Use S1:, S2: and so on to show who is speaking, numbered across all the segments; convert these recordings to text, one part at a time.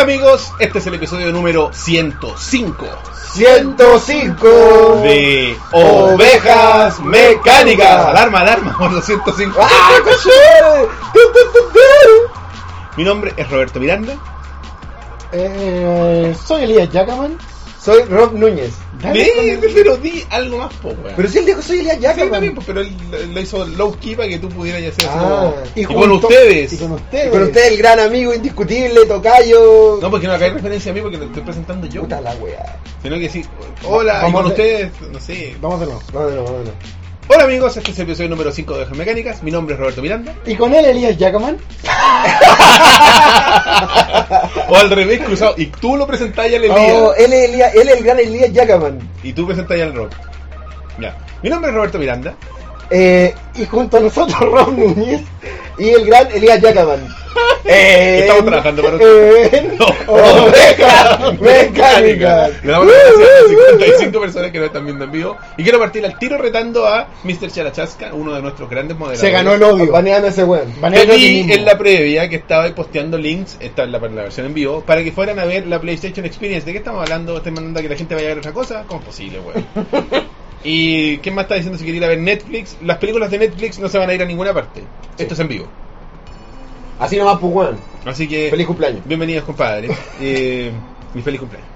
S1: amigos, este es el episodio número 105
S2: 105
S1: de Ovejas Mecánicas. Alarma, alarma, por los 105.
S2: ¡Ah, coche!
S1: Mi nombre es Roberto Miranda.
S2: Eh, soy Elías Jackman. Soy Rob Núñez. Dale,
S1: Ve,
S2: con-
S1: pero di algo más, po, weón.
S2: Pero si él dijo soy Elías
S1: Sí, está bien,
S2: Jackman.
S1: pues, pero él lo hizo low key para que tú pudieras ya hacer
S2: Ah,
S1: eso. Y, con
S2: junto-
S1: ustedes.
S2: Y con ustedes. Y con ustedes, el gran amigo indiscutible, tocayo.
S1: No, porque no acá hay referencia a mí porque te estoy presentando yo.
S2: Puta la weá.
S1: Sino que sí. Hola, y
S2: Vamos
S1: con
S2: a-
S1: ustedes, no sé.
S3: Vamos de nuevo.
S2: No, no, no, no.
S1: Hola amigos, este es el episodio número 5 de Ovejas Mecánicas. Mi nombre es Roberto Miranda.
S3: Y con él Elías Jackman.
S1: O al revés, cruzado. Y tú lo presentás ya al Elías.
S2: Oh, él es Elías- él es el gran Elías Jackman.
S1: Y tú presentás ya al Rob. Ya. Mi nombre es Roberto Miranda.
S2: Eh, y junto a nosotros Rob Núñez y el gran Elías Eh, Jackman. Eh,
S1: Estamos trabajando para
S2: en
S1: No.
S2: Oh, Ovejas Mecánicas.
S1: Le damos las gracias a las 55 personas que nos están viendo en vivo. Y quiero partir al tiro retando a Mr. Charachasca, uno de nuestros grandes modelos.
S3: Se ganó el odio.
S2: Baneando a ese weón.
S1: Te
S3: Banealo a ti
S1: vi
S3: mismo.
S1: en la previa que estaba ahí posteando links, esta es la, para la versión en vivo, para que fueran a ver la PlayStation Experience. ¿De qué estamos hablando? ¿Estás mandando a que la gente vaya a ver otra cosa? ¿Cómo es posible, weón? ¿Y qué más está diciendo si quiere ir a ver Netflix? Las películas de Netflix no se van a ir a ninguna parte. Esto es en vivo.
S2: Así nomás, pues weón.
S1: Así que...
S2: Feliz cumpleaños.
S1: Bienvenidos, compadre. Eh, mi feliz cumpleaños.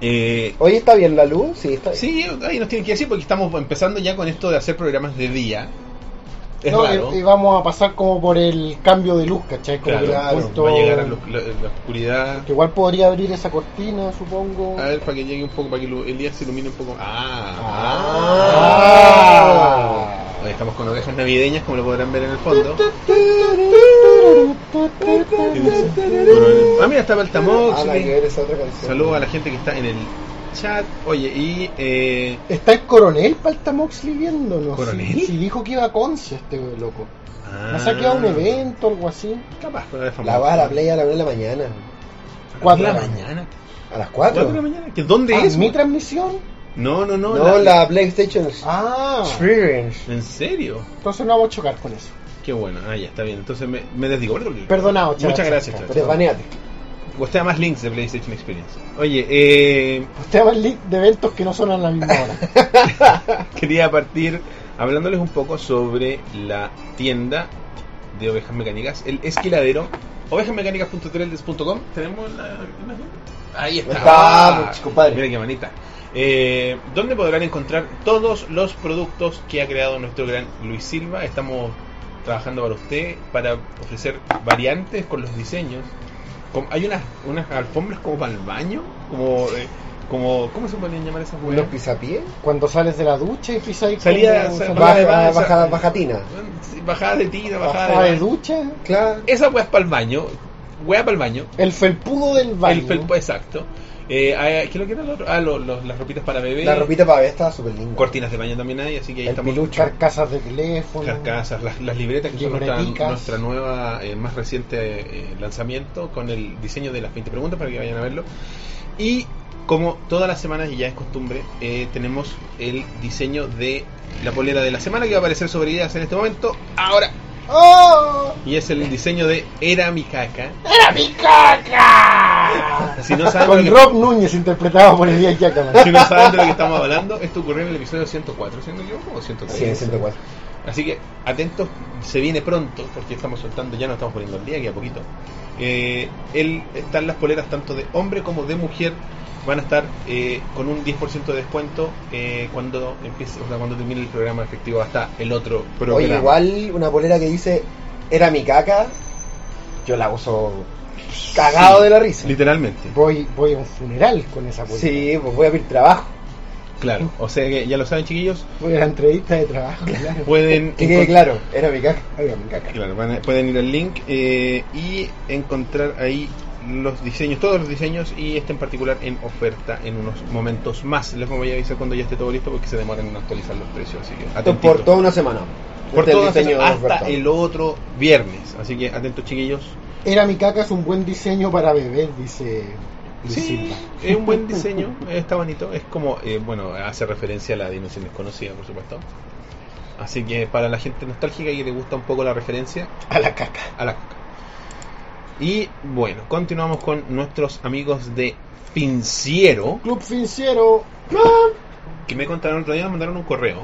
S1: Eh,
S2: Hoy está bien la luz, sí, está bien.
S1: sí, ahí nos tienen que decir porque estamos empezando ya con esto de hacer programas de día. Es
S3: No,
S1: raro.
S3: y, y vamos a pasar como por el cambio de luz, ¿cachai? Como
S1: Claro,
S3: que el
S2: claro,
S3: punto-
S1: va a llegar a lo- la, la oscuridad.
S3: que igual podría abrir esa cortina, supongo.
S1: A ver, para que llegue un poco, para que lu- el día se ilumine un poco. Ah,
S2: Ah.
S1: Hoy estamos con ovejas navideñas, como lo podrán ver en el fondo. ¿Qué dice? Ah, mira, está Baltamox.
S2: Ah, la que ver esa otra canción.
S1: Saludos a la gente que está en el chat. Oye, y eh,
S3: Está el coronel Paltamoxley viéndonos.
S1: ¿Coronel?
S3: Sí, sí, dijo que iba a Concia este loco.
S1: Ah.
S3: No sé qué, a un evento, algo así.
S1: Capaz, pero es famoso.
S2: La va a la play a la una de la mañana.
S1: ¿Cuatro de la
S3: Cuatro.
S1: mañana?
S2: A las
S1: ¿Cuatro
S2: 4.
S1: de la mañana? ¿Que ¿Dónde
S3: Ah,
S1: es?
S3: mi transmisión?
S1: No, no, no.
S2: No, la PlayStation
S3: Ah,
S2: Experience.
S1: ¿En serio?
S3: entonces no vamos a chocar con eso.
S1: Qué bueno. Ah, ya, está bien. Entonces me, me desdigo.
S3: Perdonado, chaval.
S1: Muchas gracias, chaval.
S2: Desbaneate.
S1: Usted más links de PlayStation Experience. Oye, eh,
S3: Usted va al link de eventos que no son a la misma hora.
S1: quería partir hablándoles un poco sobre la tienda de ovejas mecánicas, el esquiladero, ovejasmecánicas.3.com. ¿Tenemos la imagen? Ahí está. Ah,
S2: Está, compadre.
S1: Mira qué manita. Eh, donde podrán encontrar todos los productos que ha creado nuestro gran Luis Silva. Estamos trabajando para usted para ofrecer variantes con los diseños. Com- Hay unas, unas alfombras como para el baño, como, eh, como ¿cómo se podrían llamar esas
S2: ¿Unos
S1: huevas?
S2: pisapiés?
S3: Cuando sales de la ducha y pisas ahí
S1: Salida-
S3: como-
S1: sal-
S3: baja-
S1: de
S2: Baja,
S1: balsa.
S2: baja, bajatina.
S1: Sí, Bajada de tira, bajada,
S3: baja
S1: de,
S3: de ducha.
S2: Claro.
S1: Esa hueá es para el baño, hueá para el baño,
S3: El felpudo del baño.
S1: el felpo exacto. Eh, hay- ¿Qué es lo que era lo otro? Ah, lo- los- las ropitas para bebé,
S2: La ropita para ver estaba súper linda.
S1: cortinas de baño también hay, así que ahí
S2: El
S1: estamos.
S2: pilucho.
S3: Carcasas de teléfono.
S1: Carcasas, las, las libretas que son nuestra,
S3: Libreticas.
S1: nuestra nueva, eh, más reciente eh, lanzamiento con el diseño de las 20 preguntas para que vayan a verlo. Y como todas las semanas, y ya es costumbre, eh, tenemos el diseño de la polera de la semana que va a aparecer sobre ellas en este momento. Ahora,
S3: ¡Oh!
S1: y es el diseño de Era mi caca.
S3: ¡Era mi caca!
S1: Si no saben,
S3: Con
S1: de lo
S3: Rob Núñez interpretado por el día
S1: que,
S3: Jackman.
S1: si no saben de lo que estamos hablando, esto ocurrió en el episodio 104, ¿siendo yo? ¿O 103?
S2: Sí, en 104.
S1: Así que atentos, se viene pronto, porque estamos soltando, ya nos estamos poniendo al día, que a poquito. Eh, él, están las poleras tanto de hombre como de mujer, van a estar eh, con un 10% de descuento eh, cuando empiece, o sea, cuando termine el programa efectivo hasta el otro programa.
S2: Oye, igual una polera que dice era mi caca, yo la uso cagado
S1: Sí,
S2: de la risa.
S1: Literalmente.
S3: Voy, voy a un funeral con esa polera.
S2: Sí, pues voy a pedir trabajo.
S1: Claro. O sea que ya lo saben, chiquillos,
S3: Voy a la entrevista de trabajo, claro.
S1: pueden
S2: Eh, Que quede
S1: encont-
S2: claro, era mi caca, era mi caca.
S1: Claro, van a- pueden ir al link eh, y encontrar ahí los diseños, todos los diseños y este en particular en oferta en unos momentos más. Les voy a avisar cuando ya esté todo listo porque se demoran en actualizar los precios, así que
S2: Esto
S1: atentitos.
S2: por toda una semana.
S1: Por
S2: Este es el
S1: todas
S2: diseño
S1: esas- hasta
S2: ofertado.
S1: el otro viernes, así que atentos chiquillos.
S3: Era mi caca es un buen diseño para beber, dice Luis
S1: Sí,
S3: Silva.
S1: es un buen diseño, eh, está bonito, es como, eh, bueno, hace referencia a la dimensión desconocida, por supuesto. Así que para la gente nostálgica y que le gusta un poco la referencia,
S3: A la caca.
S1: a la Y bueno, continuamos con nuestros amigos de Finciero,
S3: Club Financiero.
S1: que me contaron otro día, nos mandaron un correo.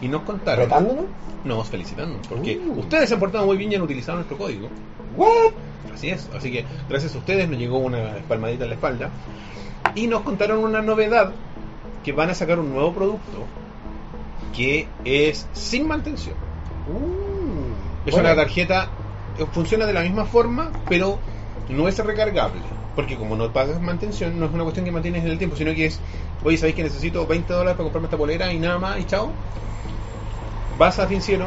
S1: Y nos contaron.
S2: ¿Retándonos?
S1: Nos felicitando, porque
S3: Uh.
S1: ustedes se han portado muy bien y han utilizado nuestro código.
S2: ¿What?
S1: Así es, así que gracias a ustedes nos llegó una palmadita en la espalda. Y nos contaron una novedad, que van a sacar un nuevo producto, que es sin mantención.
S3: Uh,
S1: Es
S2: Bueno.
S1: una tarjeta, eh, funciona de la misma forma, pero no es recargable. Porque como no pagas mantención, no es una cuestión que mantienes en el tiempo, sino que es, oye, ¿sabéis que necesito 20 dólares para comprarme esta polera y nada más y chao? Vas a Finciero,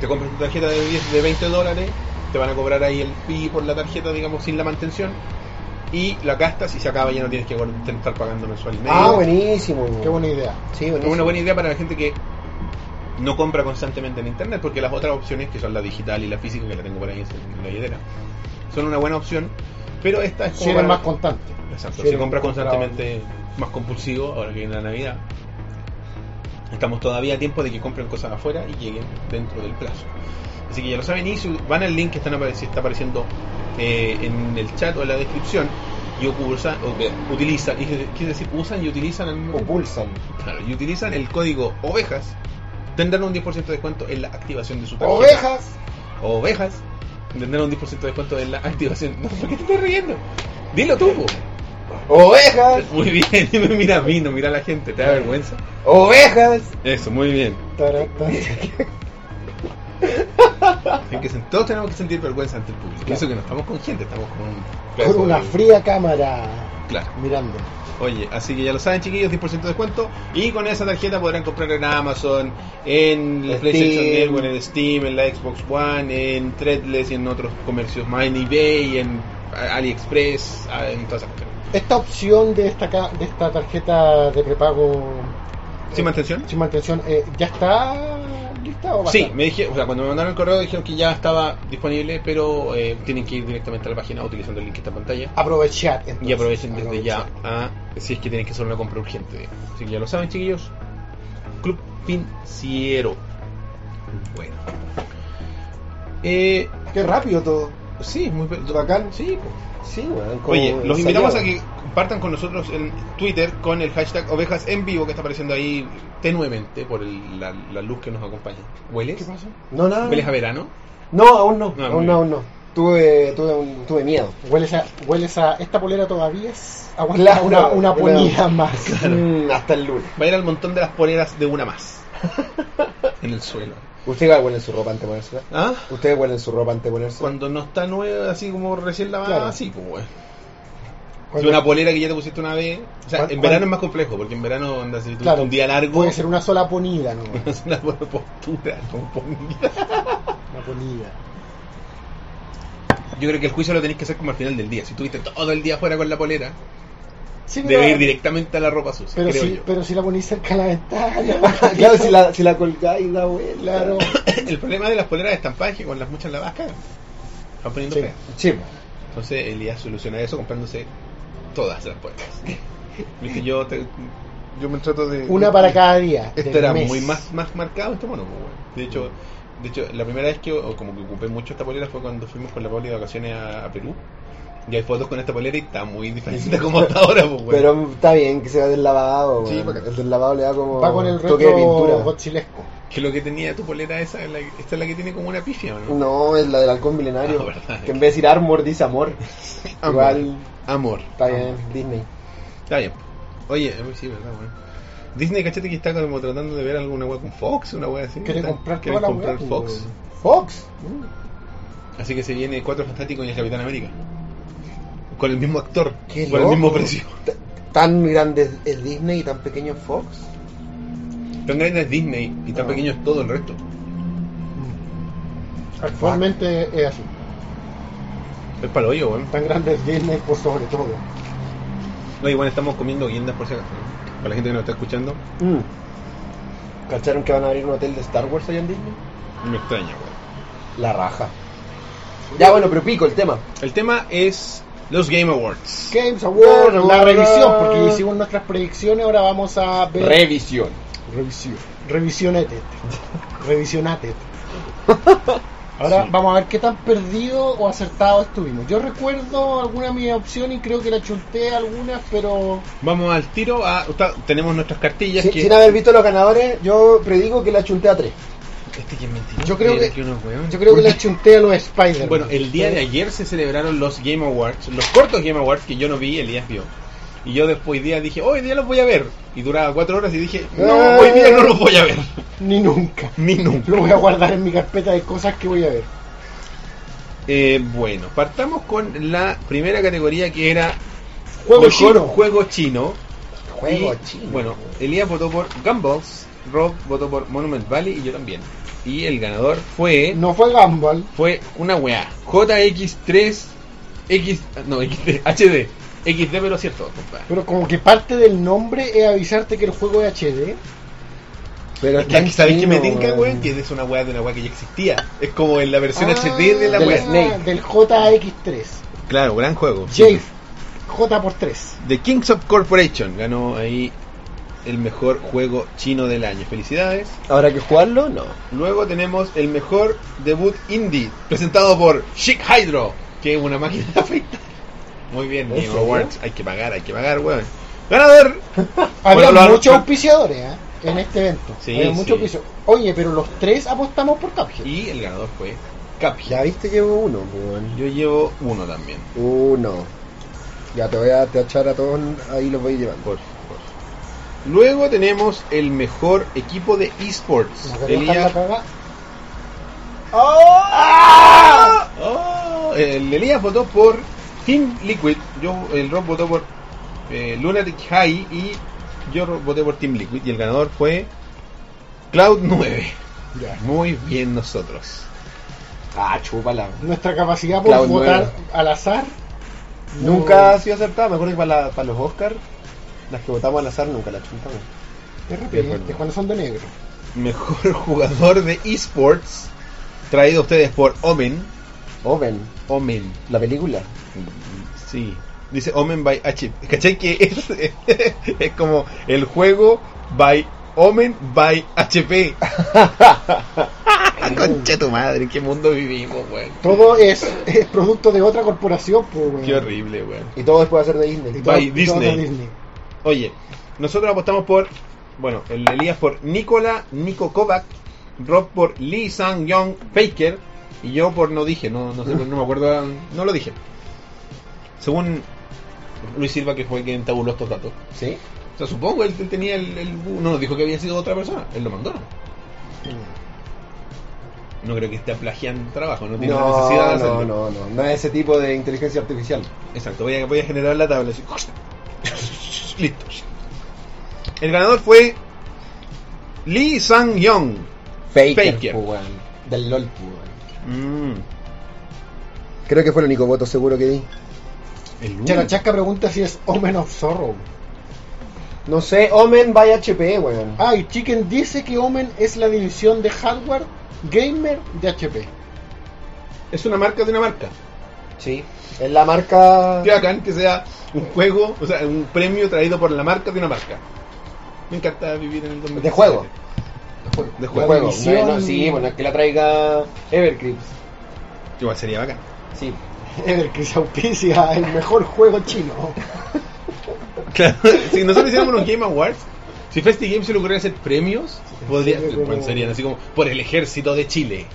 S1: te compras tu tarjeta de, 10 de 20 dólares, te van a cobrar ahí el fee por la tarjeta, digamos, sin la mantención, y la gastas y se acaba, ya no tienes que guard- estar pagando mensualmente.
S2: Ah, buenísimo.
S3: Qué buena idea.
S2: Sí,
S1: Es
S2: buenísimo.
S1: una buena idea para la gente que no compra constantemente en internet, porque las otras opciones, que son la digital y la física, que la tengo por ahí en la billetera, son una buena opción, pero esta es
S3: Si
S1: como
S3: eres
S1: para...
S3: más constante.
S1: Exacto,
S2: si
S1: si
S2: eres
S1: compras
S2: más comprado.
S1: constantemente más compulsivo, ahora que viene la Navidad, estamos todavía a tiempo de que compren cosas afuera y lleguen dentro del plazo. Así que ya lo saben, y si van al link que están apareci- está apareciendo eh, en el chat o en la descripción, y usan, o, utilizan, y- quiere decir, usan y utilizan al mismo
S2: O pulsan.
S1: Claro, y utilizan el código ovejas, tendrán un 10% de descuento en la activación de su tarjeta.
S3: Ovejas.
S1: Ovejas, tendrán un 10% de descuento en la activación. No, ¿por qué te estás riendo? Dilo tú. po.
S2: Ovejas.
S1: Muy bien, y me mira a mí, no mira a la gente, te da vergüenza.
S2: Ovejas.
S1: Eso, muy bien.
S3: Tarata.
S1: Hay que sen- todos tenemos que sentir vergüenza ante el público. Eso que no estamos con gente, estamos con un pedazo
S3: Con una
S1: de-
S3: fría cámara
S1: Claro.
S3: mirando.
S1: Oye, así que ya lo saben, chiquillos, 10% de descuento. Y con esa tarjeta podrán comprar en Amazon, en la
S2: Steam.
S1: PlayStation Network, en Steam, en la Xbox One, en Threadless y en otros comercios más, en eBay, en AliExpress, ah, en todas esas cuestiones.
S3: Esta opción de esta, ca- de esta tarjeta de prepago eh,
S1: ¿Sin mantención?
S3: sin mantención eh, ya está lista o va a
S1: Sí,
S3: estar?
S1: me dije, o sea, cuando me mandaron el correo dijeron que ya estaba disponible, pero eh, tienen que ir directamente a la página utilizando el link que está en pantalla.
S3: aprovechad entonces.
S1: Y aprovechen desde ya
S3: Aprovechad.
S1: a, si es que tienen que hacer una compra urgente. digamos. Así que ya lo saben, chiquillos. Club Financiero. Bueno. Eh,
S2: Qué rápido todo.
S1: sí, muy pe-
S2: Bacán.
S1: Sí, po.
S2: Sí, weón. como
S1: Oye, los invitamos a
S2: ensayado.
S1: que compartan con nosotros en Twitter con el hashtag ovejas en vivo que está apareciendo ahí tenuemente por el- la, la luz que nos acompaña.
S3: ¿Qué
S1: ¿Hueles?
S3: pasó?
S2: No, nada.
S1: ¿Hueles a verano?
S2: No, aún no.
S1: Ah, muy
S2: aún no, aún no. Tuve, tuve, un- tuve miedo.
S3: Hueles a, hueles a esta polera todavía es aguanta
S2: Claro,
S3: una, una
S2: claro.
S3: ponida más.
S2: Mm, hasta el lunes.
S1: Va a ir al montón de las poleras de una más. en el suelo.
S2: ¿Usted igual huele su ropa antes de ponérsela?
S1: ¿Ah?
S2: ¿Usted huele su ropa antes de ponérsela?
S1: Cuando no está nueva, así como recién lavada,
S3: Claro.
S1: así, pues, weón. Si
S3: Cuando-
S1: una polera que ya te pusiste una vez. O sea,
S3: ¿Cuál-
S1: en
S3: cuál?
S1: verano es más complejo, porque en verano andas si tú
S3: Claro,
S1: un día largo.
S3: Puede ser una sola ponida, ¿no?
S1: Es una buena postura, no ponía.
S3: Una ponida.
S1: Yo creo que el juicio lo tenés que hacer como al final del día. Si tuviste todo el día fuera con la polera,
S3: Sí,
S1: debe ir directamente a la ropa sucia,
S3: Pero
S1: creo
S3: si,
S1: yo.
S3: pero si la ponís cerca de la ventana.
S2: claro, si la, si la colgáis, da vuela.
S3: Claro.
S1: El problema de las poleras de estampaje con las muchas lavadas cagan. Están poniendo
S3: Sí.
S1: feas.
S2: Sí,
S1: Entonces Elías soluciona eso comprándose todas las poleras. Viste, yo, te- yo me trato de.
S3: Una para cada día.
S1: Este
S3: del
S1: era
S3: mes.
S1: muy más, más marcado, este mono, pues, weón. De hecho, de hecho, la primera vez que o como que ocupé mucho esta polera fue cuando fuimos con la Pauli de vacaciones a, a Perú. Y hay fotos con esta polera y está muy diferente como hasta ahora, pues, weón.
S2: Pero está bien que sea deslavado.
S1: Sí,
S2: weón.
S1: bacán.
S2: el deslavado le da como
S3: Va con el
S2: toque de pintura.
S3: retro gochilesco.
S1: Que lo que tenía tu polera esa, es la- esta es la que tiene como una pifia, ¿o ¿no?
S2: No, es la del halcón milenario.
S1: Ah, verdad.
S2: que en vez de decir armor, dice amor.
S1: Amor.
S2: Igual
S1: Amor.
S2: está bien, Disney.
S1: Está bien. Oye, eh, sí, verdad, weón. Disney, cachete que está como tratando de ver alguna weá con Fox, una weá así.
S3: Quiere
S1: Están-
S3: comprar
S1: quieren
S3: toda la
S1: comprar
S3: weá,
S1: Fox.
S3: weón.
S2: Fox.
S1: Así que se viene Cuatro Fantásticos y el Capitán América. Con el mismo actor,
S2: Qué
S1: por el
S2: loco.
S1: mismo precio.
S2: T- Tan grande es Disney y tan pequeño es Fox.
S1: Tan grande es Disney y tan
S2: Ah.
S1: pequeño es todo el resto.
S3: Actualmente es así.
S1: Es para hoyo, weón.
S3: Tan grande es Disney por sobre todo.
S1: No, igual estamos comiendo guindas por si acaso. ¿no? Para la gente que nos está escuchando,
S2: Mm. ¿Cacharon que van a abrir un hotel de Star Wars allá en Disney?
S1: me extraña, weón.
S2: La raja. Ya bueno, pero pico el tema.
S1: El tema es los Game Awards.
S3: Games Awards, la
S2: Awards.
S3: revisión, porque hicimos nuestras predicciones, ahora vamos a ver.
S2: Revisión.
S3: revisión. Revisionate. Revisionate. Ahora
S1: Sí.
S3: vamos a ver qué tan perdido o acertado estuvimos. Yo recuerdo alguna de mis opciones y creo que la chunté algunas, pero
S1: Vamos al tiro a. está- tenemos nuestras cartillas
S2: Sin,
S1: que.
S2: sin haber visto los ganadores, yo predigo que la chunté a 3.
S1: Este que es mentiroso,
S3: Yo creo
S1: mira
S3: que-
S1: unos hueones.
S3: yo creo que la chunté a los Spider-Man.
S1: Bueno, el día de ayer se celebraron los Game Awards, los cortos Game Awards que yo no vi, Elías vio. Y yo después día dije, "Oh, hoy día los voy a ver. Y duraba cuatro horas y dije, no,
S2: Ah.
S1: hoy día no los voy a ver.
S3: Ni nunca.
S1: Ni nunca.
S3: Lo voy a guardar en mi carpeta de cosas que voy a ver.
S1: Eh, bueno, partamos con la primera categoría que era
S3: Juego
S1: mejor
S3: chino.
S1: Juego chino.
S2: Juego
S1: Y,
S2: chino.
S1: Bueno, Elías votó por Gumballs, Rob votó por Monument Valley y yo también. Y el ganador fue
S3: No fue Gumball.
S1: fue una weá. JX3 X no, XD, HD. XD pero cierto, compadre.
S3: Pero como que parte del nombre es avisarte que el juego es HD.
S2: pero
S1: Es que aquí, ¿Sabes qué me
S2: chino,
S1: tinca, weón?
S2: weón.
S1: Que es una weá de una weá que ya existía. Es como en la versión
S3: Ah,
S1: HD de la
S2: del
S1: weá.
S2: Snake.
S3: Del JX3.
S1: Claro, gran juego.
S3: J, J por 3.
S1: The Kings of Corporation ganó ahí el mejor juego chino del año. Felicidades.
S2: Ahora que jugarlo, no.
S1: Luego tenemos el mejor debut indie, presentado por Chic Hydro, que es una máquina de afeitar. Muy bien,
S2: ¿En
S1: Game
S2: serio?
S1: Awards. Hay que pagar, hay que pagar, weón. ¡Ganador!
S3: Había
S1: Bueno, lo-
S3: muchos
S1: lo-
S3: auspiciadores ¿eh? en este evento.
S1: Sí,
S3: Había
S1: sí.
S3: muchos auspiciadores. Oye, pero los tres apostamos por Cuphead.
S1: Y el ganador fue Capja.
S2: Ya viste, llevo uno, weón.
S1: Yo llevo uno también.
S2: Uno. Ya te voy a te echar a todos, ahí los voy llevando.
S1: Por favor. Luego tenemos el mejor equipo de esports.
S3: Nos dejó
S1: Elías-
S3: la caga.
S1: ¡Ah! ¡Oh! El Elías votó por Team Liquid, yo, el Rob votó por eh, Lunatic High y yo ro- voté por Team Liquid y el ganador fue Cloud 9.
S3: Ya.
S1: Muy bien nosotros.
S2: Ah, chúpala.
S3: Nuestra capacidad por
S2: Cloud
S3: votar
S2: nueve.
S3: al azar. no-
S2: Nunca ha sido acertada, me acuerdo que para, la- para los Oscars, las que votamos al azar nunca las chuntamos.
S3: De
S1: Es
S3: repente,
S1: verdad.
S3: cuando son de negro.
S1: Mejor jugador de esports traído a ustedes por Omen.
S2: Oven,
S1: Omen.
S2: la película.
S1: Sí. Dice Omen by H. ¿Cachai que es, es como el juego by Omen by HP? Concha tu madre, ¿en qué mundo vivimos, weón?
S3: Todo es, es producto de otra corporación. Pues, weón.
S1: Qué horrible, weón.
S2: y todo después de ser de
S3: Y
S2: Disney.
S3: todo-
S1: By
S3: y todo
S1: Disney.
S3: de Disney.
S1: Oye, nosotros apostamos por, bueno, el Elías por Nicola Nico Kovac, Rob por Lee Sang Young Baker y yo por no dije, no, no sé, no me acuerdo, no lo dije. Según Luis Silva, que fue quien tabuló estos datos.
S2: Sí.
S1: O sea, supongo él tenía el, el- No, dijo que había sido otra persona. Él lo mandó. ¿no? No creo que esté plagiando trabajo. No tiene la
S2: No,
S1: necesidad de
S2: no,
S1: hacerlo.
S2: no, no, no es ese tipo de inteligencia artificial.
S1: Exacto. Voy a, voy a generar la tabla. así. Listo. El ganador fue Lee Sang Young.
S2: Faker,
S1: Faker.
S2: po, weón. Del LOL, po, weón.
S1: Mm,
S2: Creo que fue el único voto seguro que di.
S1: el uno.
S3: Charachasca pregunta si es Omen of Sorrow.
S2: No sé, Omen by HP, weón.
S3: Ah, y Chicken dice que Omen es la división de hardware gamer de HP.
S1: Es una marca de una marca.
S2: sí. Es la marca.
S1: Qué bacán que sea un juego, o sea, un premio traído por la marca de una marca. Me encanta vivir en el 2017.
S2: De juego.
S1: De
S2: De
S1: juego.
S2: juego.
S3: división-
S2: No, no, sí, bueno, es que la traiga Everclips.
S1: Igual sería bacán.
S2: Sí.
S3: Evercris auspicia el mejor juego chino.
S1: Claro, si nosotros hiciéramos los Game Awards, si Festi Games se le ocurriera hacer premios, podría,
S3: Sí, como-
S1: bueno, serían así como por el ejército de Chile.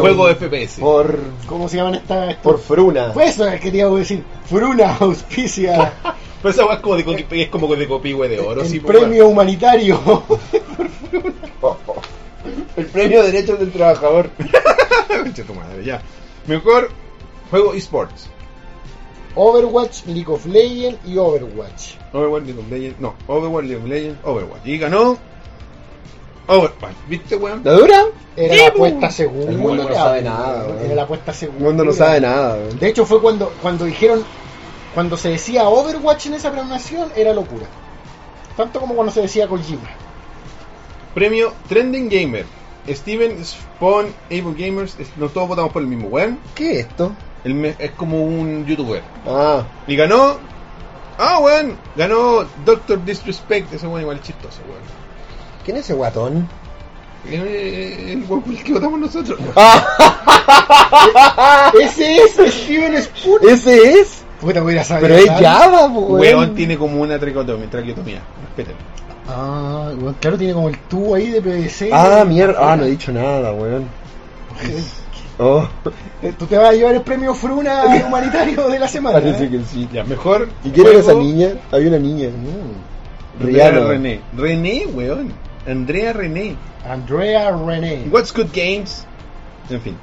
S1: Por juego FPS.
S2: Por.
S3: ¿Cómo se llaman estas? estos?
S2: Por Fruna.
S3: Fue eso que queríamos decir. Fruna auspicia
S1: Pero esa weá es como de, coqui- es como de copihue de oro.
S3: el
S1: sí, pues,
S3: premio humanitario.
S2: El premio de derechos del trabajador.
S1: weá. Ah, Concha tu madre, ya. Mejor juego esports.
S3: Overwatch, League of Legends y Overwatch.
S1: Overwatch, League of Legends. No, Overwatch, League of Legends, Overwatch. Y ganó Overwatch. ¿Viste, weón?
S2: ¿La dura?
S3: Era la apuesta segura.
S2: El mundo no sabe nada, weón.
S3: Era la apuesta segura.
S2: El mundo no sabe nada, weón.
S3: De hecho, fue cuando, cuando dijeron, cuando se decía Overwatch en esa programación, era locura. Tanto como cuando se decía Kojima.
S1: Premio Trending Gamer. Steven Spawn, Able Gamers. es- No todos votamos por el mismo weón.
S2: ¿Qué es esto?
S1: El me- Es como un youtuber.
S2: Ah,
S1: Y ganó. Ah, weón. Ganó Doctor Disrespect. Ese weón igual es chistoso, weón.
S2: ¿quién es ese guatón?
S1: Eh, El weón por el que votamos nosotros. weón.
S2: Ah,
S3: Ese es Steven Spielberg.
S2: Ese es.
S3: Puta, voy a ir a saber.
S2: Pero es
S3: ¿sabes?
S2: Java, po, weón.
S1: Weón tiene como una traqueotomía, traqueotomía. Respétalo.
S3: Ah, weón, claro, tiene como el tubo ahí de PVC.
S2: Ah, mierda. Ah, no he dicho nada, weón. Oh,
S3: Eh, Tú te vas a llevar el premio Fruna humanitario de la semana.
S2: parece
S3: ¿eh?
S2: que sí.
S1: Ya, mejor.
S2: ¿Y quién era
S1: juego-
S2: esa niña? Había una niña.
S3: Mm.
S1: Andrea
S2: Rihanna.
S1: René. René, weón. Andrea René.
S3: Andrea René.
S1: What's Good Games. En fin.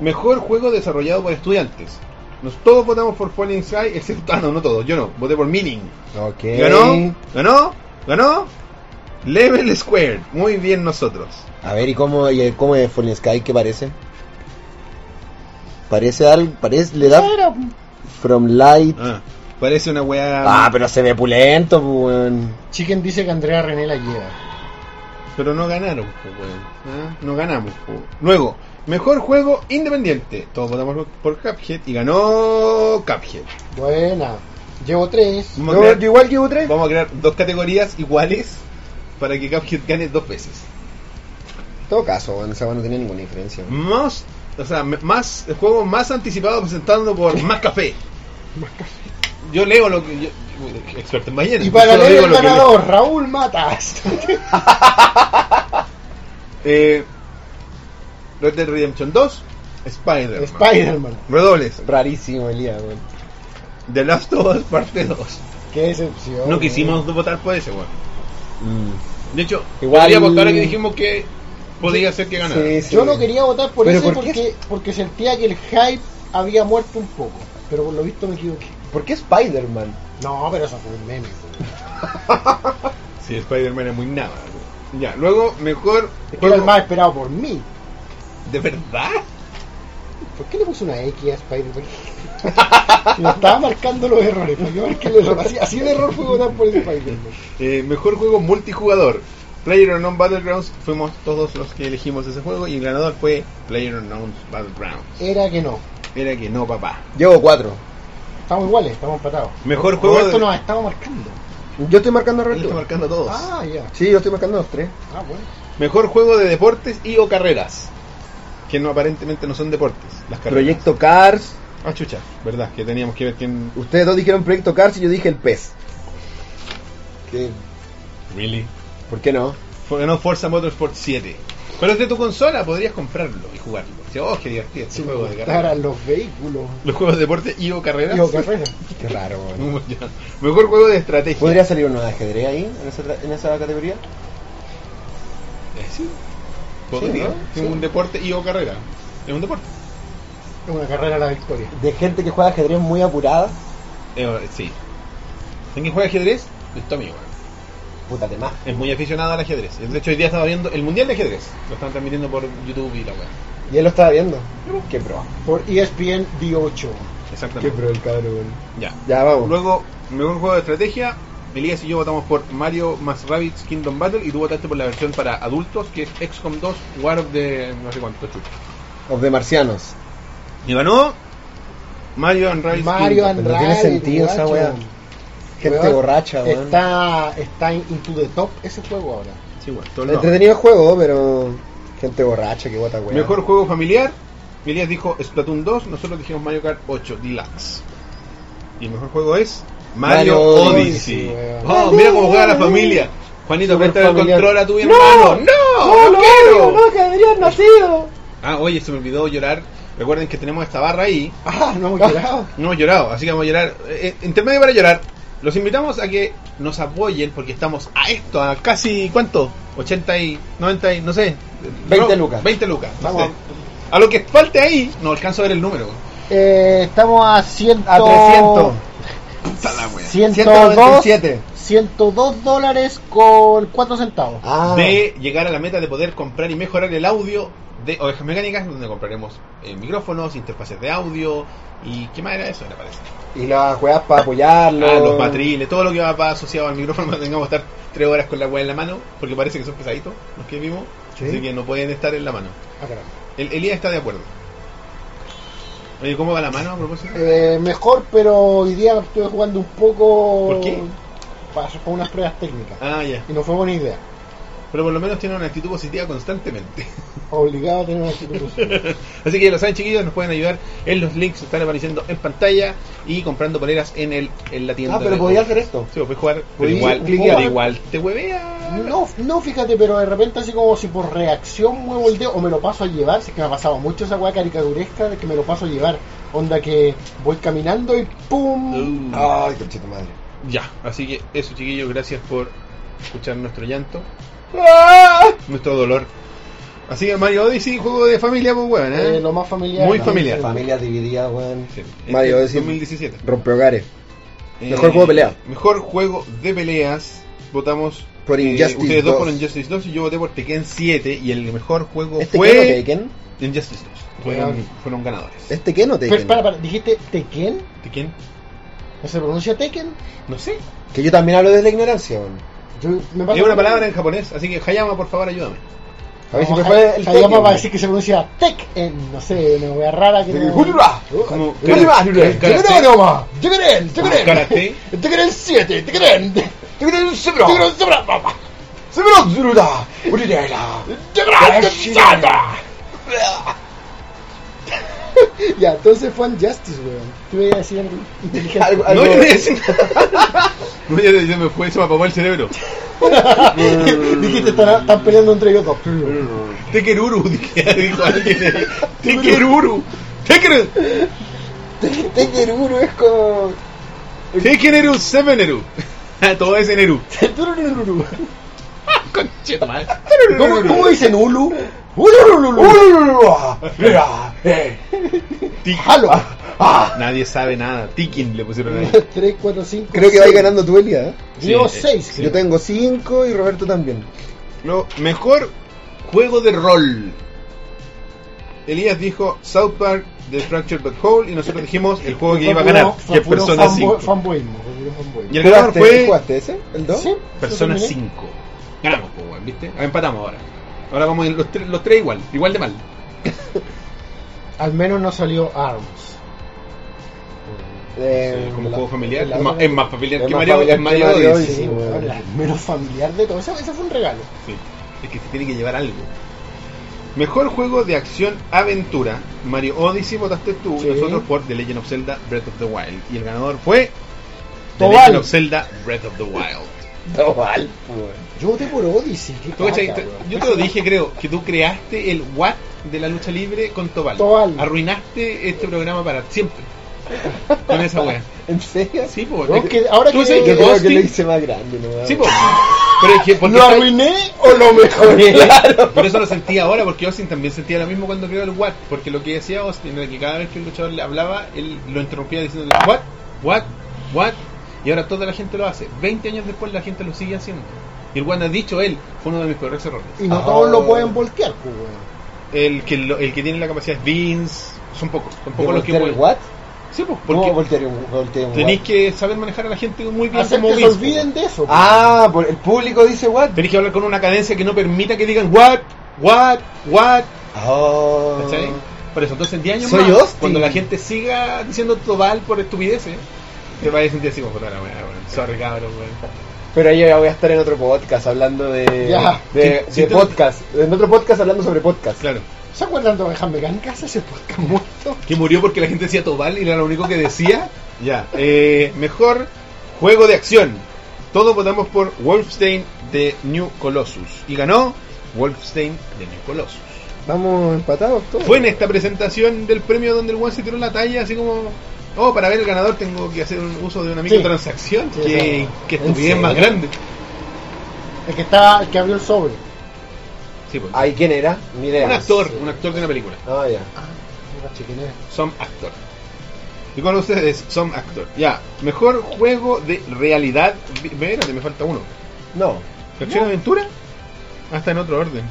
S1: Mejor juego desarrollado por estudiantes. Nos todos votamos por Falling Sky, excepto. Ah, no, no todos. Yo no. Voté por Meaning.
S2: Ok.
S1: Ganó. Ganó. Ganó. Level Squared. Muy bien nosotros.
S2: A ver, ¿y cómo, y cómo es Fallen Sky? ¿Qué parece? Parece algo. Parece, le da.
S3: Claro.
S2: From Light. Ah,
S1: Ah, parece una weá.
S3: Ah,
S2: pero se ve pulento, po, weón.
S3: Chicken dice que Andrea René la lleva.
S1: Pero no ganaron, po, weón. Ah, No ganamos, po. Luego, mejor juego independiente. Todos votamos por Cuphead y ganó Cuphead.
S3: Buena. Llevo tres.
S1: Vamos a crear-
S2: igual llevo tres.
S1: Vamos a crear dos categorías iguales para que Cuphead gane dos veces.
S2: En todo caso, weón, esa weón no tiene ninguna diferencia. weón.
S1: Más, o sea, m- más, el juego más anticipado presentando por Más Café. Yo leo lo que. Yo, yo- experto en ballena.
S3: Y para
S1: Yo
S3: leer
S1: leo
S3: el
S1: lo que leo.
S3: ganador, Raúl Matas.
S1: Eh, Red Dead Redemption 2, Spider.
S3: Spider-Man.
S1: Redobles.
S2: Rarísimo el día, weón.
S1: The Last of Us Parte 2.
S3: Qué decepción.
S1: No quisimos votar por ese, weón.
S2: Mm.
S1: De hecho,
S2: Igual-
S1: podría votar a que dijimos que podía ser que ganara.
S2: Sí, sí.
S3: Yo no quería votar por
S2: Pero
S3: ese
S2: ¿por qué?
S3: porque, porque sentía que el hype había muerto un poco. Pero por lo visto me equivoqué.
S2: ¿Por qué Spider-Man?
S3: No, pero eso fue un meme. güey.
S1: Sí, Spider-Man es muy nada. weón. Ya, luego, mejor.
S3: Es que
S1: juego-
S3: era el más esperado por mí.
S1: ¿De verdad?
S3: ¿Por qué le puse una X a Spider-Man? Lo estaba marcando los errores. Para yo marqué el error. Así, así de error fue votar por el Spider-Man.
S1: Eh, mejor juego multijugador. PlayerUnknown Battlegrounds fuimos todos los que elegimos ese juego y el ganador fue PlayerUnknown Battlegrounds.
S3: Era que no.
S1: Era que no, papá.
S2: Llevo cuatro.
S3: Estamos iguales, estamos empatados.
S1: Mejor juego.
S3: Roberto
S1: de-
S3: nos estaba marcando.
S2: Yo estoy marcando
S1: Él está
S2: Roberto.
S1: marcando a todos.
S3: Ah, ya.
S2: Sí, yo estoy marcando los tres.
S3: Ah, bueno.
S1: Mejor juego de deportes y o carreras. Que no aparentemente no son deportes. Las carreras.
S2: Proyecto Cars.
S1: Ah, chucha. Verdad, que teníamos que ver quién.
S2: Ustedes dos dijeron Proyecto Cars y yo dije el pez. ¿Qué?
S1: Really?
S2: ¿Por qué no?
S1: Ganó Forza Motorsport 7. Pero es de tu consola, podrías comprarlo y jugarlo. O sea, oh, qué divertido este
S3: Si me
S1: juego de
S3: gustaran
S1: carreras.
S3: los vehículos.
S1: Los juegos de deporte y o carreras.
S3: Digo, carrera.
S2: Qué raro, weón.
S1: Ya. Mejor juego de estrategia.
S2: ¿Podría salir uno de ajedrez ahí, en esa, en esa categoría?
S1: Eh, Sí. Podría.
S2: ¿no?
S1: Es un deporte y o carrera. Es un deporte.
S3: Es una carrera a la victoria.
S2: De gente que juega ajedrez muy apurada.
S1: Eh, sí. ¿En qué juega ajedrez? Listo, amigo.
S2: Puta, más.
S1: Es muy aficionado al ajedrez. De hecho, hoy día estaba viendo el Mundial de Ajedrez. Lo están transmitiendo por YouTube y la weá.
S2: Y él lo estaba viendo. Qué pro.
S3: Por E ESPN D8.
S1: Exactamente.
S2: el cabrón.
S1: Ya.
S2: Ya, vamos.
S1: Luego, mejor juego de estrategia. Elías y yo votamos por Mario más Rabbids Kingdom Battle y tú votaste por la versión para adultos que es XCOM 2 War of the no sé cuánto chucho.
S2: Of the Marcianos.
S1: Y ganó Mario and Rabbids
S3: Mario
S1: Kingdom.
S2: and- pero tiene
S3: Andrade.
S2: sentido esa
S3: guacho.
S2: wea. Gente
S3: Weón,
S2: borracha, weón.
S3: Está, está in- into the top ese juego ahora.
S1: Sí, bueno, todo el nombre.
S2: Entretenido juego, pero. Gente borracha, que guata, weón.
S1: Mejor juego familiar. Elías dijo Splatoon 2, nosotros dijimos Mario Kart 8 Deluxe. Y el mejor juego es Mario,
S2: Mario
S1: Odyssey.
S3: Odyssey, weón.
S1: oh, mira cómo juega la familia. Juanito,
S2: Super
S1: préstale el
S2: familiar.
S1: control a tu
S2: ¡No!
S1: hermano. ¡Oh,
S2: ¡Oh,
S1: ¡No! ¡No, quiero!
S2: que deberían nacido!
S1: Ah, oye, se me olvidó llorar. Recuerden que tenemos esta barra ahí.
S3: Ah, no hemos llegado.
S1: No hemos llorado, así que vamos a llorar. Eh, eh, intermedio para llorar. Los invitamos a que nos apoyen porque estamos a esto, a casi, ¿cuánto? 80 y 90 y, no sé.
S2: 20
S1: No,
S2: lucas.
S1: 20 lucas. no
S3: Vamos.
S1: sé. A lo que falte ahí, no alcanzo a ver el número.
S3: Eh, estamos a 100,
S2: A 300.
S1: Puta la wea.
S3: 102,
S2: 197.
S3: 102 dólares con 4 centavos.
S2: Ah,
S1: De llegar a la meta de poder comprar y mejorar el audio de Ovejas Mecánicas, donde compraremos eh, micrófonos, interfaces de audio y... ¿Qué más era eso? Me parece.
S2: y las juegas para apoyarlo.
S1: Ah, los matriles, todo lo que va para asociado al micrófono, tengamos que estar tres horas con la weá en la mano, porque parece que son pesaditos los que vimos,
S2: Sí.
S1: así que no pueden estar en la mano.
S3: Ah, caramba.
S1: El, Elías está de acuerdo. Oye, ¿cómo va la mano a propósito?
S3: Eh, mejor, pero hoy día estuve jugando un poco.
S1: ¿Por qué?
S3: Para, para unas pruebas técnicas.
S1: Ah, ya.
S3: Y no fue buena idea.
S1: Pero por lo menos tiene una actitud positiva constantemente.
S3: Obligado a tener una actitud positiva.
S1: Así que ya lo saben, chiquillos, nos pueden ayudar en los links que están apareciendo en pantalla y comprando poleras en, el, en la tienda.
S2: Ah, pero
S1: de-
S2: podía hacer esto.
S1: Sí, puedes jugar, pero
S2: Podía
S1: igual,
S2: cliquear.
S1: pero igual te huevea.
S3: No, no, fíjate, pero de repente así como si por reacción muevo el dedo o me lo paso a llevar, si es que me ha pasado mucho esa weá caricaturesca de que me lo paso a llevar. Onda que voy caminando y ¡pum!
S1: Uh,
S2: Ay, conchita madre.
S1: Ya, así que eso, chiquillos, gracias por escuchar nuestro llanto,
S2: ¡Ah!
S1: nuestro dolor. Así que Mario Odyssey, juego de familia, pues weón, ¿eh?
S3: Eh, lo más familiar.
S1: Muy
S3: ¿no?
S1: familiar.
S2: Familia dividida, weón.
S1: Sí.
S2: Mario
S1: Este,
S2: Odyssey.
S1: 2017.
S2: Rompe hogares.
S1: Eh,
S2: Mejor juego de pelea.
S1: Mejor juego de peleas. Votamos eh,
S2: Por Injustice
S1: ustedes dos
S2: 2.
S1: por Injustice 2 y yo voté por Tekken 7 y el mejor juego
S2: ¿Este
S1: fue
S2: qué no Taken?
S1: Injustice 2. Fueron,
S3: Weón.
S1: fueron ganadores.
S2: ¿Este qué no
S3: Pero
S2: Taken?
S3: espera, para, ¿dijiste Tekken?
S1: ¿Tekken?
S3: ¿No se pronuncia Tekken?
S1: No sé.
S2: Que yo también hablo de la ignorancia, weón.
S3: Yo, me pasa
S1: Es una
S3: como-
S1: palabra en japonés, así que Hayama, por favor, ayúdame.
S2: A ver si me
S3: Como Ja-
S2: fue el
S3: Hayama
S2: Taken.
S3: va a decir que se pronuncia Tekken, no sé, una wea rara que no...
S2: ¡Hurra!
S1: Como-
S2: ¡Hurra!
S1: Karate.
S2: ¡Hurra! ¡Hurra!
S3: ¡Tekken! ¡Tekken!
S1: Karate.
S3: ¡Tekken 7! ¡Tekken!
S2: ¡Hurra!
S3: ¡Tekken Zebra! ¡Papá! Ya, entonces fue Justice, weón. Tú ibas a decir algo inteligente.
S2: Algo-
S1: No, yo no iba a decir nada. No, yo- yo me fue, se me apagó el cerebro.
S3: Dijiste, están, están peleando entre ellos dos.
S1: Tekeruru, dije- dijo alguien. Tekeruru. Tekeru.
S2: Tekeruru es como...
S1: Tekeneru, Seveneru. Todo es eneru. Conchetumal.
S3: ¿Cómo, ¿Cómo dicen Ulu? ¡Halo!
S1: Nadie sabe nada. Tikin le pusieron ahí.
S3: 3, 4, 5.
S2: Creo que vais ganando tú, Elia. ¿eh?
S3: Yo
S1: Sí,
S3: 6.
S2: Yo tengo 5 y Roberto también.
S1: Lo mejor juego de rol. Elías dijo South Park The Fractured But Whole y nosotros dijimos el juego que iba a ganar, que es Persona 5.
S3: Fanboyismo. fue puro fanboyismo.
S1: Y el ganador
S2: ¿Jugaste-
S1: fue
S2: ¿Jugaste ese? ¿El 2?
S3: Sí,
S1: Persona
S3: yo terminé.
S1: 5. Ganamos, pues, weón, ¿viste? Ah, empatamos ahora. Ahora vamos en los, tres- los tres igual, igual de mal.
S3: Al menos no salió ARMS.
S1: Eh, como juego familiar.
S2: la
S1: Es más,
S2: otra-
S1: es más familiar
S2: es
S1: que
S2: más
S1: Mario,
S2: familiar
S1: es
S2: que
S1: Mario
S2: Mario
S1: Odyssey.
S2: Odyssey.
S3: Sí,
S2: bueno.
S3: bueno, al menos familiar de todo. Eso, eso fue un regalo.
S1: Sí, es que se tiene que llevar algo. Mejor juego de acción aventura. Mario Odyssey votaste tú
S3: Sí.
S1: y nosotros por The Legend of Zelda Breath of the Wild. Y el ganador fue The
S3: Tobal.
S1: Legend of Zelda Breath of the Wild.
S2: No, mal, pues.
S3: Yo voté por Odyssey. qué
S2: Ah,
S1: Tú, cachai,
S3: caca,
S1: te-
S3: weón.
S1: yo te lo dije, creo, que tú creaste el What de la lucha libre con Tobal.
S3: Tobal.
S1: Arruinaste este programa para siempre. Con esa wea.
S2: ¿En serio?
S1: Sí, po.
S3: No, que ahora
S1: Tú
S3: que-
S1: sabes
S2: Yo creo que
S1: Ghosting-
S2: lo hice más grande, ¿no?
S1: Sí, po. Pero es que porque
S3: ¿Lo
S1: soy-
S3: arruiné o lo mejoré?
S1: Por eso lo sentía ahora, porque Austin también sentía lo mismo cuando creó el What. Porque lo que decía Austin era que cada vez que el luchador le hablaba, él lo interrumpía diciendo What, What, What. Y ahora toda la gente lo hace. 20 años después la gente lo sigue haciendo. Y el What ha dicho él, fue uno de mis peores errores.
S3: Y no
S2: Ah.
S3: todos lo pueden voltear, pues, weón.
S1: El que, lo- el que tiene la capacidad es Vince, son pocos, son
S2: ¿De
S1: pocos los que
S2: voltear el
S1: pueden.
S2: what?
S1: Sí, pues,
S2: ¿Cómo
S1: porque
S2: voltear un, voltear un
S1: tenéis
S2: what?
S1: que saber manejar a la gente muy bien
S3: Hacer
S1: como
S3: que se
S1: Vince.
S3: olviden de eso.
S2: Ah, por- el público dice what.
S1: Tenéis que hablar con una cadencia que no permita que digan What, What, What.
S2: Oh.
S1: ¿Cachai? Por eso, entonces en 10 años
S2: Soy
S1: más,
S2: Austin.
S1: cuando la gente siga diciendo Tobal por estupideces, te va a sentir así como puta la weá, weón. Sorry, cabrón, weón.
S2: Pero ahí voy a estar en otro podcast hablando de,
S3: Ya.
S2: de,
S1: Sí,
S2: de
S1: sí,
S2: podcast. En otro podcast hablando sobre podcast.
S1: Claro.
S3: ¿Se acuerdan de Ovejas Mecánicas? Ese podcast muerto.
S1: Que murió porque la gente decía Tobal y era lo único que decía. ya. Eh, mejor juego de acción. Todos votamos por Wolfstein de New Colossus. Y ganó Wolfstein de New Colossus.
S2: Vamos empatados todos.
S1: Fue en esta presentación del premio donde el one se tiró la talla, así como. Oh, para ver el ganador tengo que hacer un uso de una microtransacción.
S3: Sí,
S1: que,
S3: sí.
S1: que
S2: ¿En
S1: estupidez
S2: serio?
S1: más grande.
S3: El que estaba, el que abrió el sobre.
S1: Sí, pues.
S2: Ay, ¿quién era? Mire.
S1: Un actor, un actor de una película.
S2: Ah, ya.
S3: No caché quién era.
S1: Some Actor. Y con ustedes, Some Actor. Ya, mejor juego de realidad. vi- Espérate, me falta uno.
S2: No.
S1: ¿Acción aventura? Hasta Ah, en otro orden.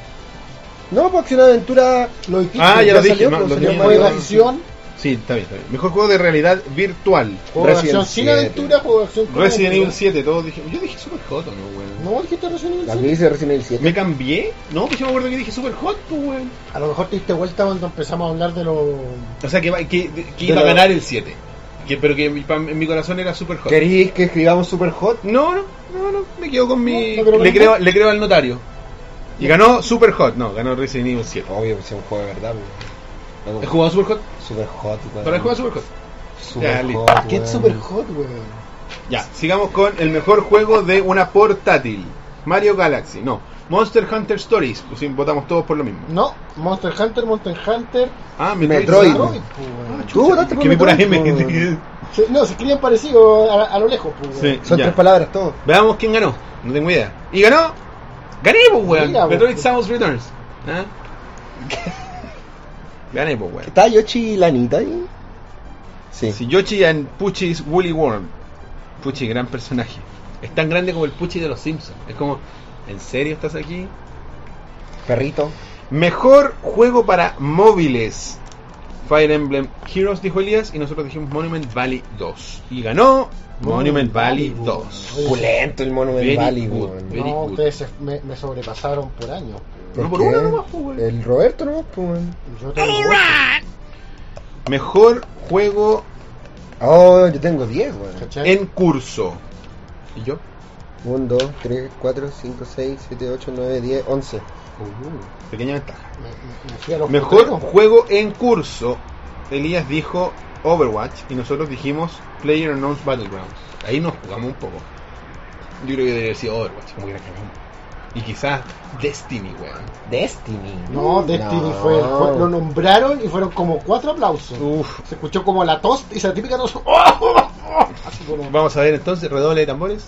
S2: No, porque una aventura.
S3: Lo dijiste.
S1: Ah, ya lo dije,
S2: salió,
S1: no,
S2: pero
S1: lo
S2: salió
S1: tenía
S3: Juego de
S1: anotado.
S3: acción,
S1: Sí, está bien, está bien. Mejor juego de realidad virtual.
S3: juego de
S2: Resident
S3: acción sin
S2: Evil.
S3: aventura, juego de acción con
S1: Resident Evil
S3: aventura.
S1: 7, todos dije. Yo dije Super Hot, ¿o ¿no, weón?
S3: No, dijiste Resident Evil
S2: La
S3: 7.
S2: que dice recién el 7.
S1: ¿Me cambié? No, pues yo me acuerdo que dije Super Hot, pues, weón.
S3: A lo mejor te diste vuelta cuando empezamos a hablar de los...
S1: O sea, que, va- que, que iba
S2: Pero-
S1: a ganar el 7. Que, pero que mi- pa- en mi corazón era Super Hot.
S2: ¿Queréis que escribamos Super Hot?
S1: No, no, no, no, me quedo con mi.
S3: No, no creo que
S1: le,
S3: no.
S1: creo, le creo al notario. Y ganó Super Hot. No, ganó Resident Evil 7.
S2: Obvio, pues es un juego de verdad, weón. Loco,
S1: ¿Has jugado Super Hot?
S2: Super hot, weón.
S1: ¿Para el juego Super Hot?
S2: Super
S1: Ya, listo.
S2: hot,
S3: ¿Qué
S2: weón.
S3: es super hot, weón?
S1: Ya, sigamos con el mejor juego de una portátil. Mario Galaxy, no. Monster Hunter Stories, pues sí, votamos todos por lo mismo.
S3: No, Monster Hunter, Monster Hunter.
S1: Ah,
S2: Metroid.
S1: Zero.
S3: Metroid, pues, weón.
S2: Tú votaste por
S1: Que vi por ahí,
S2: Metroid,
S1: me-
S2: weón.
S3: Se- no, se escriben parecido a, a lo lejos, pues, weón.
S1: Sí.
S2: Son
S1: Ya.
S2: tres palabras, todo.
S1: Veamos quién ganó. No tengo idea. Y ganó. Gané, pues, weón.
S3: Mira,
S1: Metroid
S3: weón.
S1: Samus Returns. ¿Ah? Gané, pues, weón.
S2: ¿Está Yoshi y Lanita ahí? Sí.
S1: Si Yoshi and Pucci's Woolly Worm. Pucci, gran personaje. Es tan grande como el Pucci de los Simpsons. Es como, ¿en serio estás aquí?
S2: Perrito.
S1: Mejor juego para móviles. Fire Emblem Heroes dijo Elías y nosotros dijimos Monument Valley 2. Y ganó Monument
S3: Monument
S1: Valley
S3: Valley,
S1: 2.
S2: oh.
S3: weón.
S2: Pulento el Monument
S1: Very
S2: Valley,
S1: good.
S2: weón.
S1: Very
S3: No,
S1: good.
S3: ustedes se- me, me sobrepasaron por años.
S1: Uno
S2: ¿Por
S1: por
S2: qué?
S1: uno nomás, pues, weón.
S2: El Roberto nomás, pues, weón.
S3: Yo tengo ocho,
S1: Mejor juego
S2: Oh, yo tengo 10, weón.
S3: ¿cachai?
S1: en curso. ¿Y yo?
S2: 1, 2, 3, 4, 5, 6, 7, 8, 9, 10, 11.
S1: Pequeña ventaja.
S3: Me- me- me fui a los
S1: Mejor
S3: potreros.
S1: juego en curso. Elías dijo Overwatch y nosotros dijimos Player Battlegrounds. Ahí nos jugamos un poco. Yo creo que debería haber sido Overwatch, como quiera que no. Y quizás Destiny, weón.
S2: Destiny.
S3: No, Destiny fue, fue- Lo nombraron y fueron como cuatro aplausos.
S1: Uf.
S3: Se escuchó como la tos y se la típica tos. ¡Oh, oh, oh! Así como.
S1: Vamos a ver entonces, redoble de tambores.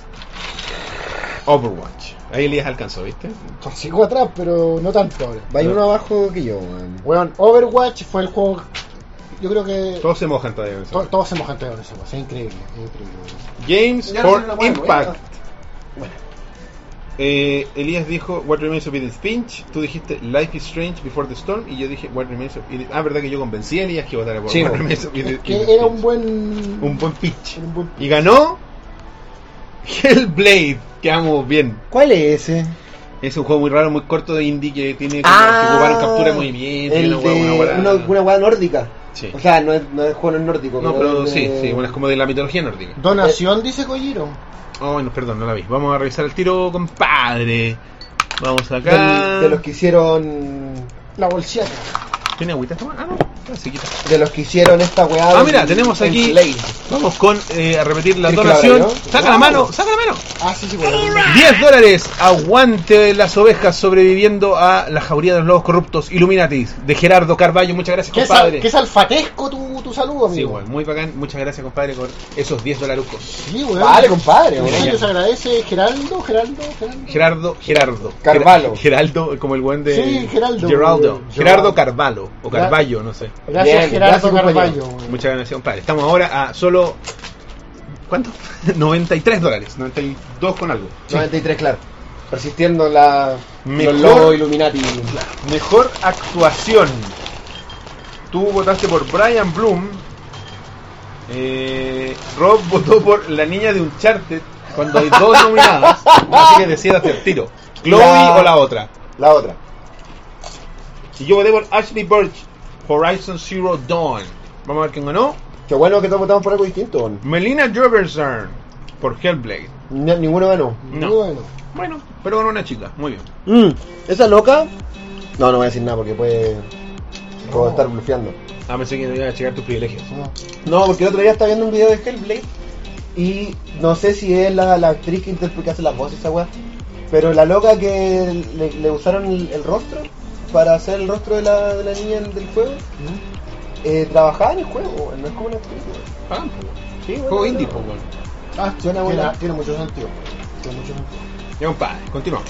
S1: Overwatch. Ahí Elías alcanzó, ¿viste?
S3: Sigo atrás, pero no tanto ahora.
S2: Va uno abajo que yo, weón.
S3: Weón, Overwatch fue el juego. Yo creo que.
S1: Todos se mojan todavía. en ese
S3: to-
S1: momento.
S3: todos hemos cantado en ese juego. Es increíble, es increíble.
S1: Games
S2: Ya no
S1: for
S2: sé la buena,
S1: Impact.
S2: weón.
S1: Eh, Elías dijo What Remains of Edith Finch. Tú dijiste Life is Strange Before the Storm. Y yo dije What Remains of Edith. Ah, verdad que yo convencí a Elías que votara por
S2: Sí,
S1: What
S2: weón.
S1: Remains of
S3: Es
S1: Edith,
S3: que
S1: Edith
S3: era
S1: Finch.
S3: un buen.
S1: Un buen pitch.
S3: era un buen-
S1: Y ganó Hellblade. Quedamos bien.
S2: ¿Cuál es ese?
S1: Es un juego muy raro, muy corto de indie que tiene como que
S2: Ah,
S1: ocuparon captura de movimiento. y
S2: el
S1: una hueá-
S2: de-
S1: una hueá-
S2: una una hueá nórdica.
S1: Sí.
S2: O sea, no es, no es juego nórdico.
S1: No, pero
S2: es de-
S1: sí, sí, bueno, es como de la mitología nórdica.
S3: Donación, dice Kojiro.
S1: Oh, bueno, perdón, no la vi. Vamos a revisar el tiro, compadre. Vamos
S2: del-
S1: acá.
S2: de los que hicieron.
S3: La bolsiata.
S1: ¿Tiene agüita esta mano? Ah, no, se quita.
S2: De los que hicieron esta weá.
S1: Ah,
S2: del-
S1: mira, tenemos
S2: del
S1: aquí.
S2: Slay.
S1: Vamos con eh, a repetir la
S2: ¿Quieres que la
S1: donación.
S2: abra yo?
S1: Saca la
S2: Wow.
S1: mano, saca la mano.
S3: Ah, sí, sí, bueno.
S1: 10 dólares. Aguante las ovejas sobreviviendo a la jauría de los lobos corruptos Illuminatis de Gerardo Carballo. Muchas gracias,
S3: ¿Qué, sal-
S1: compadre.
S3: qué salfatesco tu, tu saludo,
S1: Sí,
S3: amigo?
S1: bueno, muy bacán. Muchas gracias, compadre, por esos 10 dolarucos.
S3: Sí, weón.
S2: Vale, compadre,
S3: En
S2: weón.
S3: serio, se agradece Geraldo, Geraldo, Geraldo.
S1: Gerardo, Gerardo.
S2: Carvalho.
S1: Gera- Geraldo, como el buen de.
S3: Sí, Geraldo.
S1: Geraldo.
S3: Geraldo.
S1: Gerardo Carvalho. O Carballo, no sé.
S3: Gracias,
S2: Bien,
S3: Gerardo
S2: gracias,
S3: Carballo.
S2: compañero.
S3: weón.
S1: Muchas gracias, compadre. Estamos ahora a solo. ¿Cuánto? 93 dólares. 92 con algo.
S2: 93, claro. Persistiendo la.
S1: Mejor-
S2: Los lobos Illuminati.
S1: Mejor actuación. Tú votaste por Brian Bloom. Eh, Rob votó por La Niña de Uncharted. Cuando hay dos nominadas. así que decida hacer tiro. Chloe
S2: La-
S1: o la otra.
S2: La otra.
S1: Y yo voté por Ashley Birch. Horizon Zero Dawn. Vamos a ver quién ganó.
S2: Qué bueno que todos votamos por algo distinto. weón.
S1: Melina Jorgensen. Por Hellblade.
S2: Ni- ninguno ganó.
S1: No.
S3: Muy bueno.
S1: Bueno, pero ganó una chica. Muy bien.
S2: Mm, esa loca. No, no voy a decir nada porque puede. Puedo estar blufeando.
S1: Ah, pensé que no iba a llegar tus privilegios.
S3: No.
S2: No, porque el otro día estaba viendo un video de Hellblade y no sé si es la, la actriz que interpreta que hace las voces esa weá, pero la loca que le, le usaron el, el rostro para hacer el rostro de la, de la niña del juego,
S3: ¿Mm?
S2: eh, trabajaba en el juego, weón, no es como una actriz. weón.
S1: Ah, pues, bueno.
S2: Sí, bueno,
S1: Juego
S2: bueno.
S1: indie, pues, bueno.
S3: Ah,
S2: Suena
S3: tiene,
S2: buena.
S3: tiene mucho sentido. weón. Tiene mucho sentido.
S1: Ya compadre, continuamos.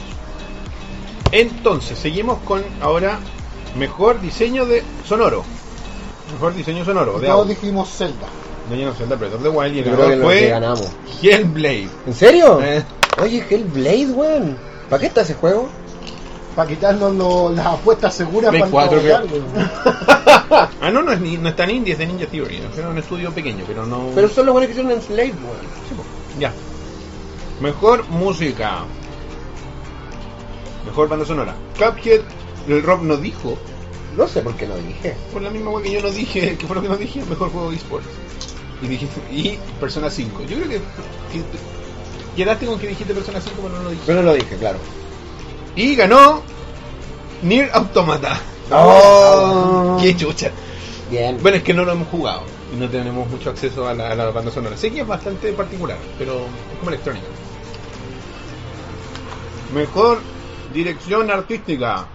S1: Entonces, seguimos con ahora mejor diseño de sonoro. Mejor diseño sonoro de
S3: Todos
S1: audio.
S3: dijimos Zelda.
S1: No ya no sé, Breath of the Wild y el
S2: Yo creo que
S1: ganador
S2: lo que
S1: fue
S2: ganamos.
S1: Hellblade.
S2: ¿En serio?
S1: Eh.
S2: Oye, Hellblade, weón. ¿Para qué está ese juego?
S3: Para quitarnos lo- las apuestas seguras
S1: Play
S3: para
S1: cuatro,
S3: trabajar,
S1: creo.
S3: weón.
S1: Ah, no, no es, ni, no es tan indie, es de Ninja Theory. Es un estudio pequeño, pero no.
S2: Pero son los buenos que hicieron en Slade, weón.
S1: Ya. Mejor música. Mejor banda sonora. Cuphead, el Rob no dijo.
S2: No sé por qué no dije.
S1: Por la misma wea que yo no dije, que fue lo que no dije, mejor juego de esports. Y dijiste, y Persona 5. Yo creo que, que quedaste con que dijiste Persona 5, pero no lo dijiste.
S2: Pero no lo dije, claro.
S1: Y ganó Nier Automata.
S2: Oh.
S1: ¡Qué chucha!
S2: Bien.
S1: Bueno, es que no lo hemos jugado y no tenemos mucho acceso a la, a la banda sonora. Sé que es bastante particular, pero es como electrónica. Mejor dirección artística.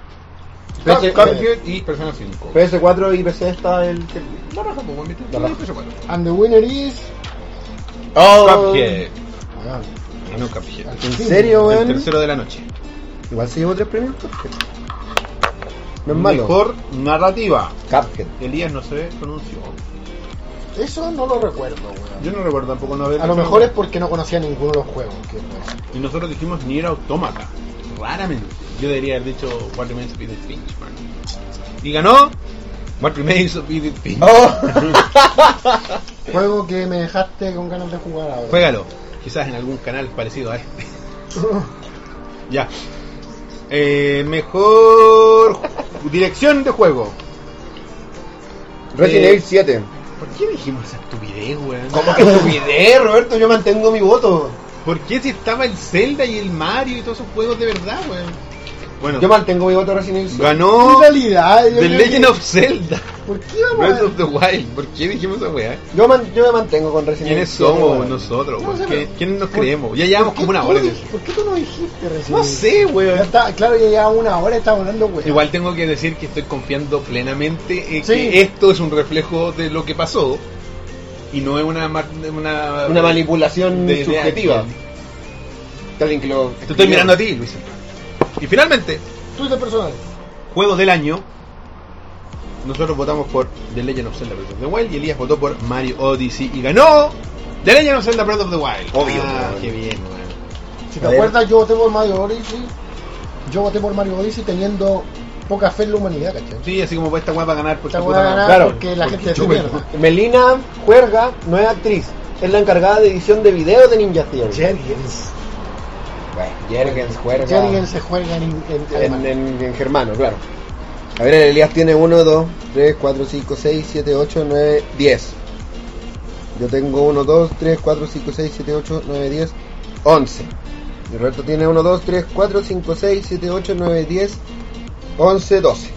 S1: Cup-
S2: Ese-
S1: Cuphead y Persona 5.
S2: PS4 y PC está el. el-
S1: La raja, pues, mamita.
S2: La raja.
S1: Sí, PS4.
S3: And the winner is.
S1: Cuphead.
S3: Ah,
S1: Ah, No, Cuphead.
S2: Oh. ¿En serio,
S1: El
S2: weón?
S1: tercero de la noche.
S2: Igual se llevó tres premios. Cuphead. No es malo.
S1: Mejor narrativa.
S2: Cuphead.
S1: Elías no se pronunció.
S3: Eso no lo recuerdo, weón.
S1: Yo no recuerdo tampoco no haber
S3: A lo
S1: hecho-
S3: mejor es porque no conocía ninguno de los juegos. que, pues,
S1: Y nosotros dijimos ni era autómata. Raramente. Yo debería haber dicho What Remains of Edith Finch, man. Y ganó What Remains of Edith Finch.
S2: Oh.
S3: Juego que me dejaste con ganas de jugar ahora.
S1: Juégalo. Quizás en algún canal parecido a este. ya. Eh, mejor ju- dirección de juego.
S2: Resident
S1: Eh,
S2: Evil 7.
S1: ¿Por qué dijimos esa estupidez, weón?
S2: ¿Cómo que olvidé, Roberto? Yo mantengo mi voto.
S1: ¿Por qué si estaba el Zelda y el Mario y todos esos juegos de verdad, weón? Bueno,
S2: Yo mantengo mi voto a Resident Evil 7.
S1: ganó
S3: En realidad, yo
S1: The
S3: creo
S1: Legend
S3: que- Ah,
S1: of Zelda.
S3: ¿Por qué vamos
S1: Breath
S3: a-
S1: of the Wild. ¿Por qué dijimos esa weá?
S2: Yo, man- yo me mantengo con Resident Evil
S1: ¿Quiénes
S2: 7.
S1: somos
S2: weón.
S1: nosotros?
S3: No
S1: weón?
S3: sé,
S1: ¿Qué-
S3: pero-
S1: ¿Quién nos
S3: ¿por-
S1: creemos? Ya llevamos
S3: ¿Por qué
S1: como una
S3: tú
S1: hora.
S3: no
S1: en
S3: dij-
S1: eso.
S3: ¿Por qué tú no dijiste recién?
S1: No sé,
S3: Ya
S1: weón.
S3: está, claro, ya llevamos una hora y estamos hablando, weón.
S1: Igual tengo que decir que estoy confiando plenamente en
S3: Sí.
S1: que esto es un reflejo de lo que pasó y no es una mar- una,
S2: Una manipulación
S1: de- de
S2: subjetiva.
S1: alguien.
S2: Que alguien que lo
S1: Te estoy
S2: escribió.
S1: mirando a ti, Luis. Y finalmente,
S3: Twitter personal.
S1: juego del año. Nosotros votamos por The Legend of Zelda Breath of the Wild y Elías votó por Mario Odyssey y ganó The Legend of Zelda Breath of the Wild.
S2: Obvio,
S1: Ah,
S2: weón.
S1: qué bien, weón.
S3: Si
S2: A
S3: te
S2: ver.
S3: acuerdas, yo voté por Mario Odyssey. Yo voté por Mario Odyssey teniendo poca fe en la humanidad, ¿cachai?
S1: Sí, así como pues, esta weá va a ganar por
S3: Esta
S1: su
S3: weá
S1: puta
S3: va a ganar
S1: madre.
S2: Claro,
S3: porque la
S1: porque
S3: gente se
S1: chupen.
S3: mierda.
S2: Melina Juerga no es actriz, es la encargada de edición de video de Ninja Theory.
S3: Jergens.
S2: Bueno, Jergens Juerga.
S3: Jergens se juega en, en,
S2: En,
S3: alemán.
S2: en- en germano, claro. A ver, el Elías tiene 1, 2, 3, 4, 5, 6, 7, 8, 9, 10. Yo tengo 1, 2, 3, 4, 5, 6, 7, 8, 9, 10, 11. Y Roberto tiene 1, 2, 3, 4, 5, 6, 7, 8, 9, 10, 11, 12.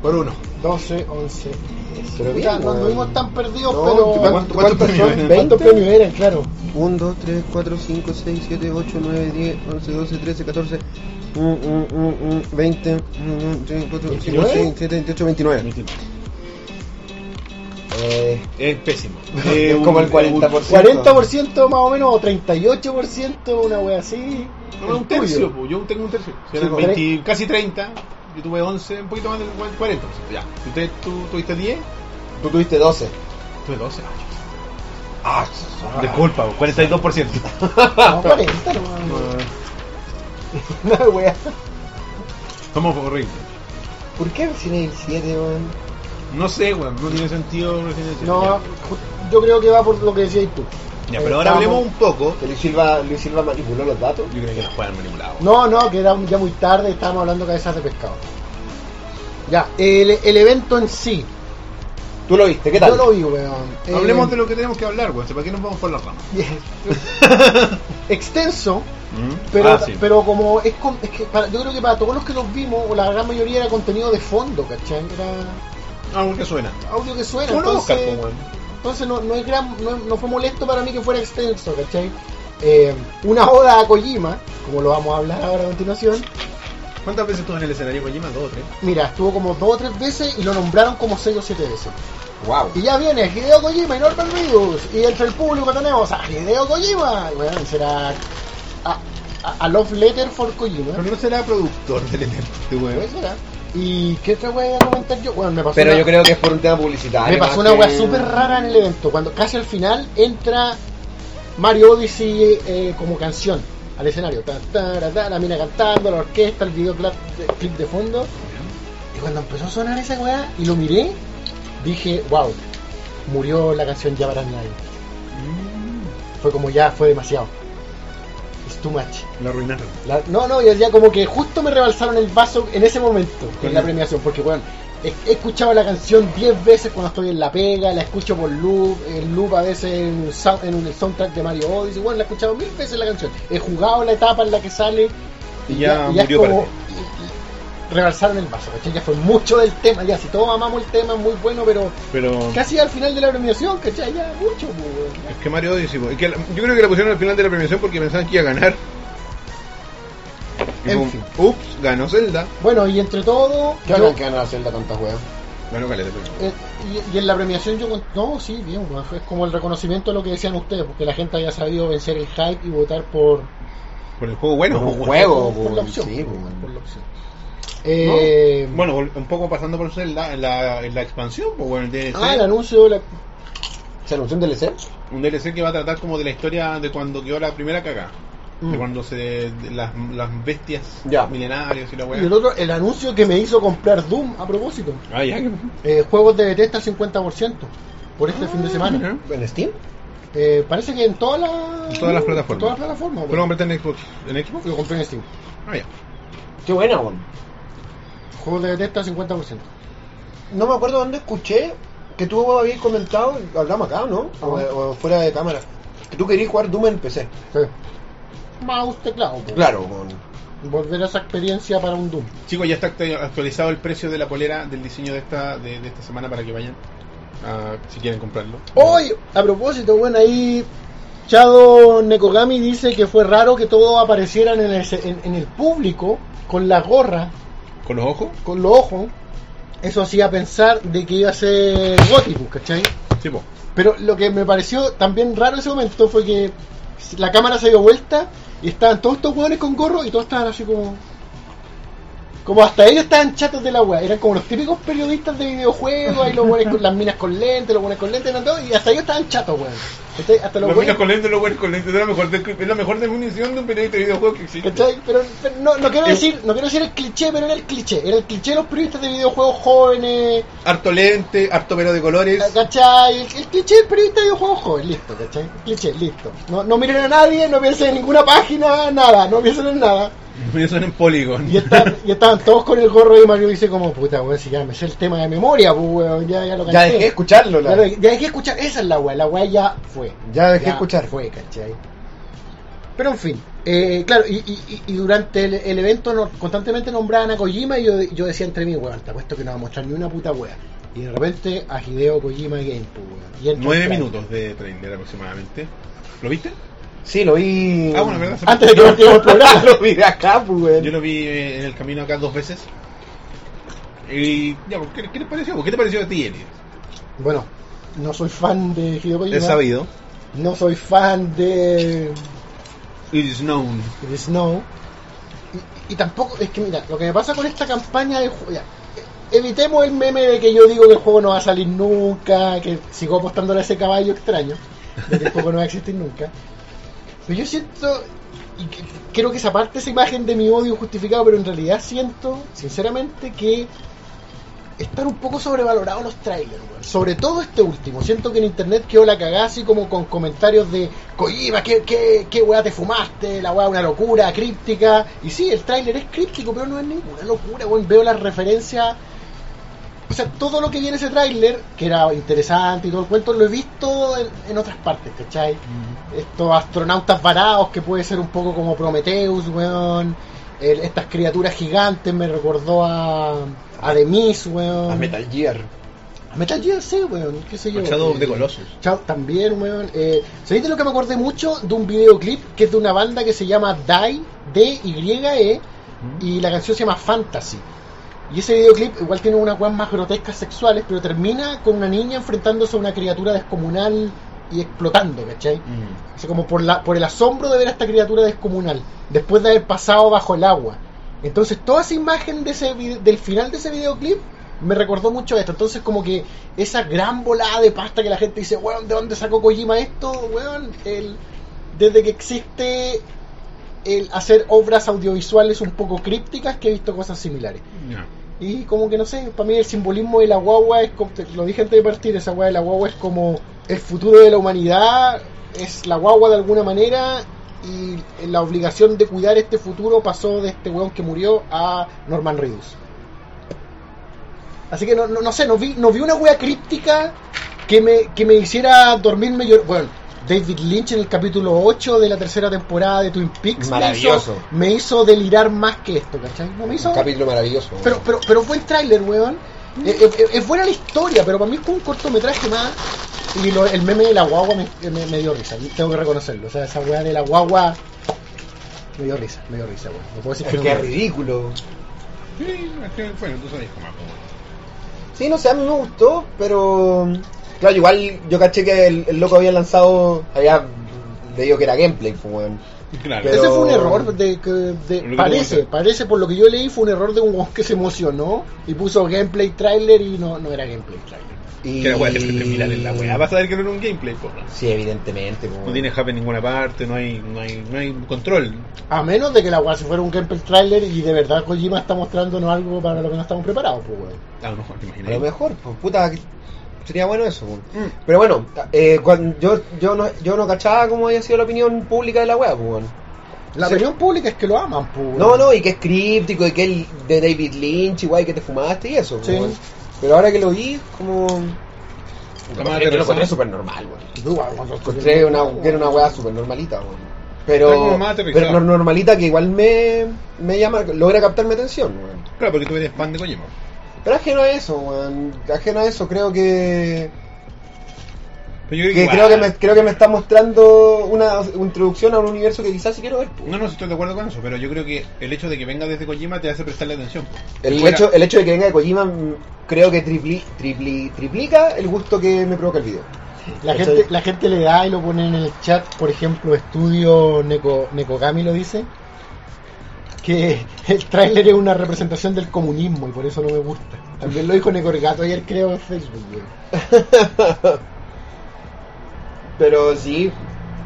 S1: Por uno.
S3: 12, 11, 10.
S2: Pero
S3: Pero
S2: bien,
S3: no
S2: weón.
S3: anduvimos tan perdidos,
S2: No,
S3: pero.
S2: ¿cuánto-
S1: ¿Cuántos premios eran?
S2: 20?
S3: ¿Cuántos premios eran? Claro.
S2: 1, 2, 3, 4, 5, 6, 7, 8, 9, 10, 11, 12, 13, 14, mm, mm, mm, mm, 20, mm, mm, 3, 4, 5, 6, 7, 28, 29. Eh,
S1: Es pésimo.
S2: Es como el 40%.
S3: 40% más o menos, o 38%, una wea así.
S1: No, es un
S3: El tuyo.
S1: tercio, po, yo tengo un tercio. Si eran
S3: po.
S1: 20, casi 30, yo tuve 11, un poquito más de 40. Ya. Usted, tú tuviste 10,
S2: tú tuviste Ah, 12.
S1: tuve 12. Disculpa, po, 42%.
S3: No, 40, no, Una wea.
S1: Somos horribles.
S2: ¿Por qué Resident Evil 7, weón?
S1: No sé, weón, no tiene sentido. Resident Evil.
S3: No, ju- yo creo que va por lo que decías tú.
S1: Ya, pero ahora hablemos un poco.
S2: Que Luis Silva, Luis Silva manipuló los datos.
S1: Yo creo que nos pueden manipular.
S3: No, no, que era ya muy tarde, estábamos hablando cabezas de pescado. Ya, el, el evento en sí.
S2: Tú lo viste, ¿qué tal?
S3: Yo lo vi, weón. Eh,
S1: Hablemos de lo que tenemos que hablar, weón. ¿Para qué nos vamos por las ramas?
S3: Extenso, pero,
S1: Ah, sí.
S3: pero como es, con- es que para- yo creo que para todos los que los vimos, o la gran mayoría era contenido de fondo, ¿cachai? Era
S1: Algo que Ah, suena.
S3: audio que suena.
S1: Fue un Oscar,
S3: entonces-
S1: po, weón.
S3: Entonces no, no es gran- no, no fue molesto para mí que fuera extenso, ¿cachai? Eh, una oda a Kojima, como lo vamos a hablar ahora a continuación.
S1: ¿Cuántas veces estuvo en el escenario Kojima? ¿Dos o tres?
S3: Mira, estuvo como dos o tres veces y lo nombraron como seis o siete veces.
S2: Wow.
S3: Y ya viene Hideo Kojima y Norman Reedus. Y entre el público tenemos a Hideo Kojima. Y bueno, será a, a, a Love Letter for
S1: Pero
S3: Kojima.
S1: no será productor del evento,
S3: Bueno,
S1: weón.
S3: será. Pues, ¿Y qué otra wea iba a comentar yo? Bueno, me pasó
S2: Pero
S3: una,
S2: yo creo que es por un tema publicitario.
S3: me pasó
S2: más
S3: una wea
S2: que-
S3: súper rara en el evento. Cuando casi al final entra Mario Odyssey eh, como canción al escenario. Ta, ta, ra, ta, la mina cantando, la orquesta, el videoclip de, clip de fondo. Y cuando empezó a sonar esa weá y lo miré, dije, wow, murió la canción Ya para nadie.
S1: mm,
S3: Fue como ya, fue demasiado. It's too much.
S1: Lo arruinaron.
S3: La- no, no, ya, ya como que justo me rebalsaron el vaso en ese momento, en la
S1: Sí.
S3: premiación, porque bueno, he, he escuchado la canción 10 veces cuando estoy en la pega, la escucho por loop, el loop a veces en, un sou- en un- el soundtrack de Mario Odyssey, bueno, la he escuchado mil veces la canción, he jugado la etapa en la que sale
S1: Y ya murió para ti.
S3: y- y- rebalsaron el vaso, ¿cachai? Ya fue mucho del tema, ya si todos amamos el tema es muy bueno, pero
S1: Pero
S3: casi al final de la premiación, ¿cachai? Ya mucho, pues, weón.
S1: es que Mario Odyssey, po. Es que la- yo creo que la pusieron al final de la premiación porque pensaban que iba a ganar. Y
S3: En
S1: pum,
S3: fin.
S1: Ups, ganó Zelda.
S3: Bueno, y entre todo,
S2: ¿Qué
S3: yo-
S2: hagan que ganar Zelda tantas weas?
S1: Ganó Caleta. pero-
S3: eh, y, y en la premiación yo... con- No, sí, bien, weón, fue como el reconocimiento de lo que decían ustedes, porque la gente había sabido vencer el hype y votar por...
S1: Por el juego bueno. pues,
S2: Por un
S1: po,
S2: juego.
S3: por, por la
S2: weón,
S3: opción.
S2: sí,
S3: po,
S2: weón.
S3: por la opción. Eh,
S1: Bueno, vol- un poco pasando por Zelda, en la, en la expansión, pues bueno, el DLC,
S3: ah, el anuncio de la...
S2: ¿Se anunció un DLC?
S1: un DLC que va a tratar como de la historia de cuando quedó la primera cagada.
S3: Mm.
S1: De cuando se. de las, las bestias
S2: Ya.
S1: milenarias y la
S3: Y el
S1: weá.
S3: otro, el anuncio que me hizo comprar Doom a propósito.
S1: Ah, ya.
S3: Eh, juegos de Bethesda 50% por este fin de semana.
S1: Ah, Mira.
S2: ¿En Steam?
S3: Eh, parece que en todas las...
S1: En todas las plataformas.
S3: en todas las plataformas,
S1: ¿Tú lo
S3: weón.
S1: compraste en Xbox? ¿En Xbox?
S3: Lo compré en Steam.
S1: Ah, ya.
S2: Qué buena, weón.
S3: Juegos de Bethesda 50%.
S2: No me acuerdo dónde escuché que tú habías comentado, hablamos acá, ¿no? O,
S3: Ajá.
S2: o fuera de cámara. Que tú querías jugar Doom en PC.
S3: Sí. Mouse, teclado. weón.
S2: Claro, weón.
S3: pues. Volver a esa experiencia para un Doom.
S1: Chicos, ya está actu- actualizado el precio de la polera del diseño de esta, de, de esta semana para que vayan ah, si quieren comprarlo.
S3: Hoy, a propósito, bueno, ahí Chado Nekogami dice que fue raro que todos aparecieran en el, en- en el público con la gorra,
S1: ¿Con los ojos?
S3: con los ojos. Eso hacía pensar de que iba a ser gótico, ¿cachai?
S1: Sí, po.
S3: Pero lo que me pareció también raro ese momento fue que la cámara se dio vuelta y estaban todos estos hueones con gorro y todos estaban así como. Como hasta ellos estaban chatos de la weá. Eran como los típicos periodistas de videojuegos, ahí los hueones con las minas con lentes, los hueones con lentes, eran todos, y hasta ellos estaban chatos, weón. ¿Cachai? Hasta los
S1: Los
S3: hueones-
S1: buenos con lentes, los buenos con lentes. Es la mejor, de- es la mejor definición de un periodista de videojuegos que existe.
S3: ¿Cachai? Pero, pero no, no
S1: Eh,
S3: quiero decir, no quiero decir el cliché, pero era el cliché. Era el cliché de los periodistas de videojuegos jóvenes,
S1: Harto lente, harto pelo de colores.
S3: ¿Cachai? El, el cliché del periodista de videojuegos joven, listo, ¿cachai? El cliché, listo. No, no miren a nadie, no piensen en ninguna página, nada, no piensen en nada.
S1: Ellos son en Polygon.
S3: Y, está- y estaban todos con el gorro y Mario dice como, puta, weón, si ya me sé el tema de memoria, pues, weón, ya, ya lo
S2: Ya dejé de escucharlo, la-
S3: Ya, lo- ya dejé de escuchar, esa es la weá, la weá ya fue.
S2: Ya dejé de escuchar.
S3: Fue, ¿cachai? Pero en fin, eh, claro, y, y- y- y durante el, el evento no- constantemente nombraban a Kojima y yo, yo decía entre mí, weón, te apuesto que no va a mostrar ni una puta weá. Y de repente a Hideo Kojima Game, pues, weón. Y entra
S1: Nueve
S3: el-
S1: minutos de trailer aproximadamente. ¿Lo viste?
S2: Sí, lo vi.
S1: Ah, bueno, ¿verdad?
S3: Antes de que partiéramos el programa.
S2: lo vi de acá, pues, weón.
S1: Yo lo vi eh, en el camino acá dos veces. Y ya, pues, ¿qué, qué te pareció? ¿Qué te pareció a ti, Eli?
S3: Bueno, no soy fan de Hideo Kojima.
S1: Es sabido.
S3: No soy fan de
S1: It is known.
S3: de Snow. Y, y tampoco, es que mira, lo que me pasa con esta campaña de ju- ya, eh, evitemos el meme de que yo digo que el juego no va a salir nunca, que sigo apostándole a ese caballo extraño, de que el juego no va a existir nunca. Pero yo siento, y que- creo que esa parte, esa imagen de mi odio justificado, pero en realidad siento, sinceramente, que están un poco sobrevalorados los trailers, weón. Sobre todo este último. Siento que en internet quedó la cagada así como con comentarios de Kojima, ¿qué, qué, qué weá te fumaste? La weá una locura, críptica. Y sí, el tráiler es críptico, pero no es ninguna locura, weón. Veo las referencias. O sea, todo lo que viene ese tráiler, que era interesante y todo el cuento, lo he visto en, en otras partes, ¿cachai? estos astronautas varados que puede ser un poco como Prometheus, weón. El- estas criaturas gigantes me recordó a, a Demis, weón.
S2: A Metal Gear.
S3: A Metal Gear, sí, weón. ¿Qué sé yo?
S1: O Shadow of the
S3: Eh,
S1: Colossus.
S3: Shadow- también, weón. Eh, ¿Sabéis de lo que me acordé mucho? De un videoclip que es de una banda que se llama Die, D-Y-E, y la canción se llama Fantasy. Y ese videoclip igual tiene unas weas más grotescas sexuales, pero termina con una niña enfrentándose a una criatura descomunal y explotando, ¿cachai?
S1: Mm.
S3: Así como por, la, por el asombro de ver a esta criatura descomunal, después de haber pasado bajo el agua. Entonces, toda esa imagen de ese vide- del final de ese videoclip me recordó mucho esto. Entonces, como que esa gran volada de pasta que la gente dice, weón, ¿de dónde sacó Kojima esto? Weón, el- desde que existe el hacer obras audiovisuales un poco crípticas, que he visto cosas similares.
S1: Ya.
S3: Y como que no sé, para mí el simbolismo de la guagua es, como- te- lo dije antes de partir, esa guagua de la guagua es como el futuro de la humanidad, es la guagua de alguna manera y la obligación de cuidar este futuro pasó de este weón que murió a Norman Reedus. Así que no, no, no sé, no vi, no vi una wea críptica que me, que me hiciera dormirme. Yo, bueno, David Lynch en el capítulo 8 de la tercera temporada de Twin Peaks. me hizo-
S2: Maravilloso.
S3: Me hizo, delirar más que esto, ¿cachai? No me hizo.
S2: Un capítulo maravilloso.
S3: Pero, pero, pero buen tráiler, weón. Eh, eh, eh, es buena la historia, pero para mí es como un cortometraje más. Y lo- el meme de la guagua me, me- me dio risa, tengo que reconocerlo. O sea, esa weá de la guagua me dio risa, me dio risa, weón. No puedo decir
S2: es
S3: que no
S2: que
S3: me
S2: es
S3: dio risa.
S2: ridículo.
S1: Sí, es que, bueno, tú sabes cómo. pues.
S2: Sí, no sé, a mí me gustó, pero. Claro, igual yo caché que el, el loco había lanzado. Había leído que era gameplay, pues, weón.
S1: Claro.
S2: Pero-
S3: Ese fue un error de que de-
S1: Lo que
S3: parece,
S1: comenté.
S3: parece por lo que yo leí fue un error de un weón que se emocionó y puso gameplay trailer y no, no era gameplay trailer.
S2: Y...
S1: Que la weá te te miran en la weá. Vas a ver que no era un gameplay, porra.
S2: Sí, evidentemente, pues,
S1: No
S2: weón.
S1: tiene hub en ninguna parte, no hay, no hay, no hay control.
S3: A menos de que la weá se fuera un gameplay trailer y de verdad Kojima está mostrándonos algo para lo que no estamos preparados, pues weón.
S1: A lo mejor, Ah, te
S2: A lo
S1: imaginas.
S2: mejor, pues, puta, que- sería bueno eso, pues. weón.
S1: Mm.
S2: Pero bueno, eh, cuan- yo, yo, no, yo no cachaba cómo había sido la opinión pública de la weá, pues, weón.
S3: La
S2: Sí.
S3: opinión pública es que lo aman, pues.
S2: No, no, y que es críptico, y que el de David Lynch, igual que te fumaste y eso.
S3: Sí.
S2: weón. Pero ahora que lo vi, como.
S1: Está
S2: Yo
S1: más
S2: lo
S1: aterrizado.
S2: encontré súper normal, weón.
S3: Igual, cuando-
S2: Encontré una, que era una weá súper normalita, weón.
S1: Está como
S2: Pero,
S1: más aterrizado.
S2: pero no- normalita que igual me, me llama, logra captar mi atención, weón.
S1: Claro, porque tú eres fan de Kojima.
S2: Pero ajeno a eso, weón. Ajeno a eso, creo que.
S1: Pero yo
S2: que
S1: igual.
S2: creo, que me, creo que me está mostrando una, una introducción a un universo que quizás sí quiero ver. po.
S1: No, no, sí estoy de acuerdo con eso, pero yo creo que el hecho de que venga desde Kojima te hace prestarle atención. po.
S2: El,
S1: Fuera-
S2: hecho, el hecho de que venga de Kojima mm, creo que tripli, tripli- triplica el gusto que me provoca el video.
S3: La
S2: ¿Cachai?
S3: gente, la gente le da y lo pone en el chat, por ejemplo, estudio Neko, Nekogami lo dice, que el tráiler es una representación del comunismo y por eso no me gusta. También lo dijo Necorgato ayer creo en Facebook, güey.
S2: Pero sí,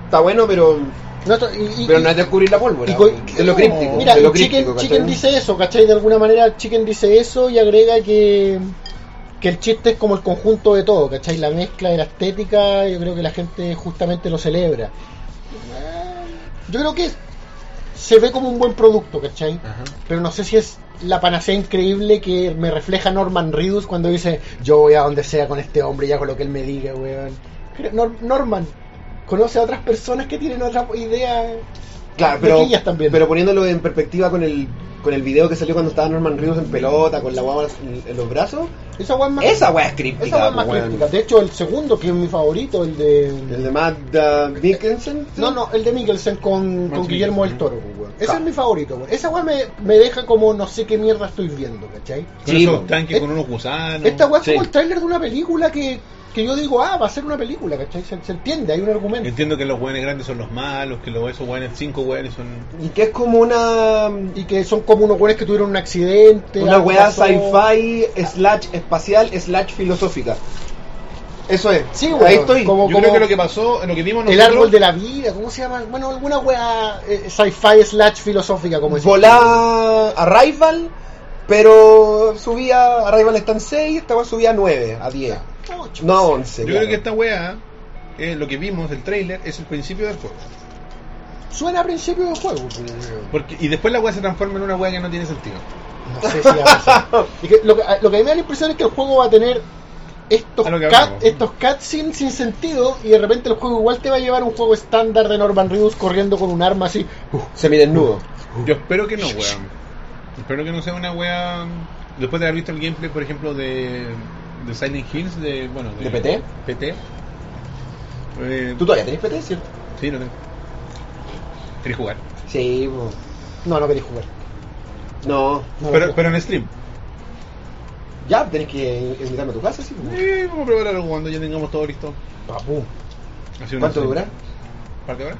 S2: está bueno, pero,
S3: No, esto- y- y-
S2: pero no es
S3: y-
S2: descubrir la pólvora.
S3: y co-
S2: de lo
S3: no,
S2: críptico.
S3: Mira,
S2: de lo
S3: y Chicken,
S2: críptico,
S3: Chicken
S2: ¿cachai?
S3: dice eso, ¿cachai? De alguna manera Chicken dice eso y agrega que, que el chiste es como el conjunto de todo, ¿cachai? La mezcla de la estética, yo creo que la gente justamente lo celebra. Yo creo que se ve como un buen producto, ¿cachai?
S2: Ah.
S1: Ajá.
S3: Pero no sé si es la panacea increíble que me refleja Norman Reedus cuando dice yo voy a donde sea con este hombre y hago lo que él me diga, weón. Creo- Nor- Norman conoce a otras personas que tienen otra idea.
S2: Claro, pero,
S3: Taquillas también.
S2: pero poniéndolo en perspectiva con el, con el video que salió cuando estaba Norman Reedus en pelota, con la guava en, en los brazos,
S3: Esa weón más...
S2: esa weá es críptica.
S3: Esa weá es más
S2: weón.
S3: crítica. De hecho, el segundo, que es mi favorito, el de.
S2: El de Matt uh, Mikkelsen. ¿sí?
S3: No, no, el de Mikkelsen con,
S1: Matt
S3: con Guillermo del Toro,
S1: Mikkelsen.
S3: weón. Ese
S2: Claro.
S3: es mi favorito, weón. Esa weá me, me deja como no sé qué mierda estoy viendo, ¿cachai?
S1: Con
S2: Sí,
S1: esos
S2: po.
S1: tanques,
S3: Eh,
S1: con unos gusanos.
S3: Esta weá es
S2: sí.
S3: como el tráiler de una película que, que yo digo, ah, va a ser una película, ¿cachai? Se, se entiende, hay un argumento.
S1: Entiendo que los weones grandes son los malos, que los, esos weones, cinco weones son.
S2: Y que es como una.
S3: Y que son como unos weones que tuvieron un accidente.
S2: Una
S3: algo
S2: weá
S3: pasó.
S2: sci-fi, slash espacial, slash filosófica. Eso es.
S3: Sí,
S2: Ahí
S3: weón,
S2: estoy.
S3: como-
S1: yo creo que lo que pasó, lo que vimos
S3: El
S1: nosotros-
S3: árbol de la vida, ¿cómo se llama? Bueno, alguna weá eh, sci-fi slash filosófica, como decís.
S2: Volá a Rival, pero subía. A Rival está en 6, esta weá subía a 9, a 10.
S3: Ocho.
S2: No a 11.
S1: Yo creo que esta weá, eh, lo que vimos del trailer, es el principio del juego.
S3: Suena a principio del juego, weón.
S1: Porque, y después la weá se transforma en una weá que no tiene sentido.
S3: No sé si va a pasar. Y que lo, que, lo que a mí me da la impresión es que el juego va a tener estos,
S1: A lo que
S3: cut-
S1: hablamos.
S3: estos cutscenes sin sentido y de repente el juego igual te va a llevar un juego estándar de Norman Reedus corriendo con un arma así.
S2: Semidesnudo.
S1: Yo espero que no, weón. Espero que no sea una weá. Después de haber visto el gameplay, por ejemplo, de, de Silent Hills, de. Bueno,
S2: ¿De PT?
S1: PT. Eh,
S2: ¿Tú todavía tenés PT, cierto?
S1: Sí, lo tengo. ¿Querés jugar?
S2: Sí, pues.
S3: No, no quería jugar.
S2: No.
S3: No,
S1: pero,
S3: no.
S1: pero en stream.
S2: Ya, tenés que invitarme a tu casa, sí. pues.
S1: Eh, vamos a probar algo cuando ya tengamos todo listo.
S3: Papú.
S1: Así una
S2: ¿Cuánto
S1: stream.
S2: dura?
S1: ¿Parte de hora?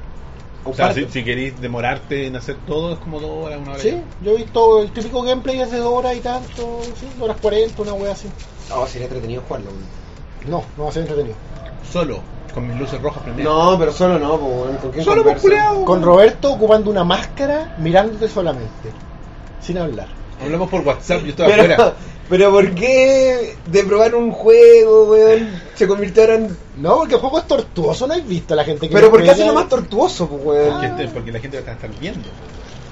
S2: Un
S1: O sea,
S2: parto.
S1: si, si queréis demorarte en hacer todo, es como dos horas, una hora.
S3: Sí, yo he visto el típico gameplay hace dos horas y tanto, sí, dos horas cuarenta, una wea así.
S2: Oh, sería entretenido jugarlo. weón.
S3: No, no va a ser entretenido.
S1: y- Solo, con mis luces rojas prendidas.
S2: No, pero solo no, pues, weón, ¿con quién
S1: Solo, pues,
S2: converso?
S1: culiao.
S3: Con Roberto ocupando una máscara, mirándote solamente, sin hablar.
S1: Hablamos por WhatsApp, yo estaba
S2: Pero,
S1: afuera.
S2: pero ¿por qué de probar un juego, weón, se convirtió ahora en...
S3: No, porque el juego es tortuoso, no has visto a la gente que
S2: Pero
S3: lo
S2: ¿por qué
S3: juega?
S2: hace lo más tortuoso, pues,
S1: Porque,
S2: weón?
S1: este- porque la gente lo está estar viendo.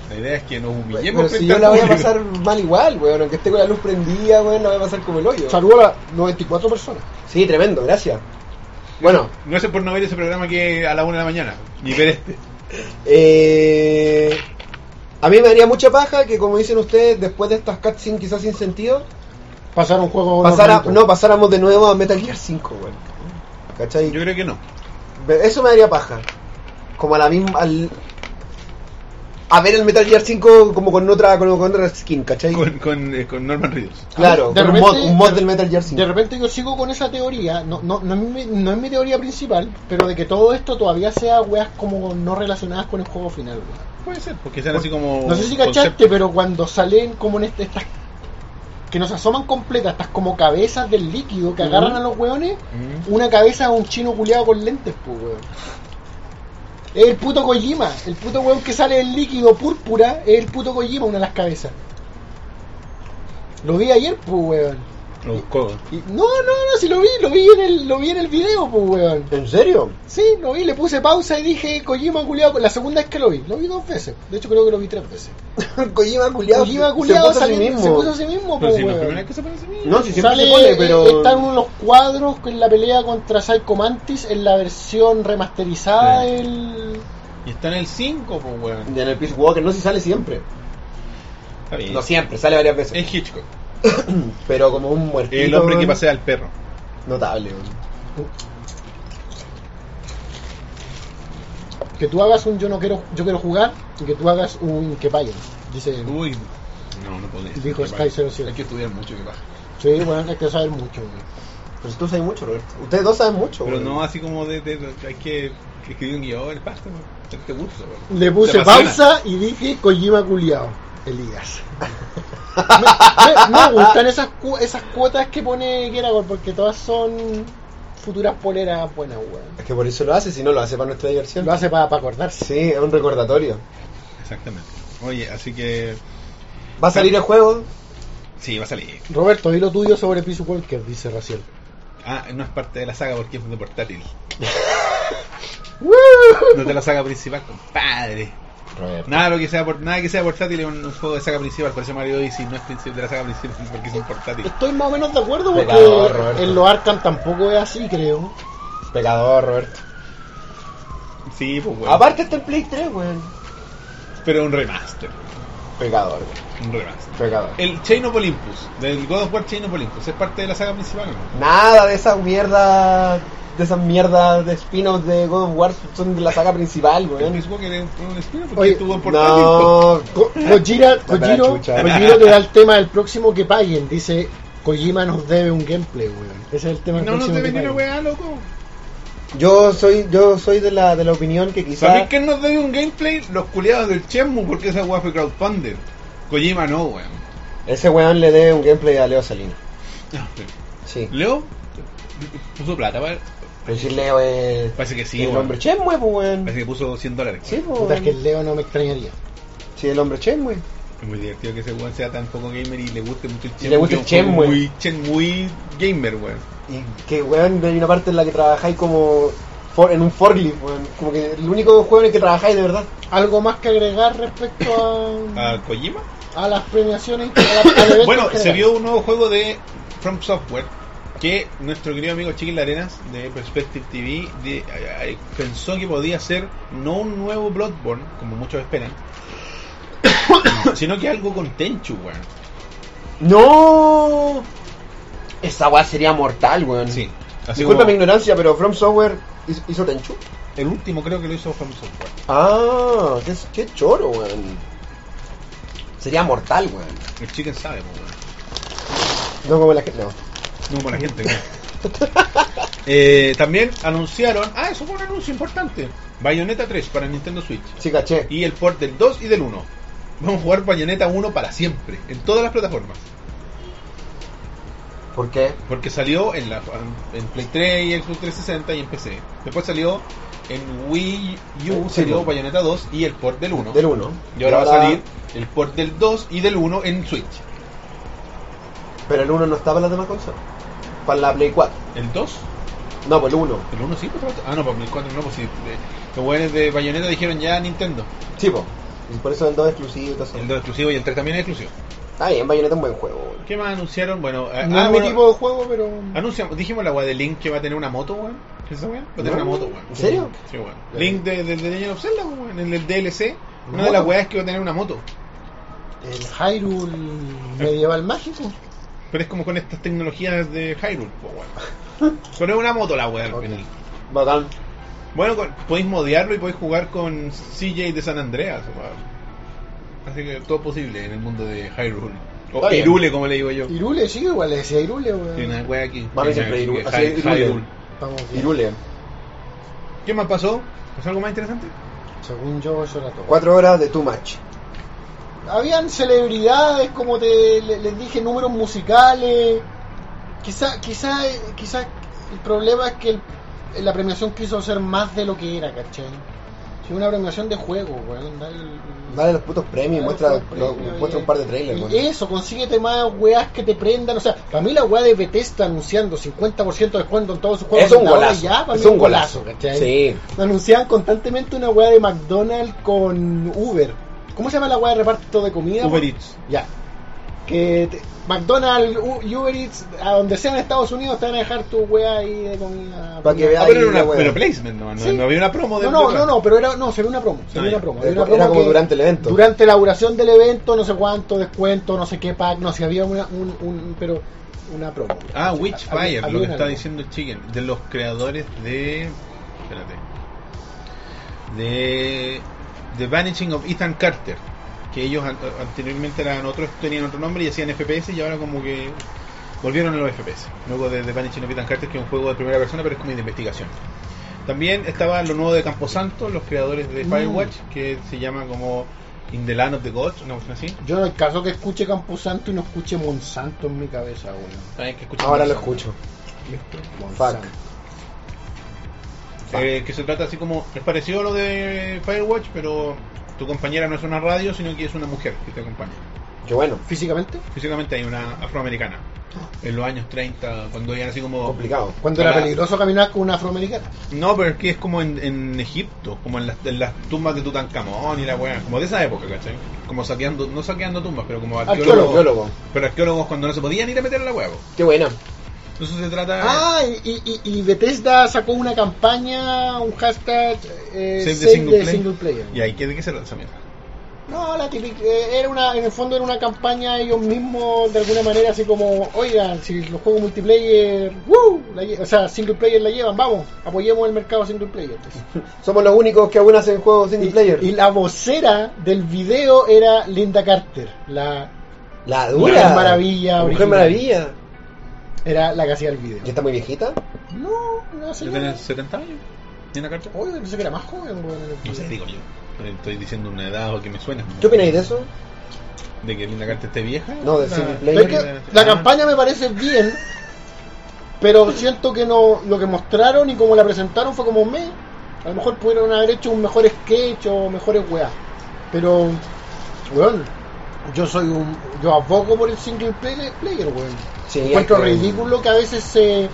S1: La idea es que nos humillemos
S2: Pero si
S1: frente
S2: yo
S1: al
S2: la voy a
S1: público.
S2: pasar mal igual, weón, aunque esté con la luz prendida, weón, la voy a pasar como el hoyo.
S3: Saludo a las 94 personas.
S2: Sí, tremendo, gracias. Bueno,
S1: No sé por no ver ese programa que a la una de la mañana. Ni ver este.
S2: eh, a mí me daría mucha paja que, como dicen ustedes, después de estas cutscenes quizás sin sentido,
S3: Pasar un juego.
S2: pasara,
S3: normalito.
S2: no pasáramos de nuevo a Metal Gear 5, weón. ¿Cachai?
S1: Yo creo que no.
S2: Eso me daría paja. Como a la misma. Al... A ver el Metal Gear 5 como con otra, con, con otra skin, ¿cachai?
S1: Con, con, eh, con Norman Reedus.
S2: Claro,
S3: De
S2: con un
S3: repente-
S2: mod, un mod
S3: de-
S2: del Metal Gear
S3: De
S2: 5.
S3: repente yo sigo con esa teoría, no, no, no, es mi, no es mi teoría principal, pero de que todo esto todavía sea weas como no relacionadas con el juego final. weón.
S1: Puede ser, porque sean así como.
S3: No sé si cachaste,
S1: conceptos.
S3: pero cuando salen como en este, estas que nos asoman completas, estas como cabezas del líquido que
S2: Ujú.
S3: agarran a los weones,
S1: Mm.
S3: una cabeza a un chino culiado con lentes, pues weón. Es el puto Kojima, el puto weón que sale del líquido púrpura, es el puto Kojima, una de las cabezas. Lo vi ayer, pues weón.
S1: Lo buscó.
S3: Y- No, no, no, si lo vi, lo vi en el, lo vi en el video, pues weón.
S2: ¿En serio?
S3: Sí, lo vi, le puse pausa y dije Kojima culiado, la segunda vez que lo vi, lo vi dos veces, de hecho creo que lo vi tres veces.
S2: Kojima culiado.
S3: Kojima culiado
S2: se puso a sí
S3: saliendo-
S2: mismo.
S3: se puso a sí mismo,
S1: Pero
S3: pues
S1: si la primera
S3: weón.
S1: vez que se parece a mí.
S2: No, si siempre
S3: Sale,
S2: se pone, pero.
S3: eh, está en uno de los cuadros en la pelea contra Psycho Mantis en la versión remasterizada
S1: Sí.
S3: del...
S1: Y está en el 5, pues, weón.
S2: En el Peace Walker, no si sale siempre.
S1: Está bien.
S2: No siempre, sale varias veces.
S1: Es Hitchcock.
S2: Pero como un muertito.
S1: El hombre que
S2: weón.
S1: pasea al perro.
S2: Notable, weón.
S3: Que tú hagas un yo no quiero, yo quiero jugar y que tú hagas un que vayan, dice...
S1: Uy. No, no podés.
S3: Dijo
S1: Que
S3: Sky
S1: baja.
S3: 07.
S1: Hay que estudiar mucho que baja.
S3: Sí, bueno, hay que saber mucho. weón.
S2: Pero si tú sabes mucho, Roberto. Ustedes dos saben mucho,
S1: Pero
S2: weón.
S1: no así como de, de- de- hay que escribir un guión, el pasto, ¿no? te gusta, weón.
S3: Le
S1: Te
S3: puse
S1: apasiona.
S3: pausa y dije Kojima culiao, Elías. me, me- me gustan esas, cu- esas cuotas que pone Geragor porque todas son futuras poleras buenas, weón.
S2: Es que por eso lo hace, si no lo hace para nuestra diversión.
S3: Lo hace para acordarse.
S2: Sí, es un recordatorio.
S1: Exactamente. Oye, así que.
S2: Va a salir el juego.
S1: Sí, va a salir.
S3: Roberto, di lo tuyo sobre Peace Walker, dice Raciel.
S1: Ah, no es parte de la saga porque es de portátil. no es de la saga principal, compadre. Nada, lo que sea por, nada que sea portátil es un, un juego de saga principal. Por eso Mario Odyssey no es principal de la saga principal porque es un portátil.
S3: Estoy más o menos de acuerdo porque
S2: Pecador, Roberto.
S3: en los Arkham tampoco es así, creo.
S2: Pecador, Roberto.
S1: Sí, pues bueno.
S2: Aparte está el Play 3, weón.
S1: Pero un remaster.
S2: Pecador, weón.
S1: Un remaster.
S2: Pecador.
S1: El Chain of Olympus, del God of War Chain of Olympus, ¿es parte de la saga principal o no?
S2: Nada de esas mierdas. De esas mierdas de spin-offs de God of War son de la saga principal,
S1: El
S2: weón.
S1: mismo que era un, un spin-off porque
S3: Oye,
S1: estuvo en portátil.
S2: No,
S3: Co- Kojira,
S2: La mera
S3: Kojiro,
S2: chucha.
S3: Kojiro te da el tema del próximo que paguen, dice Kojima nos debe un gameplay, weón. Ese es el tema
S1: pues.
S3: del
S1: No nos
S3: próximo
S1: debe
S3: que
S1: ni una
S3: paguen.
S1: weá, loco.
S2: yo soy, yo soy de la, de la opinión que
S1: ¿Sabéis
S2: quizás.
S1: que nos debe un gameplay? Los culiados del Chemu, porque esa weá fue crowdfunded. Kojima no, weón.
S2: Ese weón le dé un gameplay a Leo Salinas. Ah, Sí.
S1: Leo puso plata, ¿vale?
S2: Pero si Leo es.
S1: Parece que sí,
S2: El
S1: weón.
S2: hombre Chemwe, pues, weón.
S1: Parece que puso 100 dólares.
S2: Sí, pues.
S3: Puta, es que el Leo no me extrañaría.
S2: Sí, el hombre Chemwe.
S1: Es muy divertido que ese weón sea tan poco gamer y le guste mucho el Chemu.
S2: le gusta
S1: que
S2: el Chemu,
S1: fue
S2: weón.
S1: Muy, Chemu, muy gamer, weón.
S2: Y que, weón, hay una parte en la que trabajáis como for- en un forklift, weón. Como que el único juego en el que trabajáis de verdad.
S3: ¿Algo más que agregar respecto a,
S1: ¿A
S2: Mm.
S1: Kojima?
S3: a las premiaciones? A la- al
S2: Ah,
S3: evento en
S1: Ah. Bueno, se
S3: general?
S1: vio un nuevo juego de From Software que nuestro querido amigo Chiquil Arenas de Perspective TV de- eh, eh, pensó que podía ser no un nuevo Bloodborne, como muchos esperan, sino que algo con Tenchu, weón.
S2: ¡No! Esa weá sería mortal, weón.
S1: Sí. Así
S2: Disculpa mi
S1: como
S2: ignorancia, pero From Software hizo, hizo Tenchu.
S1: el último creo que lo hizo From Software.
S2: Ah, qué, qué choro, weón. Sería mortal, weón.
S1: El Chicken sabe, pues, weón.
S2: No como la gente. No.
S1: No como la gente, weón. Eh, también anunciaron, ah, eso fue un anuncio importante, Bayonetta 3 para Nintendo Switch.
S2: Sí, caché.
S1: y el port del 2 y del 1. Vamos a jugar Bayonetta 1 para siempre, en todas las plataformas.
S2: ¿Por qué?
S1: Porque salió en, la, en Play 3 y Xbox 360 y en PC. Después salió en Wii U,
S2: Oh, Sí,
S1: salió
S2: bueno.
S1: Bayonetta 2 y el port del 1.
S2: Del 1.
S1: Y ahora va a salir el port del 2 y del 1 en Switch.
S2: Pero el 1 no estaba en las demás consolas. Para la Play 4.
S1: ¿El 2?
S2: No, pues el 1.
S1: ¿El 1 sí? por supuesto. Ah, no, para Play 4 no, pues sí. eh, Los buenos de Bayonetta dijeron ya Nintendo.
S2: Sí, po. Y por eso el 2 es exclusivo y todo eso.
S1: El 2 exclusivo y el 3 también es exclusivo.
S2: Está bien, Bayonetta es un buen juego, weón.
S1: ¿Qué más anunciaron? Bueno, Ah, eh,
S3: No
S1: ah,
S3: es mi
S1: bueno,
S3: tipo de juego, pero.
S1: anunciamos, dijimos la weá de Link que va a tener una moto, weón. esa weá? Va a tener
S2: No.
S1: una moto, weón.
S2: ¿En serio?
S1: Sí, weón.
S3: Ya.
S1: Link de, de, de Legend of Zelda, weón. En el DLC, una
S2: ¿Moto?
S1: de las weas es que va a tener una moto.
S3: El Hyrule medieval mágico.
S1: Pero es como con estas tecnologías de Hyrule, po, weón. Pero es una moto la wea al
S3: Ok.
S1: final.
S2: Bacán.
S1: Bueno, con- podéis modearlo y podéis jugar con CJ de San Andreas, weón. Así que todo posible en el mundo de Hyrule. O
S2: Está bien.
S1: Hyrule, como le digo yo.
S3: Irule, sí, igual le decía Irule, weón.
S1: Tiene una wea aquí.
S2: Mami siempre
S1: Tiene
S2: Hyrule.
S1: aquí,
S2: Así,
S1: Hy-
S2: Hyrule.
S1: Hyrule.
S3: Estamos bien.
S2: Irule.
S1: ¿Qué más pasó? ¿Pasó algo más interesante?
S3: Según yo, eso era todo.
S2: Cuatro horas de too much.
S3: Habían celebridades, como te le- les dije, números musicales. Quizá, quizá, quizá el problema es que el- la premiación quiso ser más de lo que era, ¿cachai? Si una premiación de juego, weón. dale el-
S2: Dale los putos premios, muestra,
S3: Los
S2: lo-
S3: premios,
S2: muestra
S3: eh.
S2: un par de trailers,
S3: Y
S2: weón.
S3: Eso, consíguete más weas que te prendan. O sea, para mí la wea de Bethesda anunciando 50% de descuento en todos sus juegos.
S2: Es un
S3: hasta ahora
S2: golazo.
S3: ya, para
S2: es
S3: mí
S2: un golazo,
S3: ¿cachai?
S2: Sí.
S3: Anunciaban constantemente una wea de McDonald's con Uber. ¿Cómo se llama la wea de reparto de comida?
S1: Uber Eats.
S3: Ya. Que te- McDonald's, U- Uber Eats, a donde sea en Estados Unidos, te van a dejar tu wea ahí de comida.
S2: Pa' que vea
S1: Ah,
S2: Ahí
S1: pero era
S2: la
S1: una
S2: wea.
S1: pero placement, no, no,
S3: Sí.
S1: no había una promo de
S3: No, no,
S1: de-
S3: no, no, pero era, no, se ve una promo. Se
S1: Ah,
S3: ve una
S1: ya.
S3: promo. se ve una
S2: Era
S3: promo
S2: como
S3: que-
S2: durante el evento.
S3: Durante la duración del evento, no sé cuánto, descuento, no sé qué pack, no sé, había una, un, un, pero una promo.
S1: Ah,
S3: Había-
S1: Witchfire,
S3: había
S1: lo que
S3: una
S1: está
S3: promo.
S1: diciendo el Chicken, de los creadores de. Espérate. De. The Vanishing of Ethan Carter. Que ellos an- anteriormente eran otros, tenían otro nombre y hacían FPS y ahora como que volvieron a los FPS. Luego de The Vanishing of Ethan Carter, que es un juego de primera persona, pero es como de investigación. También estaba lo nuevo de Camposanto, los creadores de
S3: Mm.
S1: Firewatch, que se llama como In the Land of the Gods, una cuestión así.
S3: Yo en el caso que escuche Camposanto y no escuche Monsanto en mi cabeza, weón.
S1: También que escuchamos
S2: Ahora lo
S1: eso.
S2: escucho.
S3: Monsanto.
S1: Eh, que se trata así como. Es parecido a lo de Firewatch, pero tu compañera no es una radio, sino que es una mujer que te acompaña.
S2: Qué bueno.
S3: Físicamente,
S1: Físicamente hay una afroamericana.
S3: Ah.
S1: En los años 30, cuando eran así como.
S2: Complicado.
S3: cuando era
S1: Para-
S3: peligroso caminar con una afroamericana.
S1: No, pero es que es como en, en Egipto, como en las, en las tumbas de Tutankamón y la weá. Como de esa época, ¿cachai? Como saqueando, no saqueando tumbas, pero como arqueólogos.
S3: Arqueólogo.
S2: Arqueólogo.
S1: Pero arqueólogos cuando no se podían ir a meter a la huevo.
S2: Qué buena.
S1: Entonces se trata.
S3: Ah, y, y, y- y Bethesda sacó una campaña, un hashtag eh,
S1: Save the
S3: Save
S1: single
S3: the
S1: player.
S3: single player.
S1: ¿Y ahí qué, de qué se trata esa mierda?
S3: No, la típica, eh, era una, en el fondo era una campaña ellos mismos de alguna manera así como, oigan, si los juegos multiplayer, ¡woo! la lle- o sea, single player la llevan, vamos, apoyemos el mercado single player.
S2: Somos los únicos que aún hacen juegos
S3: Y,
S2: single player.
S3: y la vocera del video era Linda Carter, la
S2: la
S3: Mujer
S2: dura.
S3: Maravilla
S2: Mujer
S3: original.
S2: Maravilla.
S3: era la que hacía el video.
S2: ¿Ya está muy viejita?
S3: No, no sé.
S1: ¿Yo tenía 70 años? ¿Tiene una carta?
S3: Oye, pensé que era más joven, weón, en el
S1: No sé,
S3: video.
S1: digo yo. Pero Estoy diciendo una edad o que me suena.
S2: ¿Qué opináis de eso?
S1: ¿De que Linda Carter esté vieja?
S2: No, de
S1: La-
S2: single player.
S3: Pero es que
S1: Ah.
S3: la campaña me parece bien, pero siento que no lo que mostraron y como la presentaron fue como me. A lo mejor pudieron haber hecho un mejor sketch o mejores weas. Pero, weón, yo soy un. Yo abogo por el single player, player weón.
S2: Sí, este-
S3: Encuentro
S2: es que-
S3: ridículo que a veces se,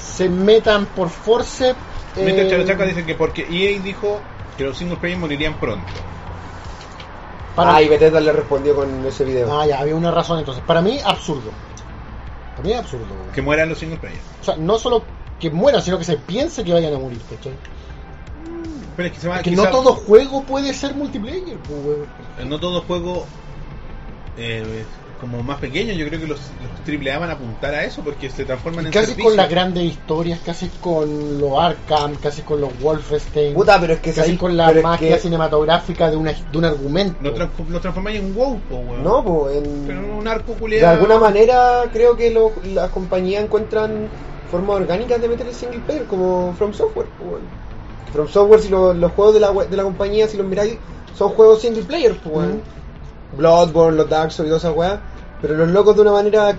S3: se metan por force. eh,
S1: Mientras Chacachaca dice que porque EA dijo que los single player morirían pronto.
S3: para,
S2: Ay, Bethesda le respondió con ese video.
S3: Ah, ya, había una razón entonces. Para mí, absurdo. Para mí, absurdo, weón.
S1: Que mueran los single player.
S3: O sea, no solo que mueran, sino que se piense que vayan a morir, ¿cachai?
S1: Pero es que se va
S3: Es que
S1: Ah, quizá-
S3: no todo juego puede ser multiplayer, pues, weón.
S1: No todo juego eh, como más pequeño. Yo creo que los, los AAA van a apuntar a eso porque se transforman
S3: Y
S1: en
S3: casi
S1: servicio.
S3: con las grandes historias, casi con los Arkham, casi con los Wolfenstein,
S2: Puta, pero es que
S3: casi
S2: ahí-
S3: con la
S2: pero es
S3: magia
S2: que-
S3: cinematográfica de, una, de un argumento.
S1: Lo, tran- lo transforman en WoW, po, weón.
S2: No, pues en...
S1: Pero un arco
S2: De
S1: culiado.
S2: alguna manera creo que lo- las compañías encuentran formas orgánicas de meter el single player, como From Software. pues, bueno. From Software, si lo- los juegos de la, we- de la compañía, si los miráis, son juegos single player, pues, bueno. Bloodborne, los Dark Souls y toda esa weá. Pero los locos de una manera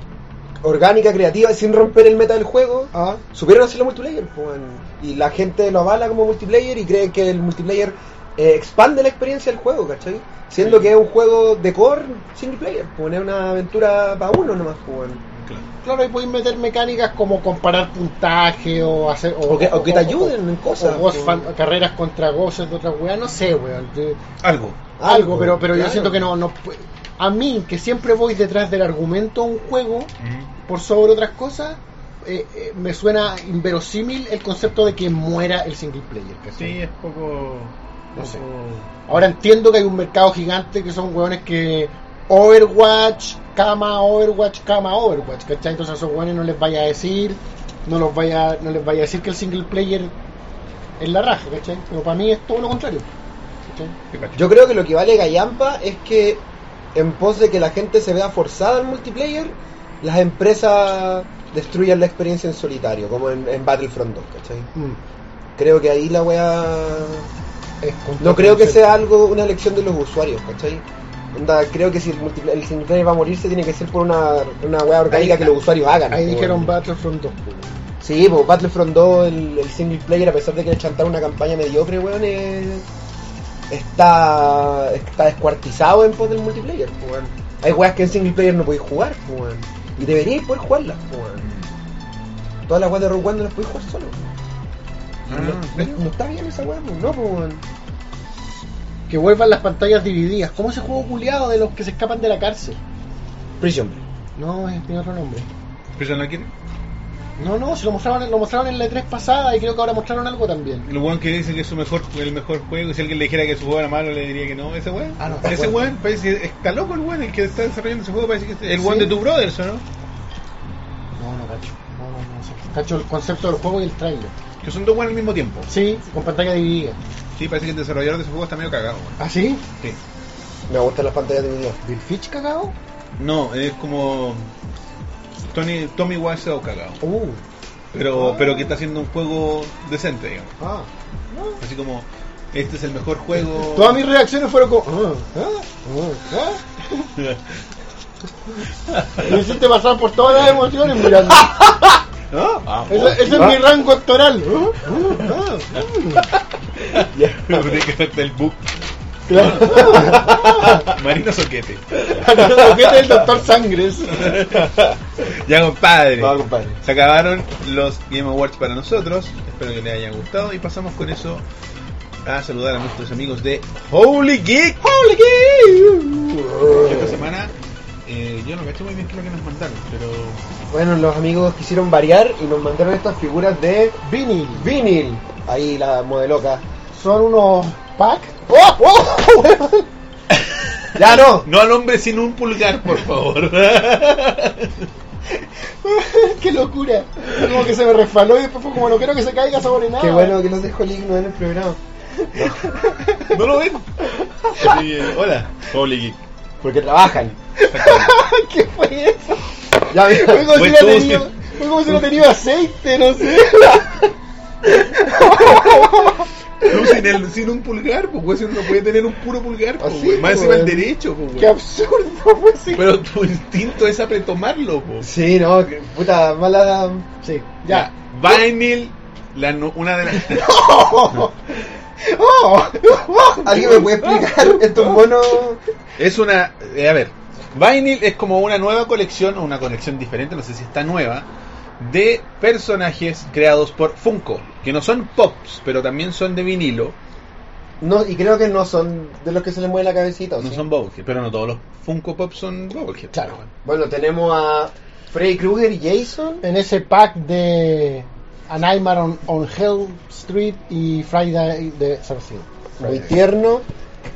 S2: orgánica, creativa, sin romper el meta del juego,
S3: Ah,
S2: supieron hacerlo multiplayer, pues, bueno. Y la gente lo avala como multiplayer y cree que el multiplayer eh, expande la experiencia del juego, ¿cachai? Siendo que es un juego de core single player, pues, bueno, es una aventura para uno nomás, pues, bueno.
S1: Claro.
S3: claro, ahí podéis meter mecánicas como comparar puntaje o hacer.
S2: O que- o que te ayuden en cosas,
S3: o boss
S2: pues.
S3: fan- carreras contra voces de otras weas, no sé, weón. Yo-
S1: Algo.
S3: algo, pero, pero yo
S2: claro.
S3: siento que no, no. pu- A mí, que siempre voy detrás del argumento a un juego, por sobre otras cosas, eh, eh, me suena inverosímil el concepto de que muera el single player. ¿cachai?
S1: Sí, es poco.
S3: No sé.
S1: poco-
S3: Ahora entiendo que hay un mercado gigante que son hueones que Overwatch, cama, Overwatch, cama, Overwatch, ¿cachai? Entonces a esos hueones no les vaya a decir, no los vaya, no les vaya a decir que el single player es la raja, ¿cachai? Pero para mí es todo lo contrario. ¿cachai?
S1: te cacho.
S2: Yo creo que lo que vale Gallampa es que en pos de que la gente se vea forzada al multiplayer, las empresas destruyan la experiencia en solitario, como en, en Battlefront 2, ¿cachai? Creo que ahí la weá
S3: Mm. Es
S2: No creo que sea algo, una elección de los usuarios, ¿cachai? Onda, creo que si el, multipla- el single player va a morirse, tiene que ser por una, una weá orgánica
S3: Ahí-
S2: que los usuarios hagan.
S3: Ahí
S2: po,
S3: dijeron
S2: weón.
S3: Battlefront 2.
S2: Sí, pues Battlefront 2, el, el single player, a pesar de que le chantaron una campaña mediocre, weón, es- está, está descuartizado en pos del multiplayer, po, weón. Hay weas que en single player no podéis jugar, po, weón. Y deberíais poder jugarlas, po, weón. Todas las weas de Rogue One no las podéis jugar solo.
S1: Ah,
S2: no,
S1: ¿en serio?
S2: no está bien esa wea, po, no, po, weón.
S3: Que vuelvan las pantallas divididas. ¿Cómo ese juego culiado de los que se escapan de la cárcel?
S2: Prison Break.
S3: No, es tiene otro nombre.
S1: ¿Prison no quiere?
S3: No, no, se lo mostraron, lo mostraron en la E3 pasada y creo que ahora mostraron algo también.
S1: El weón que dice que es su mejor, el mejor juego, y si alguien le dijera que su juego era malo, le diría que no. Ese weón,
S3: Ah, no, está
S1: ese
S3: bueno.
S1: weón, parece, está loco el weón, el que está desarrollando ese juego, parece que es el
S3: Sí.
S1: weón de tu brothers, ¿o no?
S3: No, no cacho. No, no, no sé. Cacho el concepto del juego y el trailer.
S1: Que son dos weones al mismo tiempo.
S3: Sí, con pantalla dividida.
S1: Sí, parece que el desarrollador de ese juego está medio cagado, weón.
S3: ¿Ah, sí?
S1: Sí.
S2: Me gustan las pantallas de video.
S3: ¿Bill Fitch cagado?
S1: No, es como Tony, Tommy Wiseau cagado.
S3: Uh,
S1: Pero,
S3: Ah.
S1: pero que está haciendo un juego decente, digamos.
S3: ah.
S1: Así como, este es el mejor juego.
S3: Todas mis reacciones fueron como. ah, ah, ah, ah. Me hiciste pasar por todas las emociones, mirando.
S1: ¿No? Ah,
S3: Ese, ese es mi rango actoral. Ah, ah, ah.
S1: el book.
S3: Claro.
S1: Marino Soquete.
S3: Lo que es el doctor Sangres.
S1: Ya, compadre.
S2: No, compadre.
S1: Se acabaron los Game Awards para nosotros. Espero que les hayan gustado. Y pasamos con eso a saludar a nuestros amigos de Holy Geek. Holy Geek. Esta semana, eh, yo no caché muy bien qué es lo que nos mandaron, pero.
S2: Bueno, los amigos quisieron variar y nos mandaron estas figuras de
S3: Vinil.
S2: vinil. Ahí la modeloca.
S3: Son unos packs.
S2: ¡Oh!
S3: Ah,
S2: ¡Oh! weón! ya no.
S1: No al hombre sin un pulgar, por favor.
S3: ¡Qué locura! Como que se me resbaló y después fue como no quiero que se caiga sobre nada.
S2: Qué bueno que los dejó Link no en el programa.
S1: ¿No lo ven? Sí, eh, hola, Holy Geek.
S2: Porque trabajan.
S3: ¿Qué fue eso?
S2: Ya
S3: Fue
S2: mira.
S3: como,
S1: Fue
S3: si no
S1: tú, sí.
S3: tenía, fue como si no tenía aceite, no sé.
S1: No, sin, el- sin un pulgar, pues, güey, si uno no puede tener un puro pulgar, pues,
S2: Así,
S1: güey. Más
S2: pues,
S1: encima el
S2: güey.
S1: derecho, pues, güey.
S3: ¡Qué absurdo fue sí.
S1: Pero tu instinto es apretomarlo, pues.
S2: Sí, no, que puta mala.
S3: Sí, ya.
S1: Vinyl, la no- una de las.
S3: ¡Oh! ¡Oh!
S2: ¿Alguien me puede explicar estos monos?
S1: Es una. eh, a ver, Vinyl es como una nueva colección, o una colección diferente, no sé si está nueva, de personajes creados por Funko, que no son pops, pero también son de vinilo.
S2: No, y creo que no son de los que se les mueve la cabecita. ¿o
S1: No
S2: sí?
S1: son Bubblehead, pero no todos los Funko Pops son Bubblehead.
S3: Oh, Claro.
S2: Bueno, tenemos a Freddy Krueger y Jason.
S3: En ese pack de A Nightmare on, on Hell Street y Friday de Sarcino.
S2: Muy tierno.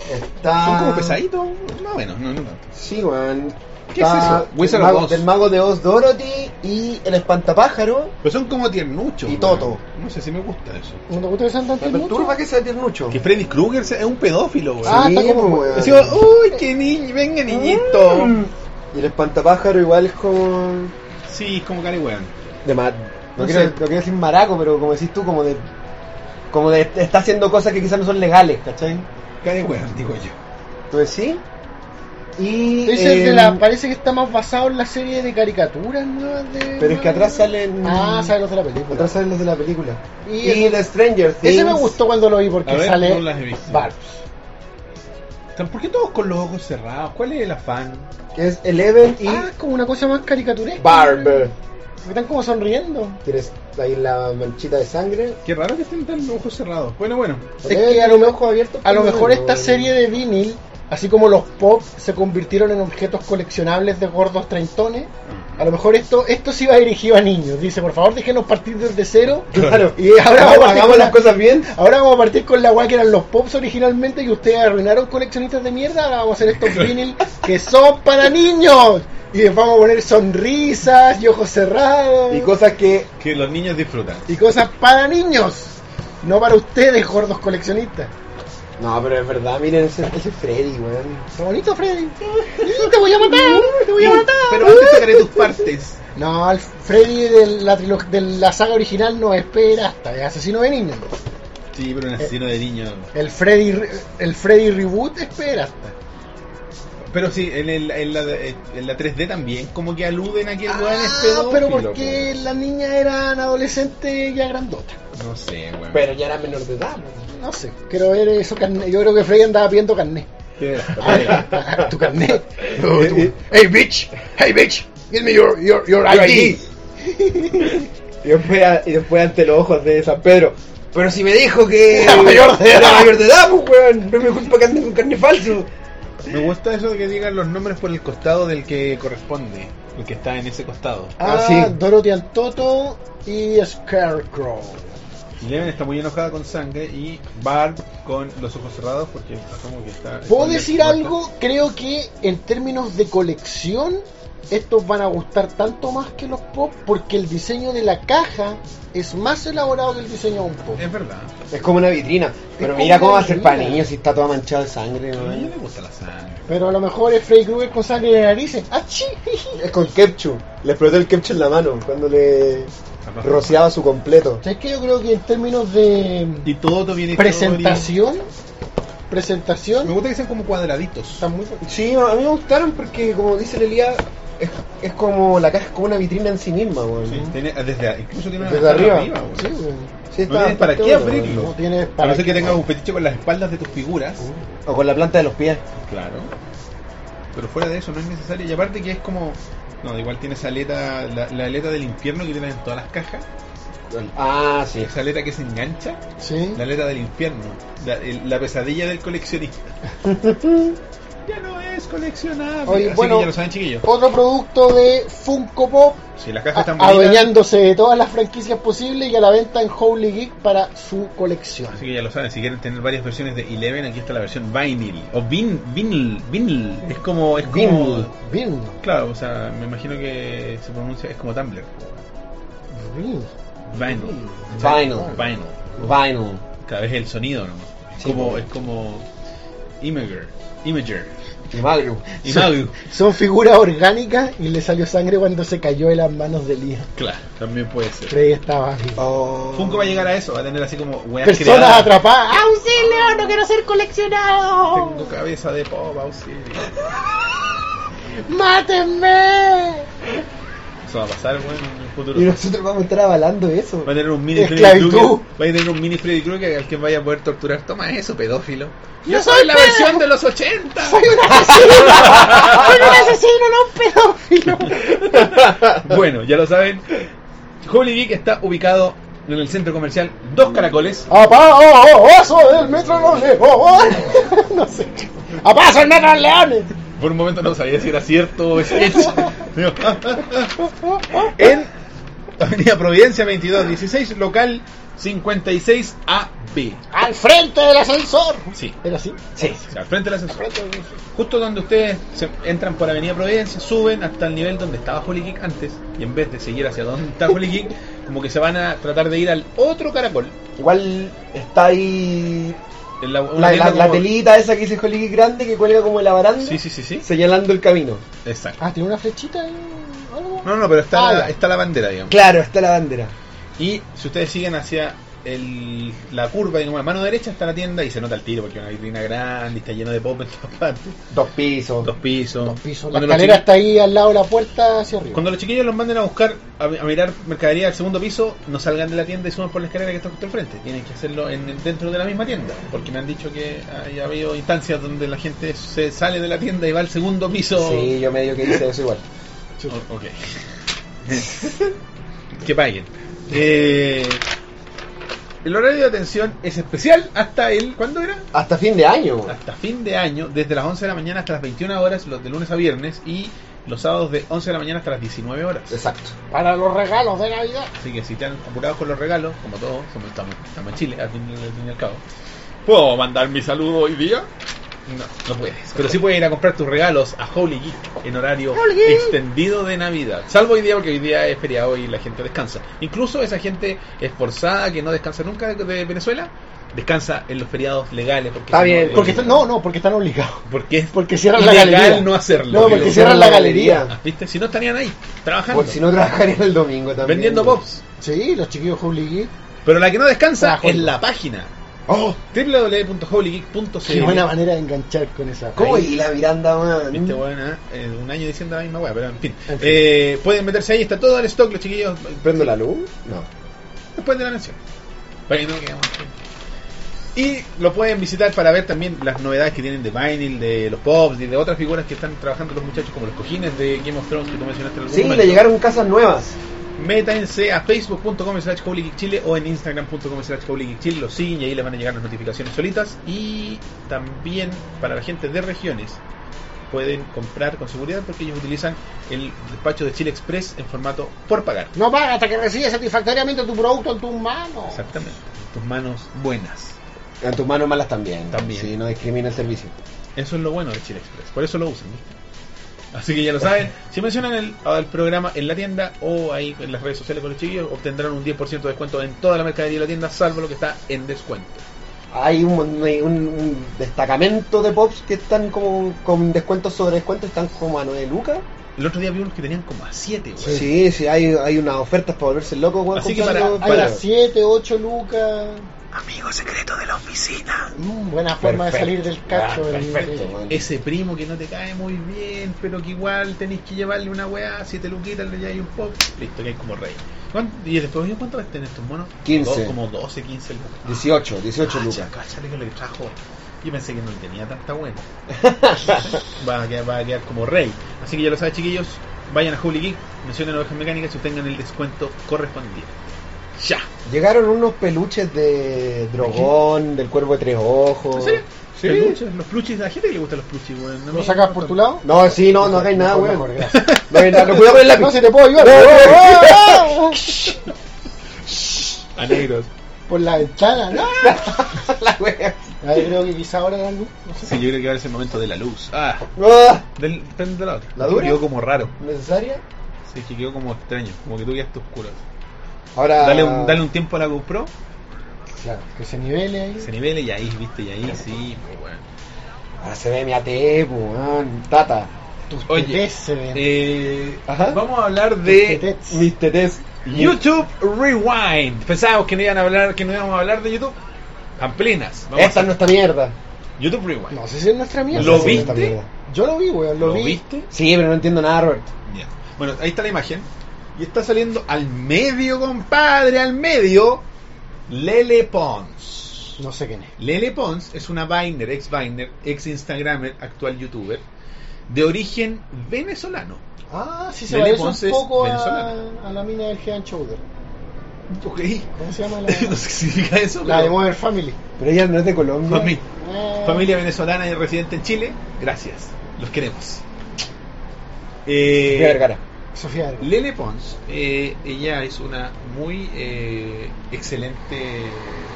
S2: Está.
S1: Son
S3: Ah.
S1: como pesaditos, más o menos, no, no tanto.
S2: Sí, weón.
S1: ¿Qué
S2: Está
S1: es eso?
S2: del
S1: Wizard of
S2: mago-
S1: Oz.
S2: Del mago de Oz Dorothy y el espantapájaro.
S1: Pero son como tiernuchos.
S2: Y
S1: güey.
S2: Toto.
S1: No sé si me gusta eso.
S3: ¿No te gusta que sean tan
S2: Me perturba que sea tiernucho.
S1: Que Freddy Krueger sea- es un pedófilo, güey.
S3: Ah, está como-
S2: pues, weón.
S1: Así como, uy, qué niño, venga niñito.
S3: Ah.
S1: uh.
S2: Y el espantapájaro igual es como.
S1: Sí, es como cari weón.
S2: De ma- No,
S3: No
S2: quiero,
S3: sé.
S2: no quiero decir maraco, pero como decís tú, como de. Como de. Está haciendo cosas que quizás no son legales, ¿cachai?
S1: Cari weón, digo yo.
S2: ¿Tú decís? Y.
S3: Es el de
S2: eh,
S3: la- parece que está más basado en la serie de caricaturas nuevas de.
S2: Pero es que atrás salen.
S3: Ah, salen los de la película.
S2: Atrás salen los de la película.
S3: Y-
S2: Y, el de Stranger Things.
S3: Ese me gustó cuando lo vi
S1: A
S3: porque
S1: ver,
S3: sale
S1: no las he visto.
S3: Barbs.
S1: ¿Por qué todos con los ojos cerrados? ¿Cuál es el afán?
S2: Que es Eleven y.
S3: Y ah, es como una cosa más caricaturesca.
S2: Barb.
S3: Porque Están como sonriendo.
S2: Tienes ahí la manchita de sangre.
S1: Qué raro que estén tan ojos cerrados. Bueno, bueno.
S3: Es que a lo, Mm.
S2: mejor abierto.
S3: a lo mejor esta serie de vinil Así como los pops se convirtieron en objetos coleccionables de gordos treintones, a lo mejor esto esto sí va dirigido a niños. Dice, por favor, déjenos partir desde cero.
S2: Claro.
S3: Y ahora vamos a partir
S2: hagamos
S3: con
S2: las
S3: la-
S2: cosas bien.
S3: Ahora vamos a partir con la guay que eran los pops originalmente que ustedes arruinaron coleccionistas de mierda. Ahora vamos a hacer estos vinyl que son para niños. Y les vamos a poner sonrisas y ojos cerrados.
S2: Y cosas que
S1: Que los niños disfrutan.
S3: y cosas para niños. No para ustedes, gordos coleccionistas.
S2: No, pero es verdad, miren ese, ese Freddy, weón.
S3: Está bonito, Freddy. ¡Y Te voy a matar, te voy a matar.
S1: Pero antes sacaré tus partes.
S3: No, el Freddy de la, trilo- de la saga original no es pederasta, es asesino de niños.
S1: Sí, pero un asesino de niños.
S3: El Freddy, re- el Freddy reboot es pederasta.
S1: Pero sí, en, el- en la, en la 3D también, como que aluden a que el weón es
S3: Ah,
S1: pedófilo.
S3: pero porque las niñas eran adolescentes ya grandotas.
S1: po. No sé, weón.
S2: Pero ya era menor de edad, weón.
S3: No sé, quiero ver eso carné. Yo creo que Freddy andaba pidiendo carné.
S1: eh,
S3: tu carné. No, tu- Hey bitch, hey bitch, give me your, your, your
S2: Your
S3: ID.
S2: Y después, a- y después ante los ojos de San Pedro. Pero si me dijo que
S3: Era mayor de
S2: Era
S3: edad.
S2: mayor de edad, pues, weón. No es mi culpa que ande con carne falso.
S1: Me gusta eso de que digan los nombres por el costado del que corresponde. El que está en ese costado.
S3: Ah,
S2: Ah, sí.
S3: Dorothy Antoto y Scarecrow.
S1: Eleven está muy enojada con sangre y Bart con los ojos cerrados porque asumo que está...
S3: ¿Puedo
S1: está
S3: decir
S1: muerto.
S3: algo? Creo que en términos de colección, estos van a gustar tanto más que los pop, porque el diseño de la caja es más elaborado que el diseño de un pop.
S1: Es verdad.
S2: Es como una vitrina. Pero
S3: como
S2: mira cómo
S3: una
S2: va a ser
S3: vitrina.
S2: para niños si está toda manchada de sangre,
S1: A mí
S2: weón.
S1: me gusta la sangre.
S3: Pero a lo mejor es Freddy Krueger con sangre de narices. ¡Ah, ¡Achí!
S2: Es con ketchup. Le explotó el ketchup en la mano cuando le rociaba su completo.
S3: ¿Sabes qué? Yo creo que en términos de
S1: Y todo viene
S3: presentación, presentación,
S1: Me gusta que sean como cuadraditos.
S3: está muy...
S2: Sí, a mí me gustaron porque, como dice Lelia, es, es como la caja es como una vitrina en sí misma, weón.
S1: Sí, tiene- desde, incluso tiene una
S2: Desde arriba.
S1: güey.
S3: Sí, güey.
S2: Sí,
S1: No tienes para
S2: bastante
S1: qué
S2: bueno,
S1: abrirlo.
S3: No tiene
S1: A
S3: para
S1: no ser que
S3: qué.
S1: tengas un fetiche con las espaldas de tus figuras.
S2: weón. O con la planta de los pies.
S1: Claro. Pero fuera de eso no es necesario. Y aparte que es como... No, igual tiene esa aleta, la, la aleta del infierno que tienen en todas las cajas.
S2: Ah, sí.
S1: Esa aleta que se engancha.
S3: Sí.
S1: La aleta del infierno. La, el- la pesadilla del coleccionista. ya no es coleccionable.
S3: Oye,
S1: Así
S3: bueno.
S1: que ya lo saben, chiquillos.
S3: Otro producto de Funko Pop
S1: Si las cajas están
S3: a-
S1: bonitas...
S3: adueñándose de todas las franquicias posibles y a la venta en Holy Geek para su colección.
S1: Así que ya lo saben, si quieren tener varias versiones de Eleven, aquí está la versión vinyl. O vin, vinyl, vinyl. Es como... Es como
S2: Vinyl.
S3: Bien,
S1: Claro, o sea, me imagino que se pronuncia... Es como Tumblr.
S3: bien.
S1: Vinyl.
S2: Vinyl.
S1: Vinyl.
S2: Vinyl.
S1: Cada vez el sonido, ¿no? Es
S2: Sí,
S1: como...
S2: pues.
S1: Es como... Imager. Imager.
S2: Magro.
S1: Imago.
S3: Son figuras orgánicas y le salió sangre cuando se cayó de las manos de Lía.
S1: Claro, también puede ser.
S3: Freddy estaba así.
S2: Oh.
S1: Funko va a llegar a eso, va a tener así como... weas
S3: Personas
S1: creadas.
S3: atrapadas.
S4: ¡Auxilio! ¡No quiero ser coleccionado!
S1: Tengo cabeza de pop, auxilio.
S3: ¡Ah, ¡Mátenme!
S1: Eso va a pasar, bueno, en el futuro.
S2: Y nosotros vamos a estar avalando eso.
S1: Va a tener un mini Freddy
S3: Esclavitud.
S1: Krueger. Va a tener un mini Freddy Krueger al que vaya a poder torturar. Toma eso, pedófilo. Yo
S4: No
S1: soy
S4: soy
S1: la
S4: pedo.
S1: versión de los 80.
S4: ¡Soy un asesino, no un pedófilo!
S1: bueno, ya lo saben. Holy Geek está ubicado en el centro comercial Dos Caracoles.
S3: ¡Apá! ¡Oh, oh! ¡Oso del metro de los leones! ¡Oh, oh! no sé. ¡Apá! ¡Soy metro de los leones!
S1: Por un momento no sabía si era cierto o es hecho. en Avenida Providencia 2216, local 56AB.
S3: ¡Al frente del ascensor!
S1: Sí,
S3: ¿Era así?
S2: Sí.
S1: o sea, al frente del ascensor.
S3: Frente del ascensor.
S1: Justo donde ustedes se- entran por Avenida Providencia, suben hasta el nivel donde estaba Holy Geek antes, y en vez de seguir hacia donde está Holy Geek, como que se van a tratar de ir al otro caracol.
S2: Igual está ahí
S1: En la, una
S2: la,
S1: tienda
S2: la- la
S1: como-
S2: telita esa que dice Holy Geek grande que cuelga como en la baranda.
S1: Sí, sí, sí, sí.
S2: Señalando el camino.
S1: Exacto.
S3: Ah, tiene una flechita ahí. ¿Algo?
S1: No, no, pero está,
S3: Ah,
S1: la,
S3: ya.
S1: está la bandera, digamos.
S2: Claro, está la bandera.
S1: Y si ustedes siguen hacia el, la curva, digamos, a mano derecha está la tienda y se nota el tiro porque es una vitrina grande y está lleno de pop en todas partes.
S2: Dos pisos.
S1: Dos pisos.
S3: Dos pisos. La
S1: Cuando los
S3: escalera
S1: chiqui-
S3: está ahí al lado de la puerta hacia arriba.
S1: Cuando los chiquillos los manden a buscar, a, a mirar mercadería al segundo piso, no salgan de la tienda y suban por la escalera que está justo al frente. Tienen que hacerlo en, el- dentro de la misma tienda, porque me han dicho que hay- ha habido instancias donde la gente se sale de la tienda y va al segundo piso.
S2: Sí, yo medio que hice eso igual.
S1: O- ok. que paguen. Eh, El horario de atención es especial hasta el. ¿Cuándo era?
S2: Hasta fin de año.
S1: Hasta fin de año, desde las 11 de la mañana hasta las 21 horas, los de lunes a viernes, y los sábados de 11 de la mañana hasta las 19 horas.
S2: Exacto.
S3: Para los regalos de Navidad.
S1: Así que si están apurados con los regalos, como todos, somos, estamos, estamos en Chile, al fin, al fin y al cabo. ¿Puedo mandar mi saludo hoy día? No, no puedes. Pero sí puedes ir a comprar tus regalos a Holy Geek en horario
S4: Holy Geek.
S1: extendido de Navidad. Salvo hoy día porque hoy día es feriado y la gente descansa. Incluso esa gente esforzada que no descansa nunca de, de Venezuela, descansa en los feriados legales. Porque
S2: Está
S1: si no,
S2: bien,
S1: eh,
S3: Porque están- no, no, porque están obligados.
S1: Porque es
S3: Porque cierran la
S1: ilegal
S3: galería.
S1: no hacerlo.
S3: No,
S1: Pero-
S3: porque cierran la galería.
S1: Ah, ¿Viste? Si no estarían ahí, trabajando,
S2: Por si no trabajarían el domingo también.
S1: vendiendo pops.
S3: Sí, los chiquillos Holy Geek.
S1: Pero la que no descansa
S3: Trabajo.
S1: es la página.
S2: Oh,
S1: www.holygeek.cl
S3: Qué buena manera de enganchar con esa.
S2: ¿Cómo
S3: Ahí.
S2: y la Miranda, man?
S1: Viste, weón, ¿eh? Eh, un año diciendo la misma weá, pero en fin.
S3: En fin.
S1: Eh, pueden meterse ahí, está todo el stock, los chiquillos,
S2: ¿Prendo la luz? No.
S1: después de la nación. Para que no quedemos así. Y lo pueden visitar para ver también las novedades que tienen de vinyl, de los pops y de otras figuras que están trabajando los muchachos, como los cojines de Game of Thrones que tú mencionaste en algún
S2: Sí,
S1: momento.
S2: le llegaron casas nuevas.
S1: Métanse a facebook.com slash Chile o en instagram.com slash Chile, lo siguen y ahí les van a llegar las notificaciones solitas. Y también para la gente de regiones pueden comprar con seguridad porque ellos utilizan el despacho de Chile Express en formato por pagar.
S3: No paga hasta que recibes satisfactoriamente tu producto en tus manos.
S1: Exactamente. Tus manos buenas.
S2: En tus manos malas también.
S1: También.
S2: Sí, no discrimina el servicio.
S1: Eso es lo bueno de Chile Express. Por eso lo usan. ¿viste? Así que ya lo saben. Si mencionan el, al programa en la tienda o ahí en las redes sociales con los chiquillos, obtendrán un 10% de descuento en toda la mercadería de la tienda, salvo lo que está en descuento.
S2: Hay un, hay un- un destacamento de pops que están como con descuentos sobre descuentos, están como a 9 lucas.
S1: El otro día vi unos que tenían como a 7, güey.
S2: Sí, sí, hay, hay unas ofertas para volverse loco, weón.
S1: Así que
S2: comprando-
S1: para-
S3: Hay
S1: para-
S3: las 7, 8 lucas.
S1: Amigo secreto de la oficina.
S3: Mm, buena forma
S2: Perfecto.
S3: de salir del cacho.
S2: Ah,
S3: del-
S2: perfecto,
S3: del-
S2: weón.
S1: Ese primo que no te cae muy bien, pero que igual tenés que llevarle una weá, si te lo quitan, le lleváis un pop. Listo, que hay como rey. ¿Cuán- Y después, oye, ¿cuánto gastan estos monos?
S2: 15.
S1: Do- como 12, 15 lucas.
S2: 18, 18
S1: Cacha,
S2: lucas.
S1: cáchale que le trajo. Yo pensé que no tenía tanta buena. va, a quedar, va a quedar como rey. Así que ya lo saben, chiquillos. Vayan a Holy Geek, mencionen ovejas mecánicas y obtengan el descuento correspondiente. Ya.
S2: Llegaron unos peluches de Drogón, del Cuervo de Tres Ojos.
S1: ¿En serio?
S2: Sí.
S1: Peluches, los pluchis, a la gente que le gustan los pluchis, weón. A mí
S3: ¿Lo sacas
S1: me
S3: por tu
S1: gustan.
S3: lado?
S2: No, sí, no, no hagáis nada,
S3: Mejor,
S2: weón.
S3: mejor, gracias.
S2: No hagáis nada, no cuidado con el lápiz.
S3: No se te puedo ayudar.
S2: No, no, no.
S1: A negros.
S3: Por la ventana, ¿no?
S2: La wea.
S3: Ahí creo que quizá ahora la luz. No sé.
S1: Sí, yo creo que ahora es el momento de la luz. Ah,
S2: Ah,
S1: del, prende la otra.
S2: ¿La dura?
S1: Quedó como raro.
S2: ¿Necesaria?
S1: Sí, que quedó como extraño. Como que tú quedaste oscuro.
S2: Ahora.
S1: Dale un, dale un tiempo a la GoPro,
S3: Claro, que se nivele ahí.
S1: se nivele y ahí, viste, y ahí, sí, pues bueno.
S2: Ahora Ah, se ve mi AT, weón. Tata.
S3: Tus
S1: Oye,
S3: tetés se ven.
S1: Eh,
S2: Ajá.
S1: Vamos a hablar
S3: Tetés.
S1: de
S2: Mis tetés.
S1: YouTube Rewind. Pensábamos que no iban a hablar, que no íbamos a hablar de YouTube. Pamplinas. Vamos
S2: Esta
S1: a-
S2: es nuestra mierda.
S1: YouTube Rewind.
S3: No sé si es nuestra mierda.
S1: ¿Lo
S2: Esta es
S1: viste?
S2: nuestra mierda.
S3: Yo lo vi, weón. Lo,
S1: ¿Lo
S3: vi.
S1: viste?
S2: Sí, pero no entiendo nada, Robert.
S1: Ya. Bueno, ahí está la imagen. Y está saliendo al medio, compadre, al medio. Lele Pons.
S3: No sé quién es.
S1: Lele Pons es una Viner, ex Viner, ex Instagramer, actual youtuber, de origen venezolano.
S3: Ah, sí se
S1: Lele
S3: parece
S1: Pons es
S3: un poco a,
S1: venezolana.
S3: a la mina del Head and Shoulder.
S1: Ok.
S3: ¿Cómo se llama la,
S1: no sé qué significa eso.
S3: la de
S1: pero-
S3: Mother Family?
S2: Pero ella no es de Colombia.
S1: Fami-
S3: Eh,
S1: Familia venezolana y residente en Chile, gracias. Los queremos. Eh,
S2: Qué vergara.
S3: Sofía Vergara.
S1: Lele Pons, eh, ella es una muy eh, excelente,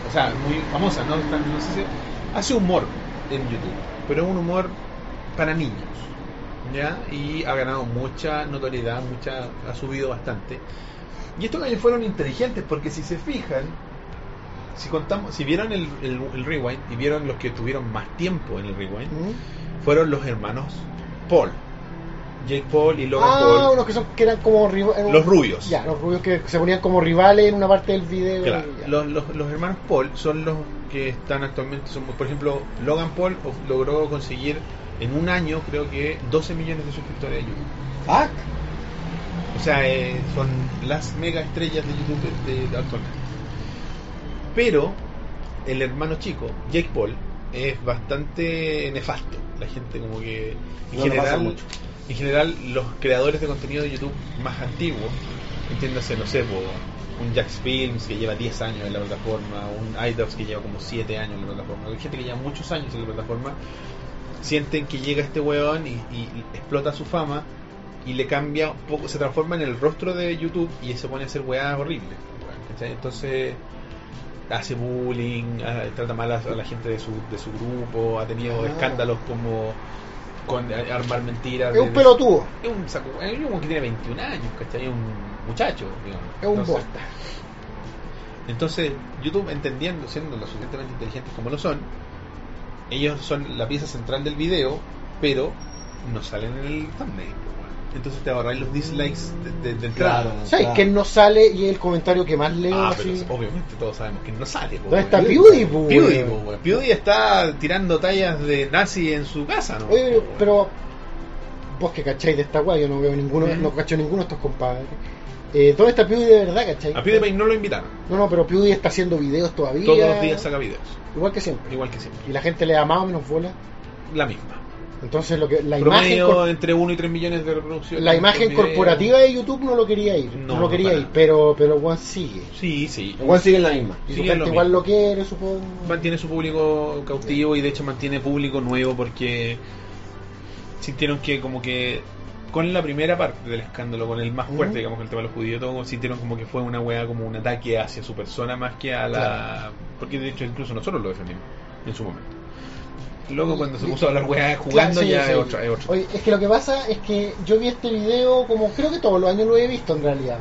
S1: o sea, muy famosa, ¿no? Está- no sé si- hace humor en YouTube, pero un humor para niños, ¿ya? Y ha ganado mucha notoriedad, mucha, ha subido bastante. Y estos gallos fueron inteligentes, porque si se fijan, si contamos, si vieron el, el- el rewind y vieron los que tuvieron más tiempo en el rewind,
S3: ¿Mm?
S1: fueron los hermanos Paul, Jake Paul y Logan
S3: Ah,
S1: Paul.
S3: unos que, son, que eran como riva- eran-
S1: Los rubios.
S3: Ya, los rubios que se ponían como rivales en una parte del video.
S1: Claro,
S3: y ya.
S1: los, los- los hermanos Paul son los que están actualmente, son, por ejemplo, Logan Paul of- logró conseguir en un año, creo que, 12 millones de suscriptores de YouTube.
S2: Ah,
S1: O sea, eh, son las mega estrellas de YouTube de, de actualmente. Pero el hermano chico, Jake Paul, es bastante nefasto. La gente como que... En
S2: No le pasa
S1: general,
S2: mucho.
S1: en general, los creadores de contenido de YouTube más antiguos entiéndase, no sé, po, un Jax Films que lleva 10 años en la plataforma, un iDocs que lleva como 7 años en la plataforma, hay gente que lleva muchos años en la plataforma, sienten que llega este weón y, y- y explota su fama y le cambia un poco, se transforma en el rostro de YouTube y se pone a hacer weá horrible. ¿cachai? Entonces hace bullying, ah, trata mal a, a la gente de su, de su grupo, ha tenido
S3: Ah.
S1: escándalos como con a- armar mentiras.
S3: Es un
S1: de-
S3: pelotudo.
S1: es un saco, es un que tiene 21 años, ¿cachai? Es un muchacho, digamos.
S3: Es un
S1: Entonces-
S3: bosta.
S1: Entonces, YouTube entendiendo, siendo lo suficientemente inteligentes como lo son, ellos son la pieza central del video, pero no salen en el thumbnail. pues, Entonces te ahorráis los dislikes de, de- de entrada.
S2: Claro.
S3: ¿Sabes? Que no sale y el comentario que más leo.
S1: Ah, pero
S3: así.
S1: obviamente todos sabemos que no sale. po,
S3: ¿Dónde
S1: weón.
S3: está PewDiePie, po,
S1: PewDiePie,
S3: weón?
S1: po, weón. PewDiePie está tirando tallas de nazi en su casa, ¿no?
S3: Oye,
S1: Po, weón.
S3: pero vos que cacháis de esta weá, yo no veo ninguno,
S1: Ujú.
S3: no cacho ninguno de estos compadres. Eh, ¿Dónde está PewDiePie de verdad, cachai?
S1: A PewDiePie no lo invitaron.
S3: No, no, pero PewDiePie está haciendo videos todavía.
S1: Todos los días saca videos.
S3: Igual que siempre.
S1: Igual que siempre.
S3: Y la gente le da más o menos bola.
S1: La misma.
S3: Entonces lo que la
S1: Promedio
S3: imagen cor-
S1: entre 1 y 3 millones de reproducciones.
S3: la imagen
S1: por video.
S3: corporativa de YouTube no lo quería ir,
S1: No,
S3: no, lo quería
S1: para
S3: ir,
S1: nada.
S3: pero pero Juan sigue.
S1: Sí, sí.
S2: Igual sigue en la misma.
S3: Y
S1: Sigue
S3: su gente
S1: lo
S3: igual
S1: mismo.
S3: lo quiere, supongo.
S1: Mantiene su público cautivo y de hecho mantiene público nuevo porque sintieron que como que con la primera parte del escándalo, con el más fuerte,
S3: Ujú.
S1: digamos, el tema de los judíos, todo, sintieron como que fue una weá, como un ataque hacia su persona más que a la... Porque de hecho incluso nosotros lo defendimos en su momento. Luego cuando se puso a hablar weá jugando
S3: Claro, sí,
S1: ya
S3: sí.
S1: es otra... Es otra.
S3: Oye, es que lo que pasa es que yo vi este video como creo que todos los años lo he visto en realidad,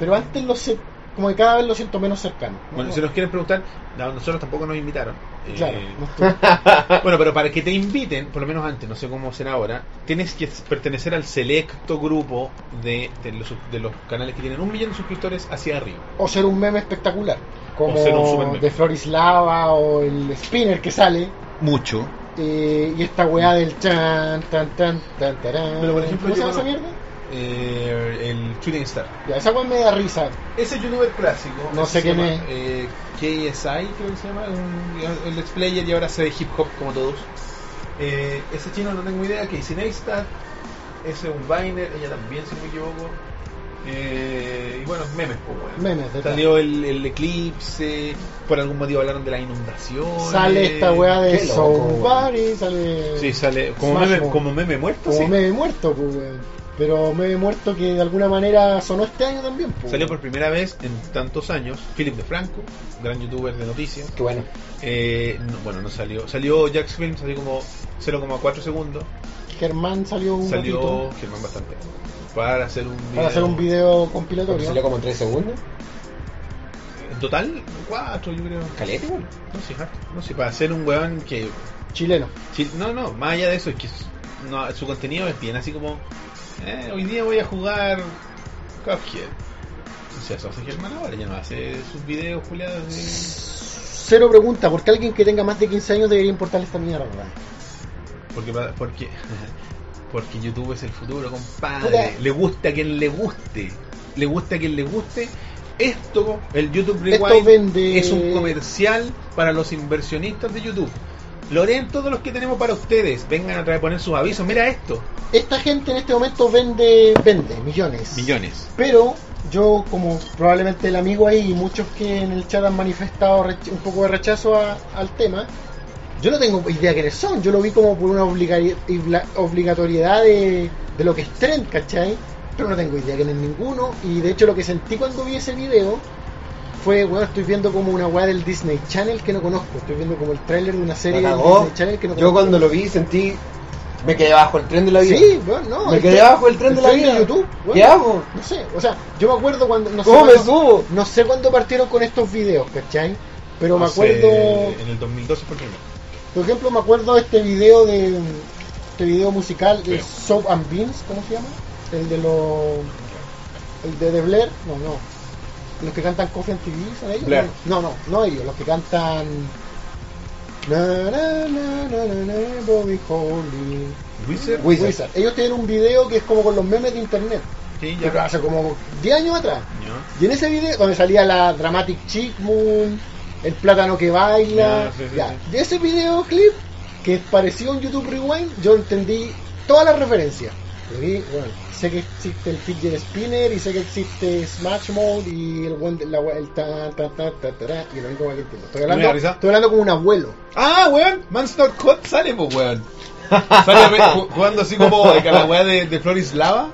S3: pero antes lo sé, como que cada vez lo siento menos cercano.
S1: Bueno, si nos quieren preguntar, no, nosotros tampoco nos invitaron. Eh,
S3: Claro, no estoy-
S1: Bueno, pero para que te inviten, por lo menos antes, no sé cómo será ahora, tienes que pertenecer al selecto grupo de, de los, de los canales que tienen un millón de suscriptores hacia arriba.
S3: o ser un meme espectacular, como
S1: ser un super meme.
S3: de Florislava o el spinner que sale.
S5: Mucho.
S3: eh, y esta weá del chan, tan, tan, tan, tarán.
S1: Pero, por ejemplo,
S3: ¿Cómo se
S1: yo
S3: llama esa
S1: conozco-
S3: mierda?
S1: Eh, el Shooting Star.
S3: Ya, esa weá me da risa.
S1: Ese youtuber clásico.
S3: No
S1: ese
S3: sé
S1: se
S3: quién
S1: llama, eh, KSI, creo que se llama. un- El let's player y ahora hace hip hop como todos. Eh, ese chino no tengo idea. Casey Neistat. Ese es un Viner. Ella también, si no me equivoco. Eh, y bueno, memes, pues, weón.
S3: Memes, de verdad.
S1: Salió el, el eclipse. Por algún motivo hablaron de la inundación.
S3: Sale esta weá de
S2: Qué loco, weón.
S3: Somebody, sale.
S1: Sí, sale como
S3: Smash
S1: meme,
S3: Bros.
S1: como meme muerto.
S3: Como
S1: sí.
S3: meme muerto, pues, weón. Pero meme muerto que de alguna manera sonó este año también, pues.
S1: Salió por primera vez en tantos años Philip de Franco, gran youtuber de noticias.
S2: Qué bueno.
S1: Eh, no, bueno, no salió. Salió Jax Film, salió como 0,4 segundos.
S3: Germán salió un ratito
S1: Salió Germán bastante. Para hacer un video.
S3: para hacer un video
S2: Porque salió
S3: compilatorio.
S2: como en 3 segundos.
S1: En total, 4 yo creo.
S2: Calete, weón.
S1: No sé, harto. no sé, para hacer un weón que.
S3: Chileno.
S1: sí, No, no, más allá de eso, es que su- no, su contenido es bien así como. eh, hoy día voy a jugar Cuphead. O sea, eso hace Germán ahora, ya no hace sus videos, Julián.
S3: Cero pregunta, ¿por qué alguien que tenga más de 15 años debería importarle esta mierda?
S1: Porque, pa- porque, porque YouTube es el futuro, compadre.
S3: Puta.
S1: Le gusta a quien le guste. Le gusta a quien le guste. Esto, el YouTube
S3: Esto
S1: Rewind,
S3: vende-
S1: es un comercial para los inversionistas de YouTube. Lo leen todos los que tenemos para ustedes. Vengan a traer poner sus avisos. Mira esto.
S3: Esta gente en este momento vende, vende, millones.
S1: Millones.
S3: Pero yo, como probablemente el amigo ahí y muchos que en el chat han manifestado rech- un poco de rechazo a- al tema, yo no tengo idea quiénes son. Yo lo vi como por una obligari- ibla- obligatoriedad de, de lo que es trend, ¿cachai? Pero no tengo idea quién es ninguno. Y de hecho, lo que sentí cuando vi ese video fue, bueno, estoy viendo como una weá del Disney Channel que no conozco. Estoy viendo como el tráiler de una serie
S2: Me
S3: del
S2: cagó.
S3: Disney Channel que no
S2: Yo
S3: conozco.
S2: cuando lo vi sentí. Me quedé bajo el tren de la vida.
S3: Sí, bueno, no.
S2: Me
S3: el
S2: quedé
S3: tren-
S2: bajo el tren de la vida.
S3: de YouTube.
S2: ¿Qué
S3: bueno.
S2: hago?
S3: No sé, o sea, yo me acuerdo cuando. No sé
S2: ¿Cómo me
S3: cuándo-
S2: subo?
S3: No sé cuándo partieron con estos videos, ¿cachai? Pero me
S1: No sé,
S3: acuerdo.
S1: en el 2012, por ejemplo.
S3: Por ejemplo, me acuerdo este video de. Este video musical de
S1: Feo.
S3: Soap and Beans, ¿cómo se llama? El de los. El de The Blair, no, no. Los que cantan Coffee and TV, ¿son ellos?
S1: Blair.
S3: No, no, no ellos, los que cantan. Na, na, na, na, na, na, Bobby Holly.
S1: Wizard.
S2: Wizard.
S3: Wizard. Ellos tienen un video que es como con los memes de internet.
S1: Sí, ya.
S3: Pero hace como 10 años atrás.
S1: Ya.
S3: Y en ese video, donde salía la Dramatic Chick Moon, el plátano que baila,
S1: Ya, sí, sí,
S3: ya.
S1: sí.
S3: de ese videoclip que parecía un YouTube Rewind, yo entendí todas las referencias. Lo vi, bueno, sé que existe el fidget spinner y sé que existe Smash Mode y el buen la, el tan tan tan tan tan y el único que entiendo. Estoy
S1: ¿Me da
S3: hablando,
S1: risa?
S3: estoy hablando como un abuelo.
S1: Ah, weón, Man's Not Hot sale, pues, weón. Sale re- ju- jugando así como a la weá de, de Florislava.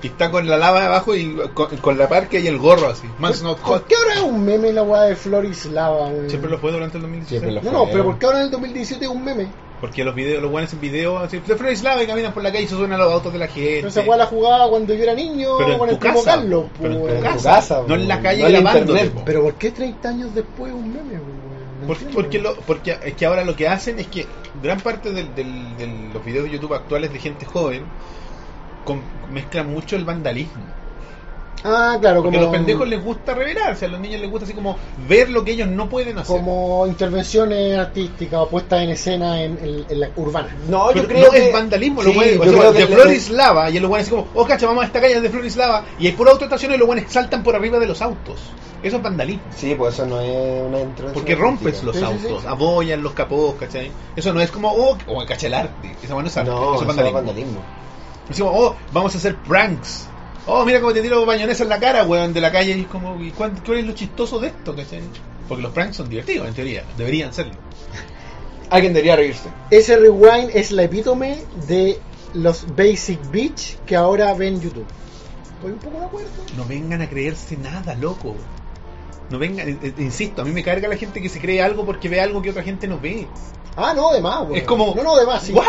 S1: Y está con la lava abajo y con, con la parca y el gorro así. Man's Not
S3: ¿Por
S1: Hot.
S3: qué ahora es un meme la weá de Florislava? weón?
S1: Ah. Siempre lo fue durante el 2016.
S5: Siempre lo
S3: No, no, pero ¿por qué ahora en el 2017 es un meme?
S1: Porque los videos, los weones en video, así, de Florislava y caminan por la calle y se suenan a los autos de la gente.
S3: Pero esa weá la jugaba cuando yo era niño
S1: Pero en
S3: con
S1: tu
S3: el primo
S1: casa,
S3: Carlos.
S1: pero en tu
S3: pues.
S2: En tu
S1: casa, no en la calle
S2: en
S1: grabando, tipo.
S3: Pero ¿por qué 30 años después es un meme? weón? No
S1: Por-
S3: entiendo.
S1: porque, lo, porque es que ahora lo que hacen es que gran parte del- del- de los videos de YouTube actuales de gente joven con- mezclan mucho el vandalismo.
S3: Ah, claro,
S1: Porque
S3: como...
S1: a los pendejos les gusta revelarse, a los niños les gusta así como ver lo que ellos no pueden hacer.
S3: como intervenciones artísticas o puestas en escena en, en- en la urbana.
S2: No,
S1: Pero
S2: yo creo
S1: no
S2: que
S1: es vandalismo,
S2: Sí,
S1: los güeyes,
S2: yo
S1: o sea,
S2: creo que
S1: de
S2: le-
S1: Florislava, y los güeyes así como, oh cacha, vamos a esta calle es de Florislava, y hay pura autoestación y los güeyes saltan por arriba de los autos. Eso es vandalismo.
S2: Sí, pues eso no es una intervención.
S1: Porque rompes los
S3: Sí, sí,
S1: autos,
S3: sí.
S1: abollan los capós, ¿cachai? Eso no es como, oh, o cacha el arte. Esa bueno es arte, eso
S2: No, eso
S1: es vandalismo.
S2: vandalismo.
S1: Decimos, oh, vamos a hacer pranks. Oh, mira cómo te tiro bañonesa en la cara, weón, de la calle. Y es como, ¿y cuán- cuál es lo chistoso de esto, cachai? Porque los pranks son divertidos, en teoría. Deberían serlo.
S2: Alguien debería reírse.
S3: Ese rewind es la epítome de los Basic Beach que ahora ven YouTube. Estoy un poco de acuerdo.
S1: No vengan a creerse nada, loco. No vengan, eh, eh, insisto, a mí me carga la gente que se cree algo porque ve algo que otra gente no ve.
S3: Ah, no, de más, weón.
S1: es como,
S3: No, no, de más, sí.
S1: ¿What?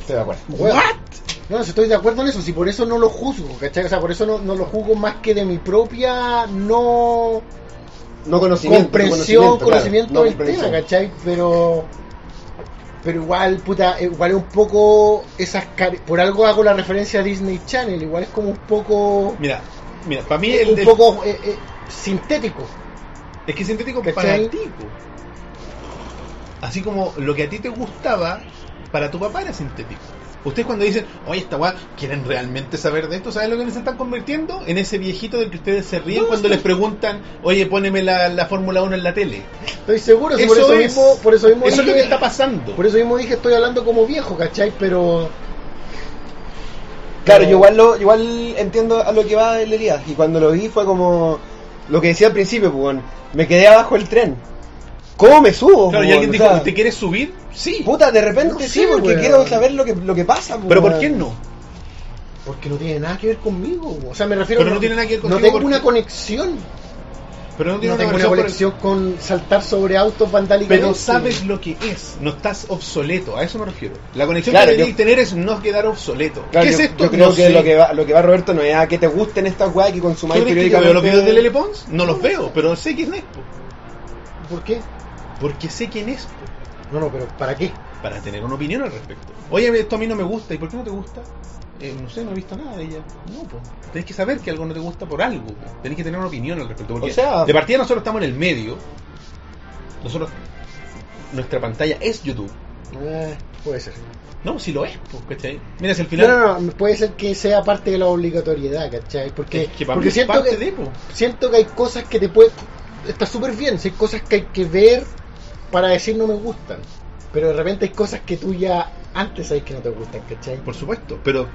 S2: Estoy de acuerdo.
S3: Weón.
S1: ¿What?
S3: No, no, si estoy de acuerdo en eso, si por eso no lo juzgo, ¿cachai? O sea, por eso no, no lo juzgo más que de mi propia no
S2: No conocimiento.
S3: comprensión,
S2: claro. No
S3: conocimiento del tema,
S2: comprensión.
S3: ¿cachai? Pero pero igual, puta, eh, igual es un poco esas cari- por algo hago la referencia a Disney Channel, igual es como un poco
S1: Mira, mira, para mí el,
S3: un
S1: el-
S3: poco eh, eh, sintético.
S1: es que es sintético
S3: ¿Cachai?
S1: para ti, po. Así como lo que a ti te gustaba, para tu papá era sintético. Ustedes cuando dicen, oye, esta weá, ¿quieren realmente saber de esto? ¿Saben lo que se están convirtiendo? En ese viejito del que ustedes se ríen cuando les preguntan, oye, poneme la, la Fórmula 1 en la tele.
S3: Estoy seguro, si por eso
S1: es-
S3: mismo, por eso mismo
S1: eso es lo
S3: dije-
S1: que está pasando.
S3: por eso mismo dije estoy hablando como viejo, ¿cachai? Pero
S2: Claro, yo igual, lo, igual entiendo a lo que va el Elías. Y cuando lo vi fue como lo que decía al principio, pues, bueno, me quedé abajo del tren. ¿Cómo me subo?
S1: Claro, y
S2: pues,
S1: alguien
S2: o
S1: dijo,
S2: sea,
S1: ¿te quieres subir? Sí.
S2: Puta, de repente
S3: No
S2: sí,
S3: sé,
S2: porque
S3: weón.
S2: quiero saber lo que, lo que pasa. pues,
S1: Pero ¿por
S2: weón.
S1: qué no?
S3: Porque no tiene nada que ver conmigo. O sea, me refiero
S1: Pero no tiene nada que ver
S3: No
S1: contigo
S3: tengo
S1: porque-
S3: una conexión.
S1: Pero no
S3: No,
S1: tiene
S3: tengo
S1: una
S3: una
S1: conexión
S3: conexión con saltar sobre autos vandálicos.
S1: Pero sabes lo que es, no estás obsoleto, a eso me refiero. La conexión
S2: Claro,
S1: que deberías
S2: yo-
S1: tener es no quedar obsoleto.
S2: Claro,
S1: ¿Qué
S2: yo,
S1: es esto?
S2: Yo creo
S1: No
S2: que
S1: sé.
S2: lo que, va, lo que va Roberto no es a que te gusten estas weas que
S1: ¿Tú
S2: consumáis
S1: crees que yo veo los
S2: periódicamente.
S1: videos de Lele Pons? No los veo, pero sé quién es. po.
S3: ¿Por qué?
S1: Porque sé quién es, po,
S3: No, no, pero ¿para qué?
S1: para tener una opinión al respecto. Oye, esto a mí no me gusta, ¿y por qué no te gusta? Eh, no sé, no he visto nada de ella. No, pues. Tenés que saber que algo no te gusta por algo. po. Tenés que tener una opinión al respecto. Porque
S2: O sea-
S1: de partida nosotros estamos en el medio. Nosotros... Nuestra pantalla es YouTube.
S3: Eh, puede ser.
S1: No, si lo es, po, ¿cachai? Mira, si al final...
S3: No, no, no, puede ser que sea parte de la obligatoriedad, ¿cachai? Porque,
S1: Es que para mí
S3: porque
S1: es
S3: siento,
S1: parte
S3: que,
S1: de, po.
S3: siento que hay cosas que te puedes. Está súper bien, si hay cosas que hay que ver para decir no me gustan. Pero de repente hay cosas que tú ya antes sabes que no te gustan, ¿cachai?
S1: Por supuesto, pero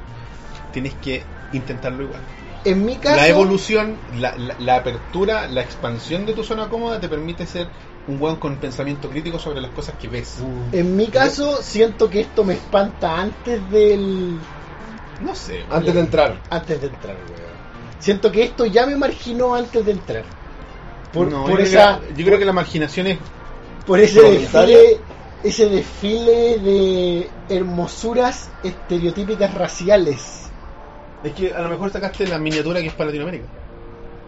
S1: tienes que intentarlo igual.
S3: En mi caso.
S1: La evolución, la, la- la apertura, la expansión de tu zona cómoda te permite ser un weón con pensamiento crítico sobre las cosas que ves.
S3: En mi caso, siento que esto me espanta antes del.
S1: No sé. weón.
S2: Mm. Antes de entrar.
S3: antes de entrar, weón. Siento que esto ya me marginó antes de entrar. Por,
S1: No,
S3: por
S1: yo,
S3: esa,
S1: creo que, yo creo que la marginación es...
S3: por ese
S2: ¿Voluntaria?
S3: desfile, ese desfile de hermosuras estereotípicas raciales.
S1: Es que a lo mejor sacaste la miniatura que es para Latinoamérica.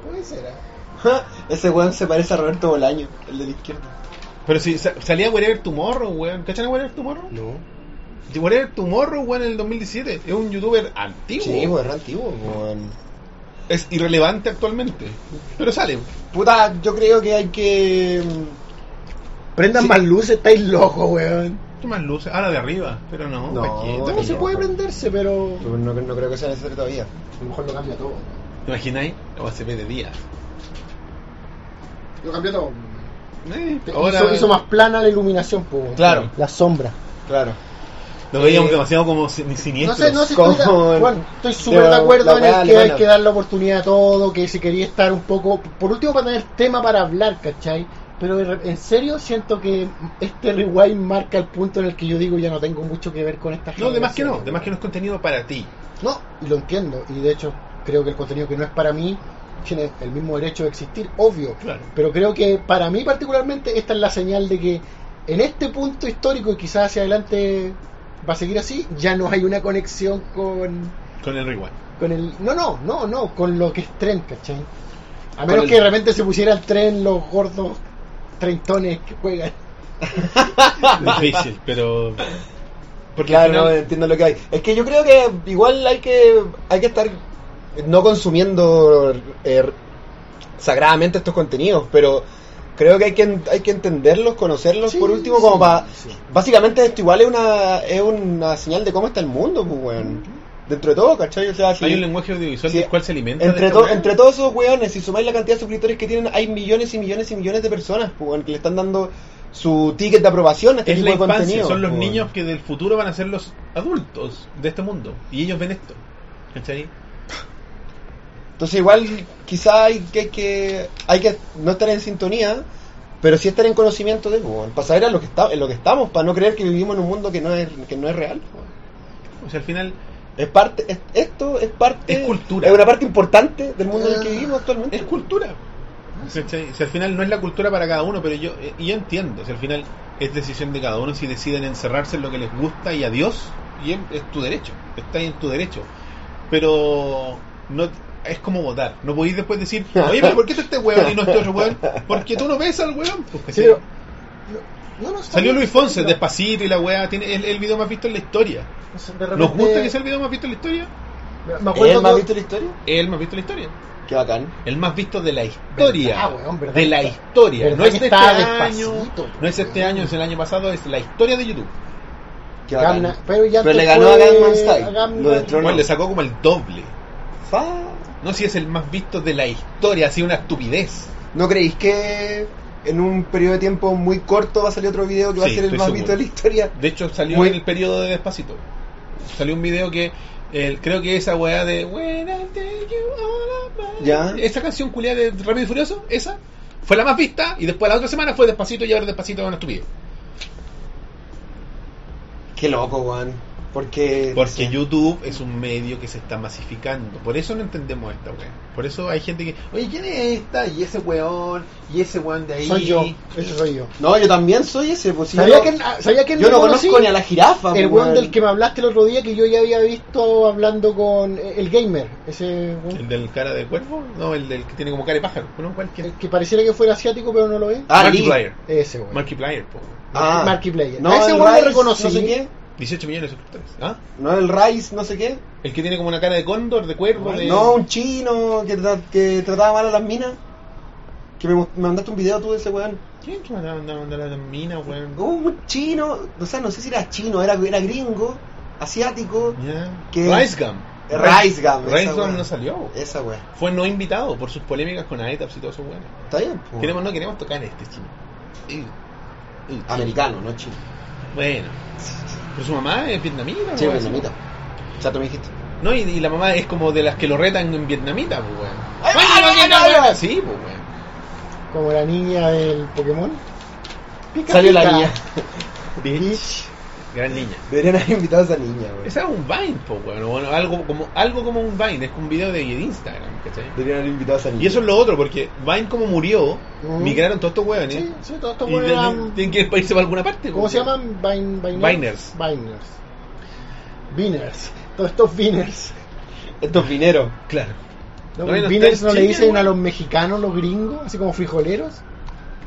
S3: Puede ser. ah.
S2: ¿eh? Ese weón se parece a Roberto Bolaño, el de la izquierda.
S1: Pero si sa- salía Wherever Tomorrow, weón. ¿Cachan a Wherever Tomorrow?
S2: No.
S1: De Wherever Tomorrow, weón, en el 2017. Es un youtuber antiguo.
S2: Sí, pues, es re antiguo, weón.
S1: Es irrelevante actualmente. Pero sale.
S2: Puta, yo creo que hay que. mm,
S3: Prendan más luces, estáis locos, weón.
S1: Tú más luces. Ah, la de arriba. Pero no.
S2: No,
S1: ¿pa' qué?
S2: no,
S1: ¿Te
S3: No, se puede prenderse, pero.
S2: No, no creo que sea necesario todavía.
S3: A lo mejor lo cambia todo.
S1: ¿Te imagináis? Ahora se ve de día.
S3: Lo cambia todo.
S1: Eh,
S3: Ahora hizo, hizo más plana la iluminación, pues.
S2: Claro.
S3: La sombra.
S2: Claro.
S1: Lo veíamos
S3: Eh,
S1: demasiado como sin- siniestro.
S3: No sé, no sé, estoy, de-
S2: Como-
S3: Juan, estoy súper de
S2: la-
S3: acuerdo
S2: la
S3: en
S2: weá
S3: el que hay
S2: alemana.
S3: que dar la oportunidad a todo, que si quería estar un poco, por último para tener tema para hablar, ¿cachai? Pero de re- en serio siento que este rewind marca el punto en el que yo digo ya no tengo mucho que ver con esta
S1: No, de más que
S3: generación.
S1: no, de más que no es contenido para ti.
S3: No, y lo entiendo, y de hecho creo que el contenido que no es para mí tiene el mismo derecho de existir, obvio.
S1: Claro.
S3: Pero creo que para mí particularmente esta es la señal de que en este punto histórico y quizás hacia adelante va a seguir así, ya no hay una conexión con,
S1: Con el rewind.
S3: con el... No, no, no, no, con lo que es tren, ¿cachai? A
S2: Con
S3: menos
S2: el-
S3: que de repente se pusiera al tren los gordos treintones que juegan.
S1: Difícil, pero. Porque al
S2: Claro, eh,
S1: final-
S2: no, entiendo lo que hay. Es que yo creo que igual hay que hay que estar no consumiendo eh, sagradamente estos contenidos, pero creo que hay que hay que entenderlos, conocerlos
S3: Sí,
S2: por último
S3: sí,
S2: como para
S3: sí.
S2: básicamente esto igual es una es una señal de cómo está el mundo, pues weón. Dentro de todo, ¿cachai? O sea, si-
S1: hay un lenguaje audiovisual
S2: Sí.
S1: del cual se alimenta. de
S2: entre,
S1: esta
S2: to-
S1: weá.
S2: entre todos esos weones, si sumáis la cantidad de suscriptores que tienen, hay millones y millones y millones de personas pues, weón, que le están dando su ticket de aprobación a este
S1: es
S2: tipo
S1: la
S2: de
S1: infancia,
S2: contenido.
S1: son los
S2: pues, weón.
S1: niños que del futuro van a ser los adultos de este mundo. Y ellos ven esto. ¿Cachai?
S2: Entonces igual quizá hay que, hay que hay que no estar en sintonía, pero sí estar en conocimiento de pues, weón, para saber a lo que está, en lo que estamos, para no creer que vivimos en un mundo que no es que no es real. pues, weón.
S1: O sea, al final
S2: Es parte es- esto es parte
S1: Es cultura. Ah.
S2: es una parte importante del mundo en el que vivimos actualmente.
S1: es cultura. ¿Cachai? Si al final no es la cultura para cada uno, pero yo, eh, yo entiendo, si al final es decisión de cada uno, si deciden encerrarse en lo que les gusta y adiós, y es, es tu derecho, está ahí en tu derecho. Pero no es como votar, no podéis después decir, oye, pero ¿por qué está este weón y no este otro weón? Porque tú no ves al weón. pues, ¿cachai?
S3: Sí, pero- no, no, no,
S1: Salió Luis Fonse,
S3: no,
S1: despacito y la weá, tiene el, el video más visto en la historia.
S3: de repente-
S1: ¿Nos gusta que sea el video más visto en la historia?
S3: Me
S2: ¿Es el
S3: acuerdo
S2: más
S3: que-
S2: visto de la historia?
S1: El más visto en la historia.
S2: Qué bacán.
S1: El más visto de la historia.
S3: Verdad, Ah, weón, verdad.
S1: de la historia.
S3: Verdad
S1: No es
S3: que
S1: de este
S3: estaba
S1: año.
S3: despacito,
S1: No es este año, es el año pasado, es la historia de YouTube.
S2: Qué bacán.
S3: Gamna- pero ya
S2: Pero
S3: antes
S2: le ganó
S3: fue
S2: a Gangnam Style,
S3: a Gangnam-
S2: lo destrozó. Pero
S1: Bueno,
S2: no.
S1: le sacó como el doble.
S2: Fa-
S1: No si es el más visto de la historia, ha sido una estupidez.
S2: ¿No creéis que en un periodo de tiempo muy corto va a salir otro video que va a
S1: Sí,
S2: ser el
S1: estoy
S2: más
S1: seguro.
S2: visto de la historia?
S1: De hecho, salió
S2: Muy-
S1: en el periodo de Despacito. Salió un video que eh, creo que esa weá de When I take you all of my-
S2: Ya.
S1: Esa canción culia de Rápido y Furioso, esa fue la más vista y después la otra semana fue Despacito y ahora Despacito es una estupidez.
S2: Qué loco, weón. Porque
S1: Porque
S2: sí.
S1: YouTube es un medio que se está masificando. Por eso no entendemos esta weá. Por eso hay gente que, oye, ¿quién es esta? Y ese weón, y ese weón de ahí.
S3: Soy yo, ese soy yo.
S2: No, yo también soy ese, pues si
S3: ¿Sabía,
S2: yo,
S3: que, ah, ¿sabía que
S2: yo no
S3: conocí?
S2: conozco ni a la jirafa,
S3: El
S2: pues,
S3: weón
S2: weón.
S3: del que me hablaste el otro día que yo ya había visto hablando con eh, el gamer, ese weón.
S1: ¿El del cara de cuervo? No, el del que tiene como cara de pájaro. ¿No? ¿Cuál? ¿Quién?
S3: El que pareciera que fuera asiático pero no lo es.
S2: Ah,
S1: Markiplier.
S3: Ese weón.
S1: Markiplier, po.
S2: Ah.
S3: Markiplier.
S2: No,
S3: A ese
S2: el
S3: weón lo
S2: Rice,
S3: reconocí.
S2: No sé qué.
S1: 18 millones de suscriptores. ¿Ah?
S2: No, el Rice, no sé qué.
S1: El que tiene como una cara de cóndor, de cuervo, de...
S2: No, un chino que, tra- que trataba mal a las minas. Que me, mu- me mandaste un video tú de ese weón.
S1: ¿Quién te mandaba mandaba- mandaba la mina, weón?
S2: Un chino, o sea, no sé si era chino, era, era gringo, asiático.
S1: Ya.
S2: ¿Qué?
S1: Rice Gum.
S2: Rice Gum, esa
S1: Rice Gum
S2: weá.
S1: no salió. weón.
S2: Esa weón.
S1: Fue no invitado por sus polémicas con AETAPS y todo eso, weón.
S2: Está bien, pues.
S1: Queremos, no queremos tocar a este chino. Ugh. Ugh.
S2: Americano, no chino.
S1: Bueno. Pero su mamá es vietnamita,
S2: Sí,
S1: weón.
S2: vietnamita. Ya tú me dijiste.
S1: No, y, y la mamá es como de las que lo retan en vietnamita, pues, weón.
S2: ¡Ay,
S1: ¡Ay,
S2: ay,
S1: no,
S2: ay,
S1: no,
S2: ay,
S1: weón!
S2: ay!
S1: Sí, pues, weón.
S3: Como la niña del Pokémon. Pica,
S2: Salió la
S3: pica.
S2: niña.
S1: Bitch. Gran niña.
S2: Deberían haber invitado a esa niña, weón.
S1: Ese es un Vine, po, weón. Bueno, algo, como, algo como un Vine, es un video de Instagram, ¿cachai?
S2: Deberían haber invitado a esa niña.
S1: Y eso es lo otro, porque Vine como murió,
S3: Mm.
S1: migraron todos estos weones.
S3: Sí, sí, todos estos
S1: y
S3: weones
S1: tienen,
S3: eran-
S1: tienen que irse para alguna parte.
S3: ¿Cómo
S1: po,
S3: se
S1: weón.
S3: llaman? Vin-
S1: Viners.
S3: Viners. Viners. Viners. Todos estos Viners.
S2: Estos vineros.
S1: Claro.
S3: ¿No?
S1: Bueno,
S3: Viners
S1: está
S3: no
S1: el
S3: le
S1: chicken,
S3: dicen a
S1: weón.
S3: los mexicanos, los gringos, así como frijoleros.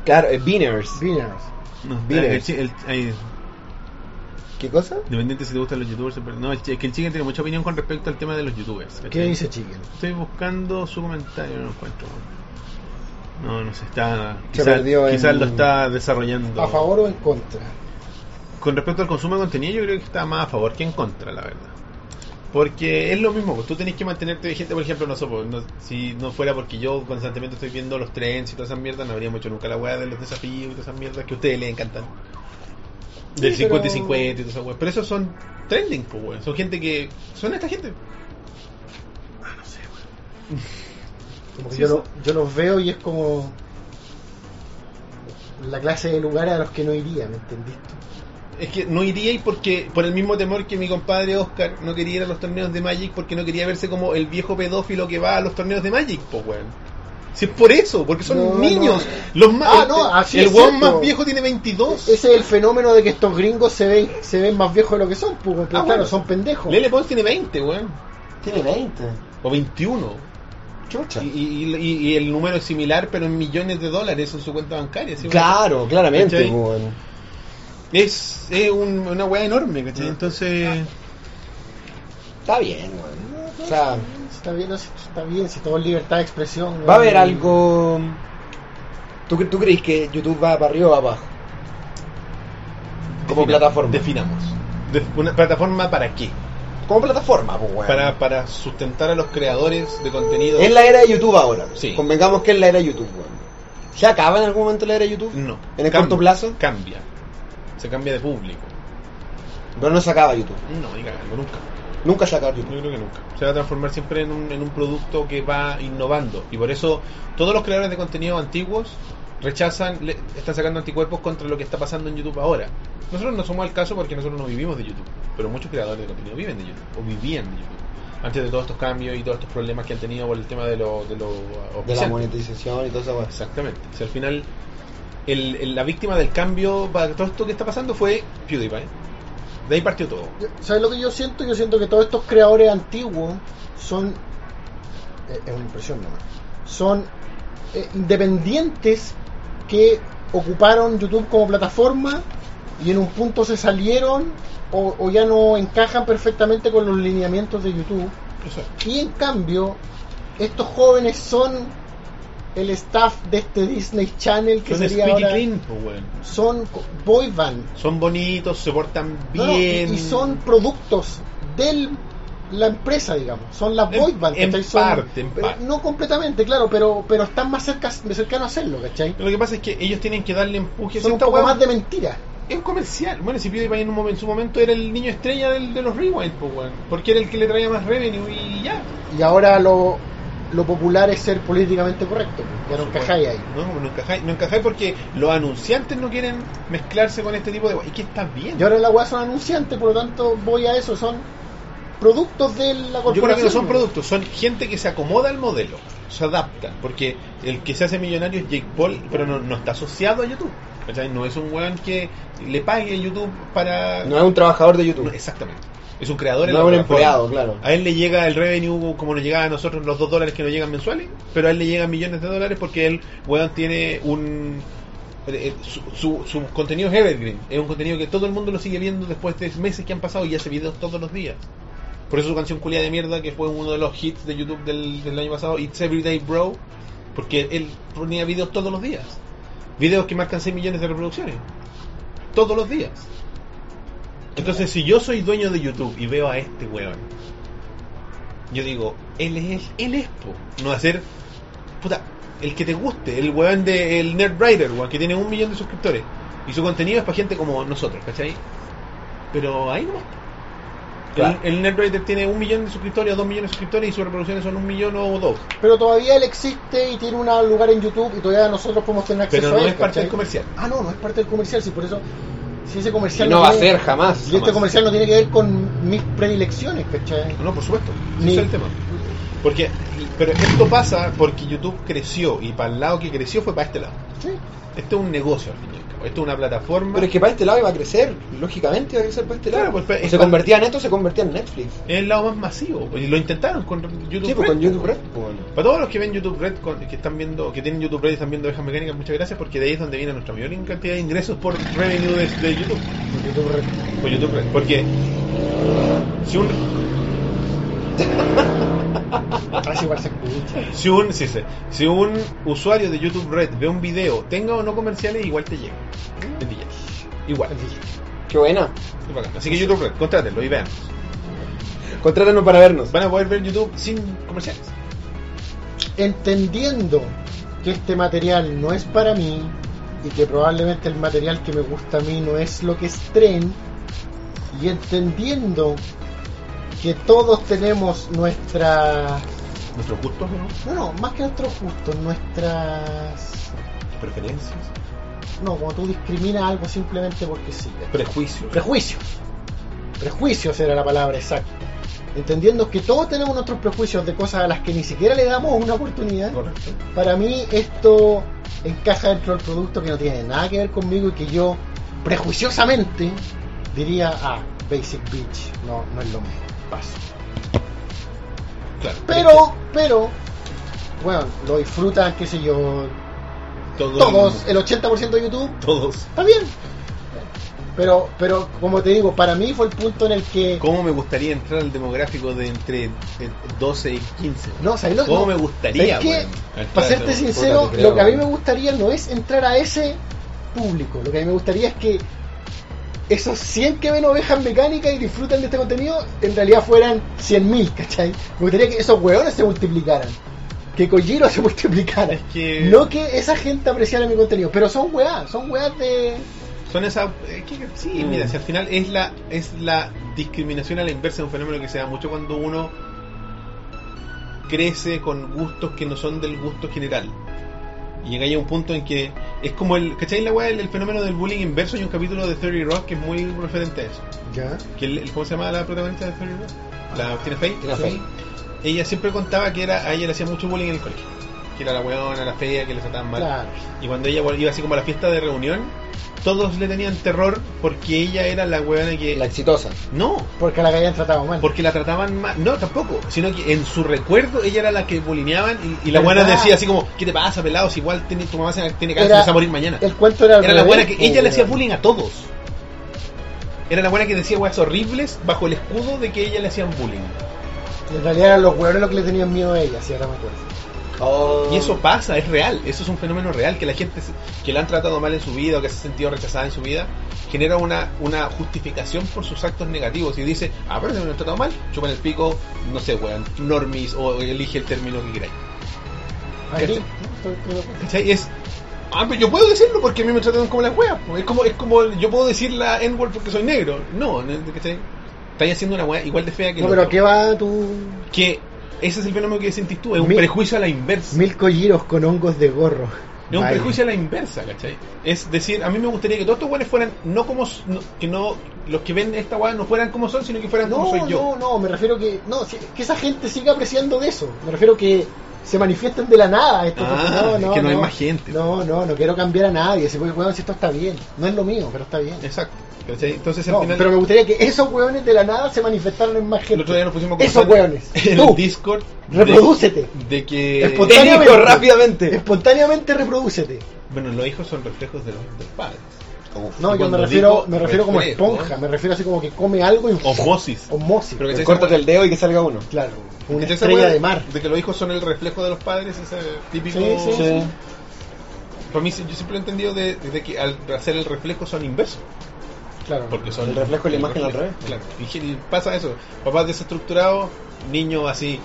S2: Claro, eh, viners.
S3: Viners.
S1: No,
S2: Vine.
S1: el chi- el- ay,
S2: ¿Qué cosa?
S1: dependiente si te gustan los youtubers. pero No, es que el chicken tiene mucha opinión con respecto al tema de los youtubers. ¿cachai?
S3: ¿Qué dice Chicken?
S1: Estoy buscando su comentario, no lo encuentro. No, no se está.
S2: Se
S1: quizás-
S2: perdió en-
S1: Quizás lo está desarrollando.
S3: ¿A favor o en contra?
S1: Con respecto al consumo de contenido, yo creo que está más a favor que en contra, la verdad. Porque es lo mismo, pues, tú tenés que mantenerte vigente, por ejemplo, no, sé, pues, no- si no fuera porque yo constantemente estoy viendo los trends y todas esas mierdas, no habríamos hecho nunca la weá de los desafíos y todas esas mierdas que a ustedes les encantan. Del
S3: Sí, pero-
S1: 50 y 50 y todas esas weas. Pero esos son trending, pues, weón. Son gente que. Son esta gente.
S3: Como que
S1: Sí,
S3: yo,
S1: sí.
S3: lo- yo los veo y es como la clase de lugar a los que no iría, ¿me entendiste?
S1: Es que no iría y porque por el mismo temor que mi compadre Oscar no quería ir a los torneos de Magic porque no quería verse como el viejo pedófilo que va a los torneos de Magic, pues weón. Si es por eso, porque son
S3: No, no.
S1: niños. Los más,
S3: Ah, no, así
S1: el
S3: es
S1: weón
S3: cierto.
S1: más viejo tiene 22.
S3: Ese es el fenómeno de que estos gringos se ven, se ven más viejos de lo que son, pues, pero
S1: Ah,
S3: claro,
S1: bueno.
S3: son pendejos.
S1: Lele Pons tiene 20, weón.
S2: Tiene 20.
S1: O 21.
S2: Chucha.
S1: Y, y- y- y el número es similar, pero en millones de dólares en su cuenta bancaria. ¿sí, weón?
S2: Claro, claramente,
S1: ¿Cachai?
S2: po, weón.
S1: Es, es un- una weá enorme,
S3: Ah.
S1: ¿cachai? Entonces.
S2: Está bien, weón. O sea,
S3: Está bien, no sé, está bien, si todo es libertad de expresión.
S2: va a haber
S3: weón.
S2: algo. ¿Tú, cre- ¿Tú crees que YouTube va para arriba o para abajo? Como
S1: defina-
S2: plataforma.
S1: Definamos. De- ¿Una plataforma para qué?
S2: Como plataforma, pues, weón.
S1: Para, para sustentar a los creadores de contenido.
S2: Es la era de YouTube ahora.
S1: Sí.
S2: Convengamos que es la era de YouTube, weón. ¿Se acaba en algún momento la era de YouTube?
S1: No.
S2: ¿En el
S1: Cambia-
S2: corto plazo?
S1: Cambia. Se cambia de público.
S2: Pero no se acaba YouTube.
S1: No, ni cagando, nunca.
S2: Nunca se acaba
S1: Yo
S2: YouTube.
S1: creo que nunca. Se va a transformar siempre en un, en un producto que va innovando. Y por eso todos los creadores de contenido antiguos rechazan, le- están sacando anticuerpos contra lo que está pasando en YouTube ahora. Nosotros no somos el caso porque nosotros no vivimos de YouTube. Pero muchos creadores de contenido viven de YouTube. O vivían de YouTube. Antes de todos estos cambios y todos estos problemas que han tenido por el tema de los de lo,
S2: De la
S1: auspiciantes.
S2: monetización y todo eso, weón.
S1: Exactamente. Si al final el- el- la víctima del cambio para todo esto que está pasando fue PewDiePie. De ahí partió todo.
S3: Yo- ¿Sabes lo que yo siento? Yo siento que todos estos creadores antiguos son. eh, es una impresión nomás. Son eh, independientes que ocuparon YouTube como plataforma y en un punto se salieron o, o ya no encajan perfectamente con los lineamientos de YouTube. Y en cambio, estos jóvenes son el staff de este Disney Channel que
S1: Son
S3: sería
S1: squeaky
S3: ahora.
S1: clean, pues, weón.
S3: Son co- boy band.
S1: Son bonitos, se portan
S3: No, no,
S1: bien.
S3: y, y son productos de la empresa, digamos. Son las
S1: En-
S3: boy bands,
S1: en
S3: ¿cachai? Son-
S1: parte, en
S3: eh,
S1: parte.
S3: No completamente, claro, pero, pero están más cerca, cercanos a hacerlo, ¿cachai?
S1: Lo que pasa es que ellos tienen que darle empuje. Si
S3: Son un
S1: esta
S3: poco
S1: weá
S3: más de mentira.
S1: Es comercial. Bueno, si PewDiePie en, un momen- en su momento era el niño estrella del- de los Rewind, pues, weón. Porque era el que le traía más revenue y ya.
S3: Y ahora lo, lo popular es ser políticamente correcto. pues, Ya no encajáis ahí.
S1: No, no encajáis, no encajáis porque los anunciantes no quieren mezclarse con este tipo de... weá. Y que está bien.
S3: Y ahora la weá son anunciantes, por lo tanto voy a eso. Son productos de la corporación.
S1: Yo creo que no son
S3: ¿no?
S1: productos, son gente que se acomoda al modelo, se adapta, porque el que se hace millonario es Jake Paul, pero no, no está asociado a YouTube. ¿cachai? No es un weón que le pague YouTube para...
S2: No es un trabajador de
S1: No,
S2: YouTube.
S1: exactamente. Es un creador en
S2: No
S1: la
S2: es un
S1: plataforma.
S2: empleado, claro.
S1: A él le llega el revenue como nos llegaba a nosotros los dos dólares que nos llegan mensuales, pero a él le llegan millones de dólares porque él, weón, tiene un... eh, Su, su, su contenido es evergreen, es un contenido que todo el mundo lo sigue viendo después de meses que han pasado y hace videos todos los días. Por eso su canción culia de mierda, que fue uno de los hits de YouTube del, del año pasado, It's Everyday Bro, porque él ponía videos todos los días. Videos que marcan 6 millones de reproducciones. Todos los días. Entonces, si yo soy dueño de YouTube y veo a este weón, yo digo, él es, él es, po. No hacer, puta, el que te guste, el weón de, el Nerdwriter, weón, que tiene un millón de suscriptores. Y su contenido es para gente como nosotros, ¿cachai? Pero ahí no
S2: Claro.
S1: el, el Nerdwriter tiene un millón de suscriptores o dos millones de suscriptores y sus reproducciones son un millón o dos.
S3: Pero todavía él existe y tiene un lugar en YouTube y todavía nosotros podemos tener acceso
S1: Pero
S3: a
S1: no
S3: él.
S1: es parte
S3: ¿cachai?
S1: del comercial.
S3: Ah, no, no es parte del comercial, si por eso. Si ese comercial.
S2: Y no va a
S3: tiene-
S2: ser jamás.
S3: Y este
S1: jamás.
S3: comercial no tiene que ver con mis predilecciones, ¿cachai?
S1: No, por supuesto.
S3: Ni-
S1: Ese es el tema. Porque, pero esto pasa porque YouTube creció y para el lado que creció fue para este lado.
S3: Sí.
S1: Esto es un negocio, al fin y al cabo. Esto es una plataforma.
S2: Pero es que para este lado iba a crecer, lógicamente iba a crecer para este
S1: Claro,
S2: lado.
S1: pues,
S2: O
S1: es
S2: se
S1: pa-
S2: convertía en esto, se convertía en Netflix.
S1: es el lado más masivo. pues, Y lo intentaron con YouTube
S2: Sí, pues con
S1: Red.
S2: YouTube Red. pues, bueno.
S1: Para todos los que ven YouTube Red, con- que están viendo, que tienen YouTube Red y están viendo Ovejas Mecánicas, muchas gracias porque de ahí es donde viene nuestra mayor cantidad de ingresos por revenue de, de YouTube.
S3: YouTube Red.
S1: Por YouTube Red. Porque si un
S2: Ah,
S3: Así parece escucha.
S1: Si un, sí sé. si un usuario de YouTube Red ve un video, tenga o no comerciales, igual te llega.
S2: Mm.
S1: Te llega. Igual.
S2: Qué buena.
S1: Qué bacán. Así que YouTube Red, contrátenlo y vean.
S2: Contrátanos para vernos.
S1: Van a poder ver YouTube sin comerciales.
S3: Entendiendo que este material no es para mí y que probablemente el material que me gusta a mí no es lo que es tren, y entendiendo que todos tenemos nuestra
S1: Nuestros gustos, ¿no?
S3: no no más que nuestros gustos nuestras
S1: Preferencias,
S3: no como tú discriminas algo simplemente porque sí
S1: prejuicios.
S3: prejuicios prejuicios era la palabra exacta entendiendo que todos tenemos nuestros prejuicios de cosas a las que ni siquiera le damos una oportunidad
S1: Correcto.
S3: para mí esto encaja dentro del producto que no tiene nada que ver conmigo y que yo prejuiciosamente diría ah Basic Beach no no es lo mío
S1: Paso. Claro.
S3: pero pero bueno lo disfrutan qué sé yo
S1: Todos.
S3: todos el 80% de YouTube
S1: Todos.
S3: está bien pero pero como te digo para mí fue el punto en el que
S1: ¿Cómo me gustaría entrar al demográfico de entre eh, 12 y 15?
S3: No, ¿sabes lo
S1: ¿Cómo
S3: no,
S1: me gustaría,
S3: ¿sabes qué?
S1: weón? Entrar
S3: Para
S1: a
S3: serte
S1: ese-
S3: sincero,
S2: puta, te creo,
S3: lo que a mí me
S2: weón.
S3: gustaría no es entrar a ese público. Lo que a mí me gustaría es que esos 100 que ven ovejas mecánicas y disfrutan de este contenido, en realidad fueran 100.000, ¿cachai? Me gustaría que esos hueones se multiplicaran. Que Kojiro se multiplicara.
S1: Es que-
S3: No que esa gente apreciara mi contenido. Pero son weas, son weas de...
S1: Son esas. eh, que- sí,
S3: Mm.
S1: mira, si al final es la, es la discriminación a la inversa, un fenómeno que se da mucho cuando uno crece con gustos que no son del gusto general. Y llega ya un punto en que es como el. ¿Cacháis la weá? El, el fenómeno del bullying inverso. Hay un capítulo de Theory Rock que es muy referente a eso.
S3: Ya.
S1: Que el- el- ¿Cómo se llama la protagonista de Theory Rock? La Tina Fey.
S2: Tina
S1: Sí.
S2: Fey.
S1: Ella siempre contaba que era, a ella le hacía mucho bullying en el colegio. Que era la weona, la fea, que le trataban mal.
S3: Claro.
S1: Y cuando ella vol- iba así como a la fiesta de reunión, todos le tenían terror porque ella era la weona que...
S2: La exitosa.
S1: No,
S3: Porque a la que hayan tratado mal.
S1: porque la trataban mal. No, tampoco. Sino que en su recuerdo ella era la que bulineaban y, y la
S3: ¿Verdad?
S1: buena decía así como, ¿qué te pasa, pelados? igual tiene, tu mamá se- tiene cáncer
S3: Era-
S1: este se va a morir mañana.
S3: El cuento era... al
S1: Era la
S3: revés,
S1: buena que
S3: po,
S1: ella le hacía
S3: weón.
S1: bullying a todos. Era la buena que decía weas horribles bajo el escudo de que ella le hacían bullying.
S3: En realidad eran los hueones los que le tenían miedo a ella, si ahora me acuerdo.
S2: Oh.
S1: Y eso pasa, es real, eso es un fenómeno real, que la gente se- que la han tratado mal en su vida o que se ha sentido rechazada en su vida, genera una, una justificación por sus actos negativos y dice, ah, pero si me han tratado mal, chupan el pico, no sé, weón, normis o elige el término que queráis.
S3: Aquí,
S1: Este- ¿Cachai? Es, ah, pero yo puedo decirlo porque a mí me tratan como las weas, po. es como, es como el- yo puedo decir la N-word porque soy negro, no, no, ¿cachai? Estáis haciendo una wea igual de fea que el
S3: No, pero
S1: otro.
S3: ¿a qué va tu
S1: que ese es el fenómeno que sentís tú, es un
S3: Mil-
S1: prejuicio a la inversa.
S3: mil colliros con hongos de gorro?
S1: Es un
S3: Vale.
S1: prejuicio a la inversa, ¿cachai? Es decir, a mí me gustaría que todos estos weones fueran, no como, s- no- que no, los que ven esta weá no fueran como son, sino que fueran como
S3: No,
S1: soy yo.
S3: no, no, me refiero que no, si- que esa gente siga apreciando de eso. Me refiero que se manifiesten de la nada. Esto,
S1: Ah,
S3: porque
S1: es que no hay más gente.
S3: No, no, no quiero cambiar a nadie. Si, weón, si esto está bien, no es lo mío, pero está bien.
S1: Exacto, ¿cachai? Entonces al
S3: No,
S1: final,
S3: pero me gustaría que esos hueones de la nada se manifestaran en más gente.
S1: el otro día nos pusimos a
S3: Esos
S1: conversar
S3: hueones.
S1: en el
S3: Tú,
S1: Discord de-
S3: reprodúcete.
S1: de, que,
S3: Espontá-
S2: Elijo rápidamente.
S3: Espontáneamente reprodúcete.
S1: bueno, los hijos son reflejos de los, de los padres.
S3: No,
S1: Y
S3: yo
S1: cuando
S3: me refiero,
S1: digo
S3: me refiero como
S1: refresco,
S3: esponja, me refiero así como que come algo y
S1: Osmosis.
S3: osmosis.
S1: Pero que
S2: Pues Córtate el dedo y que salga uno.
S3: Claro, una
S1: ¿Cachai esa
S3: estrella
S1: weá
S3: de mar.
S1: De que los hijos son el reflejo de los padres, ese típico...
S3: Sí, sí, sí.
S1: Para mí, yo siempre lo he entendido de, de que al hacer el reflejo son inversos.
S3: Claro.
S1: Porque son
S2: El reflejo de la imagen al revés.
S1: Claro. Y gen- y pasa eso. Papás desestructurados, niño así,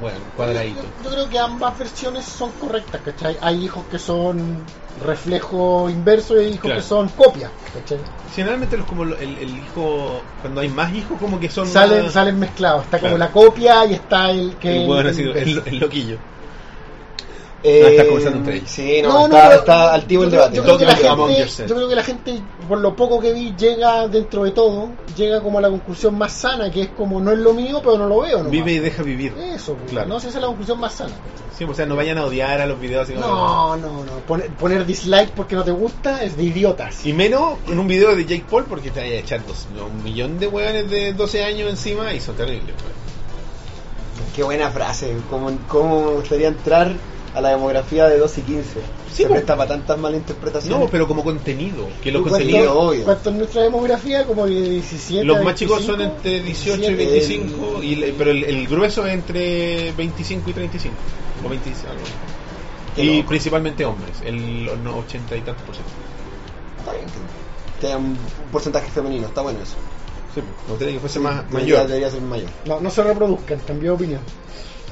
S1: bueno, cuadradito.
S3: Yo, yo creo que ambas versiones son correctas, ¿cachai? Hay hijos que son reflejo inverso y hijos
S1: Claro.
S3: que son copia, ¿cachai?
S1: Generalmente los como lo- el, el hijo, cuando hay más hijos, como que son
S3: Salen,
S1: más-
S3: salen mezclados, está como
S1: Claro.
S3: la copia y está el que...
S1: el, bueno,
S3: el
S1: así,
S3: inverso.
S1: el, el loquillo.
S2: Eh,
S1: estás conversando entre ellos.
S2: Sí, no,
S3: No, no,
S2: está,
S3: pero-
S2: está activo el
S3: yo creo-
S2: debate.
S3: Yo creo, que la
S1: Talking among
S3: gente,
S1: yourself.
S3: yo creo que la gente, por lo poco que vi, llega dentro de todo, llega como a la conclusión más sana, que es como no es lo mío, pero no lo veo. nomás.
S1: Vive y deja vivir.
S3: Eso, pues,
S1: Claro.
S3: no sé, esa es la conclusión más sana.
S1: Sí, o sea, no vayan a odiar a los videos. Así como-
S3: No, no, no. Poner, poner dislike porque no te gusta es de idiotas.
S1: Y menos en un video de Jake Paul porque te vaya a echar dos- un millón de hueones de 12 años encima y son terribles. pues. weón.
S2: Qué buena frase. ¿Cómo, cómo me gustaría entrar a la demografía de 2 y 15?
S1: Sí,
S2: Se
S1: po.
S2: presta para tantas malinterpretaciones.
S1: No, pero como contenido. Que los
S2: Igual
S1: contenidos
S2: no. obvio.
S3: Cuanto en nuestra demografía, como de 17.
S1: Los
S3: a
S1: más chicos son
S3: 25,
S1: entre 18 y
S3: 17.
S1: 25, y le- pero el, el grueso es entre 25 y 35. O 25, algo así.
S2: Qué
S1: Y
S2: loco.
S1: principalmente hombres, el no, 80 y tantos por ciento.
S2: Está bien, que- que haya un un porcentaje femenino. Está bueno eso.
S1: Sí, me gustaría que fuese más
S2: Debería-
S1: mayor.
S2: Debería ser mayor.
S3: No, no se reproduzcan, cambió de opinión.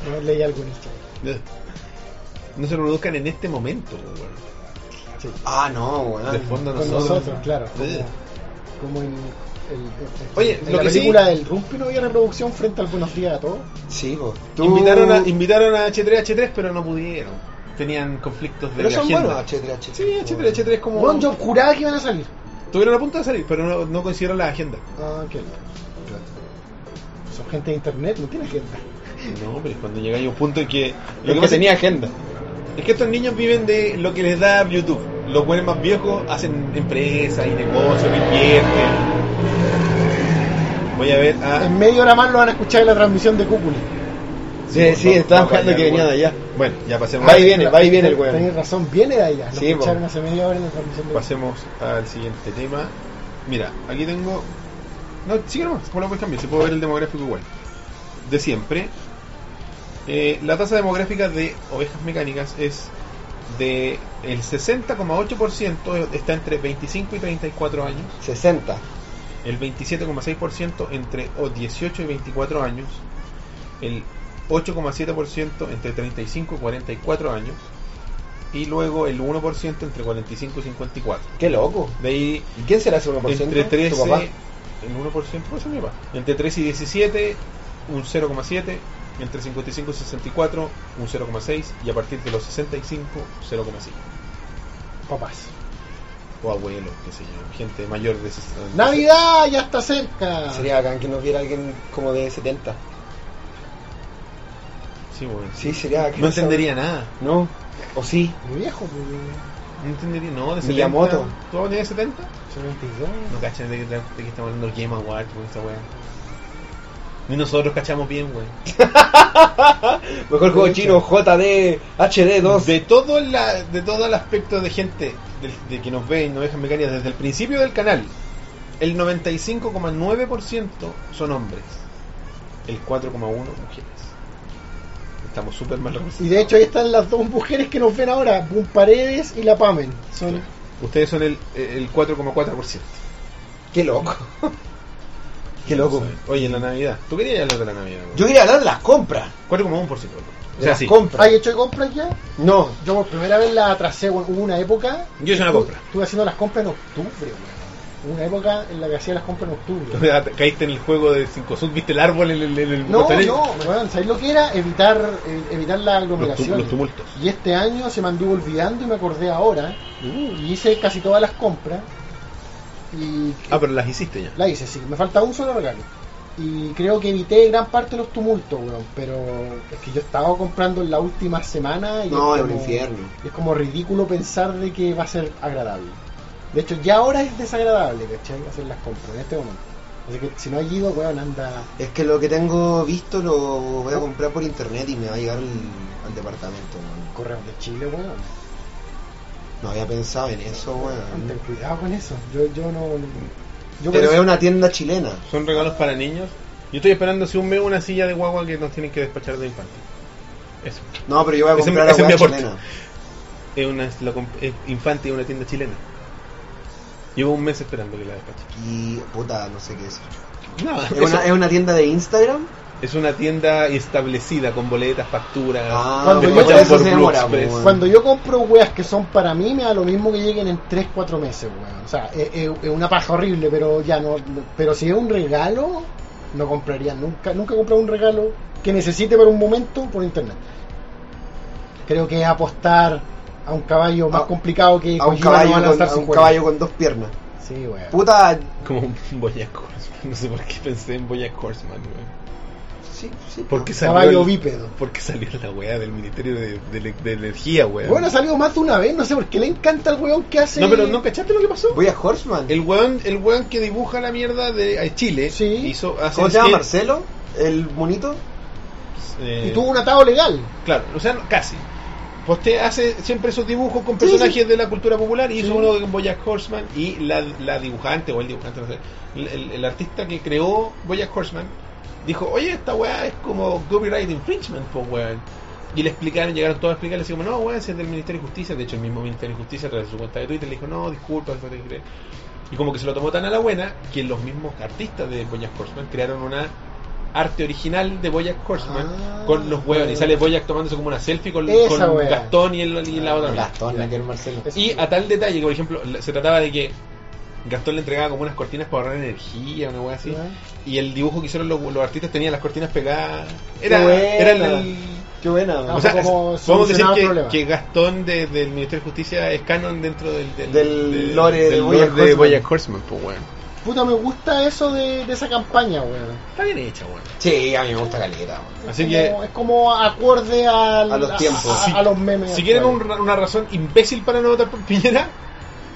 S3: No leí algo en esto.
S1: No se produzcan en este momento, weón.
S3: Sí.
S2: Ah, no, weón.
S1: De fondo
S3: Con
S1: nosotros.
S3: nosotros, claro.
S1: Eh.
S3: Como, como en
S1: Oye,
S3: en
S1: lo
S3: la
S1: que sí-
S3: película del Rumpi no había reproducción frente al Buenos Días a todos.
S2: Sí, pues. vos.
S1: Invitaron, a, invitaron a H3H3, pero no pudieron. Tenían conflictos de
S2: Pero son
S1: agenda.
S2: buenos H3H3.
S1: Sí, H3H3 es como.
S3: Bueno, yo juraba que iban a salir.
S1: Tuvieron a punto de salir, pero no, no consiguieron la agenda.
S3: Ah, qué lindo. Son gente de internet, no tiene agenda.
S1: No, pero es cuando llegáis a un punto en que.
S2: Lo que
S1: pasa
S2: tenía agenda.
S1: es que estos niños viven de lo que les da YouTube. Los buenos más viejos hacen empresas y negocios, invierten. Voy a ver ah, a.
S3: En media hora más lo van a escuchar en la transmisión de Cúpula.
S1: por
S2: Sí, sí,
S1: favor,
S2: estaba
S1: no
S2: buscando
S1: vayan,
S2: que venía de allá.
S1: Bueno, ya pasemos.
S2: Va y viene, va y viene el weón.
S3: Tenés razón, viene de allá. Lo
S2: Sí, po.
S3: escucharon hace media hora en la transmisión de
S1: Pasemos al siguiente tema. Mira, aquí tengo. No, sigue nomás, pues ¿cómo lo puedes cambiar? Se puede ver el demográfico igual. De siempre. Eh, la tasa demográfica de ovejas mecánicas es de el 60,8% está entre 25 y 34 años,
S2: 60.
S1: el 27,6% entre o 18 y 24 años, el 8,7% entre 35 y 44 años y luego el 1% entre 45 y 54.
S2: Qué loco.
S1: De ahí
S2: ¿Y quién será ese 1%?
S1: entre 13
S2: ¿Tu papá?
S1: el 1% puede ser mi papá. entre 13 y 17 un 0,7 entre 55 y 64 un 0,6 y a partir de los 65 0,5
S3: papás.
S1: o abuelos qué sé yo gente mayor de 60
S3: ¡Navidad! ¡Ya está cerca!
S2: Sería bacán que nos viera alguien como de 70.
S1: sí, bueno.
S2: Sí, sería bacán.
S1: no entendería nada
S2: No. O sí.
S3: Muy viejo, pues.
S1: no entendería no de 70
S2: Miyamoto.
S1: ¿tú vas a tener 70?
S3: Son 22.
S1: no cachan de que, de que estamos hablando del Game Award con esta wea ni nosotros cachamos bien wey
S2: Mejor juego chino, JD, HD2.
S1: De todo, la, de todo el aspecto de gente del- de, que nos ve y nos deja mecánicas desde el principio del canal, el 95,9% son hombres, el 4,1% mujeres. Estamos súper mal
S3: Y
S1: representados.
S3: de hecho ahí están las dos mujeres que nos ven ahora, Boom Paredes y la Pamen. Son
S1: Ustedes son el, el 4,4%.
S2: Qué loco. Qué loco.
S1: Oye, en la Navidad. ¿Tú querías hablar de la Navidad? güey?
S2: Yo quería hablar de las compras.
S1: 4,1%. güey. O
S2: De
S1: sea,
S2: las
S1: sí.
S2: compras.
S3: ¿Hay hecho compras ya?
S2: No.
S3: Yo por primera vez la atrasé, bueno, hubo una época.
S1: Yo hice una
S3: estu-
S1: compra.
S3: Estuve haciendo las compras en octubre, weón. Hubo una época en la que hacía las compras en octubre.
S1: Caíste en el juego de 5 sub, viste el árbol en el. en el
S3: No,
S1: costanero?
S3: no, weón, ¿sabéis lo que era? Evitar, eh, evitar la
S1: Los, tu-
S3: aglomeración.
S1: los tumultos.
S3: Y este año se me anduvo olvidando y me acordé ahora. Y hice casi todas las compras. Y
S1: Ah, pero las hiciste ya.
S3: la hice, sí. Me falta un solo regalo. Y creo que evité gran parte de los tumultos, weón. Pero es que yo estaba comprando en la última semana. Y
S2: No,
S3: es
S2: es un
S3: como-
S2: infierno.
S3: y es como ridículo pensar de que va a ser agradable. De hecho, ya ahora es desagradable, ¿cachai? Hacer las compras en este momento. Así que si no hay ido, weón, anda.
S2: Es que lo que tengo visto lo voy a comprar por internet y me va a llegar al, al departamento. weón.
S3: Correos de Chile, weón.
S2: No había pensado en eso,
S3: Ten
S2: weón.
S3: cuidado con eso. Yo, yo no. Yo por
S2: Pero
S3: eso-
S2: es una tienda chilena.
S1: Son regalos para niños. Yo estoy esperando hace un mes una silla de guagua que nos tienen que despachar de infantil. Eso.
S2: No, pero yo voy a
S1: Ese-
S2: comprar a
S1: ese es mi
S2: weá
S1: aporte.
S2: chilena.
S1: Es una es la comp- es infante de una tienda chilena. Llevo un mes esperando que la despachen.
S2: Y puta, no sé qué es.
S1: No, eso-
S2: ¿Es una, es una tienda de Instagram?
S1: tienda establecida con boletas, facturas.
S2: Ah,
S3: Cuando
S1: te
S3: yo-
S1: cochan
S2: eso se demora,
S1: Blue Express.
S2: pues, weón.
S3: Cuando yo compro weas que son para mí, me da lo mismo que lleguen en 3-4 meses, weón. O sea, es, es- es una paja horrible, pero ya no. no- Pero si es un regalo, no compraría nunca. Nunca he comprado un regalo que necesite para un momento por internet. Creo que es apostar a un caballo más
S2: A-
S3: complicado que
S2: A un,
S3: Kojima no va
S2: caballo con,
S3: lanzar
S2: a
S3: su
S2: un
S3: cuerno.
S2: caballo con dos piernas.
S3: Sí, weón.
S2: Puta,
S1: Como un Boyack Horseman. No sé por qué pensé en Boyack Horseman, weón.
S2: sí, sí.
S1: ¿Por qué salió
S3: Caballo
S1: el-
S3: bípedo.
S1: por qué salió la weá del Ministerio de, de- de Energía, weón?
S3: Bueno, ha salido más de una vez, no sé por qué le encanta el weón que hace.
S1: No, pero ¿no cachaste lo que pasó?
S2: Voy a Horseman.
S1: El weón, el weón que dibuja la mierda de a Chile
S3: Sí.
S1: hizo hace
S2: ¿Cómo se llama
S1: sketch,
S2: Marcelo? ¿El monito?
S1: eh,
S3: Y tuvo un atado legal.
S1: Claro, o sea, no- casi. Postea, hace siempre esos dibujos con
S3: Sí,
S1: personajes
S3: sí.
S1: de la cultura popular y hizo
S3: Sí.
S1: uno con Boyack Horseman y la, la dibujante o el dibujante, no sé, el, el- el artista que creó Boyack Horseman dijo, oye, esta weá es como copyright infringement, pues weón. Y le explicaron, llegaron todos a explicarle, así como, no, weón, si es del Ministerio de Justicia, de hecho el mismo Ministerio de Justicia a través de su cuenta de Twitter le dijo, no, disculpa, no te crees. Y como que se lo tomó tan a la buena que los mismos artistas de Boyack Horseman crearon una arte original de Boyack Horseman
S3: Ah,
S1: con los hueones. Y
S3: bueno.
S1: sale Boyack tomándose como una selfie con,
S3: Esa
S1: con
S3: wea.
S1: Gastón y, el, y la otra. mina.
S2: Gastón, aquel Marcelo.
S1: Y a tal detalle que, por ejemplo, la- se trataba de que Gastón le entregaba como unas cortinas para ahorrar energía, una weá así.
S3: Ya.
S1: Y el dibujo que hicieron los, los artistas tenía las cortinas pegadas. Era,
S2: Qué buena.
S1: era el.
S2: Qué buena.
S3: Ah,
S1: O sea,
S3: fue como
S1: es- podemos decir
S3: solucionaba el
S1: que,
S3: problema.
S1: que Gastón de- del Ministerio de Justicia es canon dentro del,
S2: Del lore de Bojack
S1: de
S2: Horseman.
S1: Bojack Horseman, pues weón.
S3: Puta, me gusta eso de, de esa campaña, weón.
S1: Está bien hecha, weón.
S2: Sí, a mí me gusta caleta. weón.
S1: Así
S3: como,
S1: que-
S3: Es como acorde al-
S2: A los tiempos.
S3: A,
S1: Si-
S3: a los memes.
S1: Si quieren un
S3: actuales.
S1: ra- una razón imbécil para no votar por Piñera,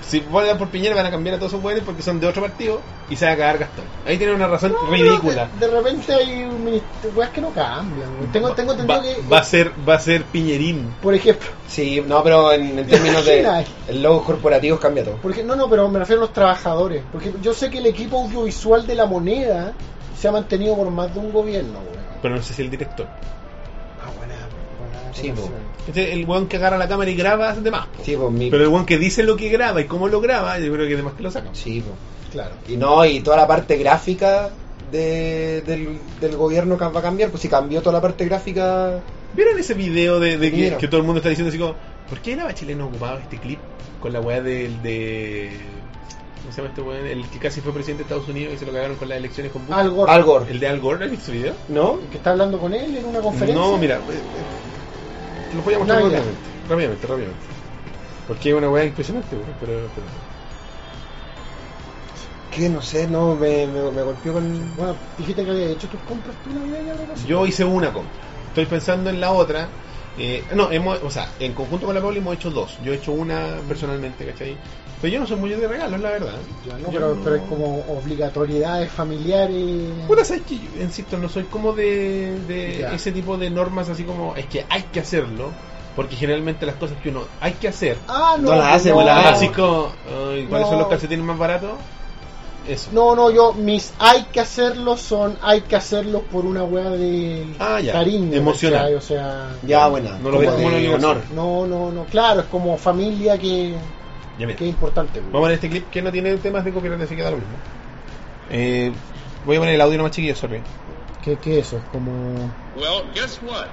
S1: si votan por Piñera van a cambiar a todos sus weones porque son de otro partido y se va a cagar Gastón. Ahí tienen una razón
S3: No, pero
S1: ridícula.
S3: De, de repente hay un minist- weas que no cambian. weón. Tengo, tengo
S1: va,
S3: entendido que.
S1: va a ser, va a ser Piñerín.
S3: Por ejemplo,
S2: Sí, no, pero en, en términos de logos corporativos cambia todo.
S3: porque, no, no, pero me refiero a los trabajadores. Porque yo sé que el equipo audiovisual de la moneda se ha mantenido por más de un gobierno, weón.
S1: Pero no sé si el director.
S3: Ah, buena, buena
S2: Sí,
S3: conexión.
S2: po.
S1: Este es el weón que agarra la cámara y graba es de más. po.
S2: Sí, pues mi...
S1: Pero el weón que dice lo que graba y cómo lo graba, yo creo que además que lo sacan.
S2: Sí, pues.
S3: Claro.
S2: Y no, y toda la parte gráfica de- del, del gobierno ca- va a cambiar, pues si cambió toda la parte gráfica...
S1: ¿Vieron ese video de, de que,
S2: Vieron.
S1: que todo el mundo está diciendo así como, ¿por qué la Bachelet no ocupaba este clip con la weá del de... ¿Cómo se llama este weón? El que casi fue presidente de Estados Unidos y se lo cagaron con las elecciones con Bush.
S3: Algo.
S2: Al Gore,
S1: ¿El de Al Gore? ¿Has visto su video?
S2: ¿no?
S3: Que está hablando con él en una conferencia.
S1: No, mira. eh, eh, Te lo voy a mostrar
S3: No, ya.
S1: rápidamente. Rápidamente, rápidamente. Porque es una weá impresionante, weón, pero... pero-
S2: Que no sé, no, me, me, me golpeó con...
S3: Bueno, dijiste que había hecho tus compras tú navideñas, algo así.
S1: Yo hice una compra. Estoy pensando en la otra. Eh, no, hemos, o sea, en conjunto con la Pauli hemos hecho dos. Yo he hecho una personalmente, ¿cachai? Pero yo no soy muy de regalos, la verdad.
S3: Ya,
S1: Yo
S3: no, pero,
S1: no-
S3: pero es como obligatoriedades familiares.
S1: Puta, sabes que yo, insisto, no soy como de, de
S3: Ya.
S1: ese tipo de normas así como es que hay que hacerlo, porque generalmente las cosas que uno hay que hacer,
S3: Ah, no.
S2: No la hace,
S3: no,
S2: pues, la
S1: Ah,
S2: hace.
S1: así como, ay, ¿cuáles son
S3: No.
S1: los calcetines más baratos? Eso.
S3: No, no, yo, mis hay que hacerlo son hay que hacerlo por una wea de
S1: Ah, ya.
S3: cariño.
S1: Emocional.
S3: ¿cachai? O sea,
S2: Ya, buena.
S1: No lo ves
S2: de
S1: como una obligación.
S2: honor.
S3: no, no, no, claro, es como familia que,
S1: Ya mira.
S3: que es importante. güey.
S1: Vamos a ver este clip que no tiene temas de copyright, así que da lo mismo. Eh, voy a poner el audio nomás chiquillo, sorry.
S3: ¿Qué, qué eso? Es como.
S5: Well, guess what?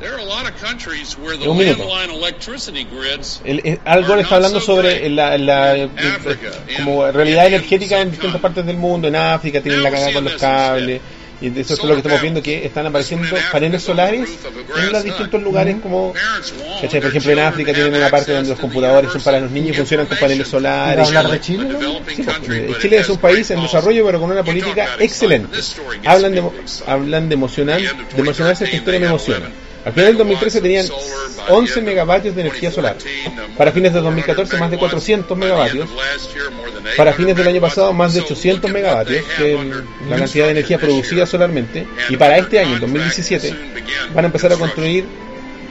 S5: There are a lot of countries where the
S1: Un minuto.
S5: landline electricity grids
S1: El, el- Al Gore está hablando sobre la, la- eh, como realidad energética en distintas partes del mundo, en África tienen la cagada con los cables. Y de eso es lo que estamos viendo que están apareciendo paneles solares en los distintos lugares como Eh, ¿cachai? por ejemplo en África tienen una parte donde los computadores son para los niños y funcionan con paneles solares.
S3: ¿Hablar de Chile, no?
S1: Sí, pues, eh, Chile es un país en desarrollo pero con una política excelente. Hablan de, hablan de emocional, de emocionarse, esta historia me emociona. Al final del 2013 tenían 11 megavatios de energía solar. Para fines de 2014 más de 400 megavatios. Para fines del año pasado más de 800 megavatios, que es la cantidad de energía producida solarmente. Y para este año, el 2017, van a empezar a construir,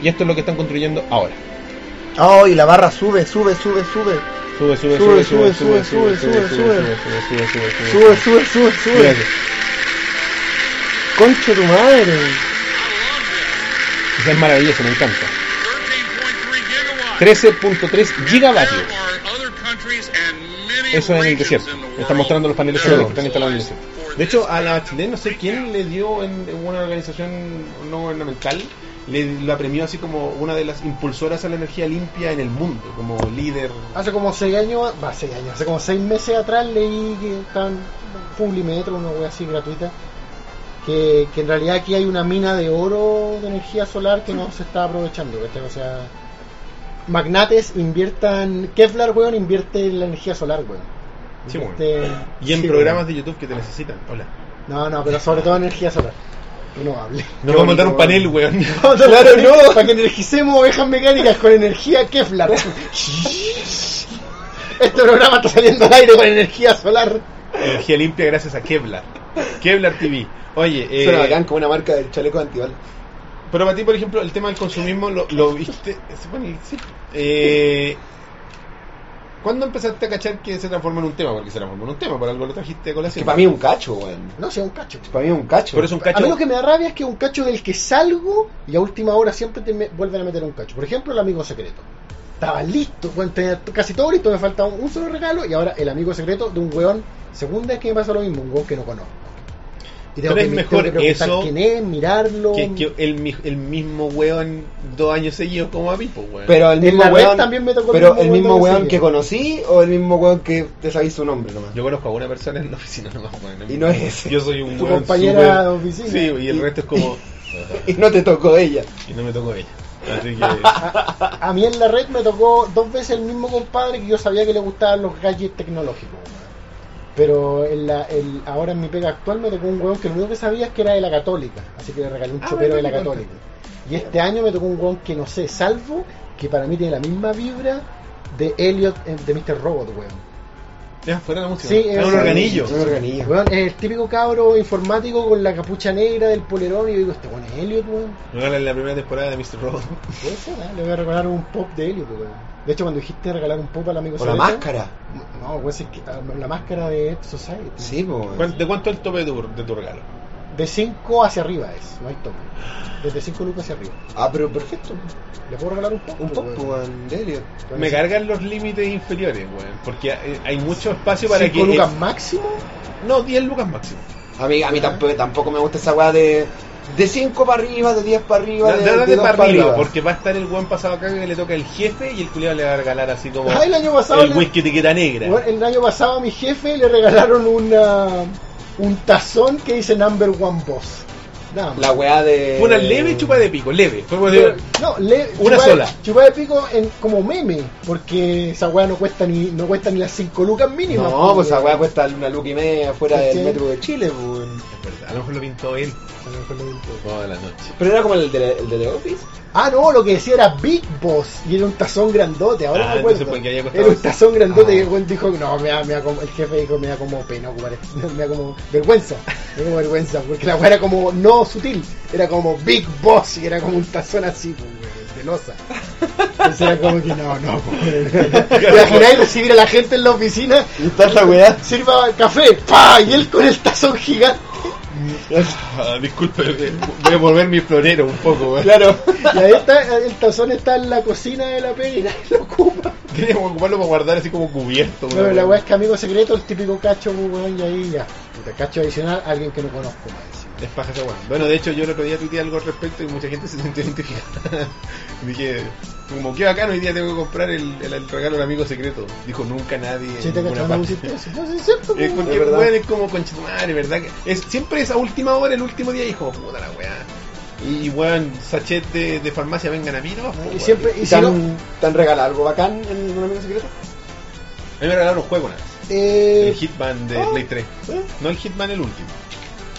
S1: y esto es lo que están construyendo ahora.
S2: Oh, y la barra sube, sube, sube, sube.
S1: Sube, sube, sube, sube,
S2: Sube,
S1: sube,
S2: sube,
S1: sube, sube, sube,
S2: sube, sube,
S1: sube, sube,
S2: Sube, sube, sube, sube.
S1: Mira eso.
S2: Concha tu madre.
S1: Eso Es maravilloso, me encanta. 13.3 gigavatios. Eso es en el desierto. Me Está mostrando los paneles solares que están instalados en el desierto. De hecho, a la Chile, no sé quién le dio en en una organización no gubernamental, le la premió así como una de las impulsoras a la energía limpia en el mundo, como líder.
S3: Hace como seis años, va, seis años, hace como seis meses atrás leí que estaban Publimetro, una wea así gratuita, que, que en realidad aquí hay una mina de oro de energía solar que no se está aprovechando, ¿cachai? O sea, magnates inviertan, Kevlar, weón, invierte en la energía solar, weón.
S1: Sí, bueno.
S3: Este-
S1: Y en
S3: sí,
S1: programas de YouTube que te necesitan. Hola.
S3: weón. No, no, pero sobre todo energía solar. No hable.
S1: No vamos a montar un panel, weón.
S3: claro, no. Para que energicemos ovejas mecánicas con energía Kevlar. este programa está saliendo al aire con energía solar.
S1: Energía limpia gracias a Kevlar. Kevlar TV. Oye, eh,
S2: Suena bacán como una marca del chaleco antibal.
S1: Pero para ti, por ejemplo, el tema del consumismo, ¿lo, lo viste? Sí, bueno, sí. Eh, ¿Cuándo empezaste a cachar que se transforma en un tema? Porque se transformó en un tema, por algo lo trajiste a
S2: Que
S1: colación.
S2: para mí es un cacho, weón.
S3: No sea un cacho.
S2: Para mí es un cacho.
S1: Pero es un
S3: A
S1: cacho.
S3: mí lo que me da rabia es que un cacho del que salgo y a última hora siempre te me- vuelven a meter un cacho. Por ejemplo, el amigo secreto. Estaba listo, weón, tenía t- casi todo listo, me faltaba un, un solo regalo y ahora el amigo secreto de un weón. Segunda es que me pasa lo mismo, un weón que no conozco. Y tengo
S1: Pero es
S3: que,
S1: mejor
S3: tengo que preguntar
S1: eso
S3: quién es, mirarlo.
S1: Que, que el, mi- el mismo weón dos años seguidos como a mí, pues, weón.
S2: Pero el
S3: En
S2: mismo
S3: la red
S2: weón,
S3: también me tocó el
S2: pero
S3: mismo
S2: el mismo
S3: weón que
S2: weón
S3: sigue.
S2: que conocí o el mismo weón que te sabéis su nombre nomás.
S1: Yo conozco a una persona en la oficina nomás, weón.
S2: Y no es ese.
S1: Yo soy un
S3: Tu
S1: weón súper-
S3: compañera de oficina.
S1: Sí, y el resto es como.
S2: Y no te tocó ella.
S1: y no me tocó ella. Así que.
S3: A a mí en la red me tocó dos veces el mismo compadre que yo sabía que le gustaban los gadgets tecnológicos. weón. Pero en la, el- ahora en mi pega actual me tocó un weón que lo único que sabía es que era de la católica. Así que le regalé un
S1: Ah,
S3: chopero de la
S1: bueno,
S3: católica. Y este año me tocó un weón que no sé, salvo que para mí tiene la misma vibra de Elliot eh, de Mr. Robot, weón.
S1: Ya, fuera la música.
S3: Sí,
S1: es
S3: es
S1: un
S3: un
S1: organillo.
S2: Es un organillo.
S3: Weón, es el típico cabro informático con la capucha negra del polerón y yo digo, este weón es Elliot, weón.
S1: Me ganan la primera temporada de Mr. Robot.
S3: Puede ser, ¿eh? le voy a regalar un pop de Elliot, weón. De hecho, cuando dijiste regalar un pop al amigo
S2: Por la
S3: Sabeta-
S2: máscara.
S3: No, weón, si es que, ah, la máscara de Ed Society.
S2: Sí, po, weón.
S1: ¿Cuán- ¿De cuánto es el tope de tu, de tu regalo?
S3: De 5 hacia arriba es, no hay tope. Desde 5 lucas hacia arriba.
S2: Ah, pero perfecto.
S3: ¿Le puedo regalar un pop?
S2: Un
S3: weón?
S2: poco, weón, de Elliot.
S1: Me cargan los límites inferiores, weón. Porque hay hay mucho espacio para que.
S3: ¿Cinco lucas máximo?
S1: No, 10 lucas máximo.
S2: A mí, a mí tampoco, tampoco me gusta esa weá de. De 5 para arriba, de 10 para arriba,
S1: No,
S2: de,
S1: no, no,
S2: de
S1: de
S2: dos
S1: para arriba,
S2: arriba.
S1: porque va a estar el buen pasado acá que le toca el jefe y el culiado le va a regalar así como
S3: Ah, el año pasado
S1: el
S3: le-
S1: whisky tiqueta negra.
S3: Weón, el año pasado a mi jefe le regalaron una, un tazón que dice Number One Boss. Nada más.
S2: La weá de.
S1: Fue una
S3: eh,
S1: leve chupa de pico, leve. Fue como de-
S3: Pero, no, le,
S1: Una
S3: chupa de-
S1: sola.
S3: chupa de pico en, como meme, porque esa weá no cuesta ni no cuesta ni las 5 lucas mínimas.
S2: No, pues esa
S3: weón.
S2: weá cuesta una luca y media fuera
S3: ¿Cachai?
S2: del metro de Chile, pues, weón.
S1: Es verdad, a lo mejor lo pintó él
S3: A lo mejor no me interesa.
S1: toda la noche.
S2: Pero era como el de, el de The Office.
S3: Ah, no, lo que decía era Big Boss y era un tazón grandote. Ahora
S1: Ah,
S3: me acuerdo.
S1: entonces, pues, que haya costado
S3: Era un
S1: eso.
S3: tazón grandote
S2: Ah.
S3: y el weón dijo, no, me da, me da como, el jefe dijo, me da como pena ocupar esto, me da como vergüenza, me da como vergüenza, porque la weá era como no sutil, era como Big Boss y era como un tazón así, pues, weón, de losa. Entonces era como que no, no, pues, weón. ¿Te imagináis recibir a la gente en la oficina?
S2: Y está esa weá.
S3: Sirva café, pa, y él con el tazón gigante.
S1: Ah, disculpe, eh, voy a volver mi florero un poco, weón.
S2: Claro.
S3: Y ahí está, el tazón está en la cocina de la pega y nadie lo ocupa.
S1: Teníamos que ocuparlo para guardar así como cubierto,
S3: No, pero la weá
S1: weón.
S3: es que amigo secreto, el típico cacho, pues, weón, y ahí ya. Puta, cacho adicional, alguien que no conozco más. encima.
S1: Es paja esa weá. Bueno, de hecho yo el otro día tuiteé algo al respecto y mucha gente se sintió identificada. Dije, como qué bacano hoy día tengo que comprar el, el, el regalo del amigo secreto. Dijo nunca nadie. en
S3: Si te
S1: ninguna
S3: cachas, no
S1: parte.
S3: pusiste eso. No, sí, es cierto,
S1: Es
S3: pues,
S1: porque,
S2: Es verdad.
S1: weón, es como conchetumare, ¿verdad? Que Es, siempre esa última hora, el último día, hijo, puta la weá. Y, weón, sachet de, de farmacia, vengan a mí, ¿no? Pues,
S3: weón.
S1: Weón.
S3: Ah, Y siempre,
S2: ¿Y
S3: y
S2: te,
S3: si
S2: han,
S3: no,
S2: te han regalado algo bacán en un amigo secreto?
S1: A mí me regalaron un juego, una vez. El
S3: eh,
S1: Hitman de
S2: ah,
S1: Play 3.
S2: ¿Eh?
S1: No el Hitman, el último.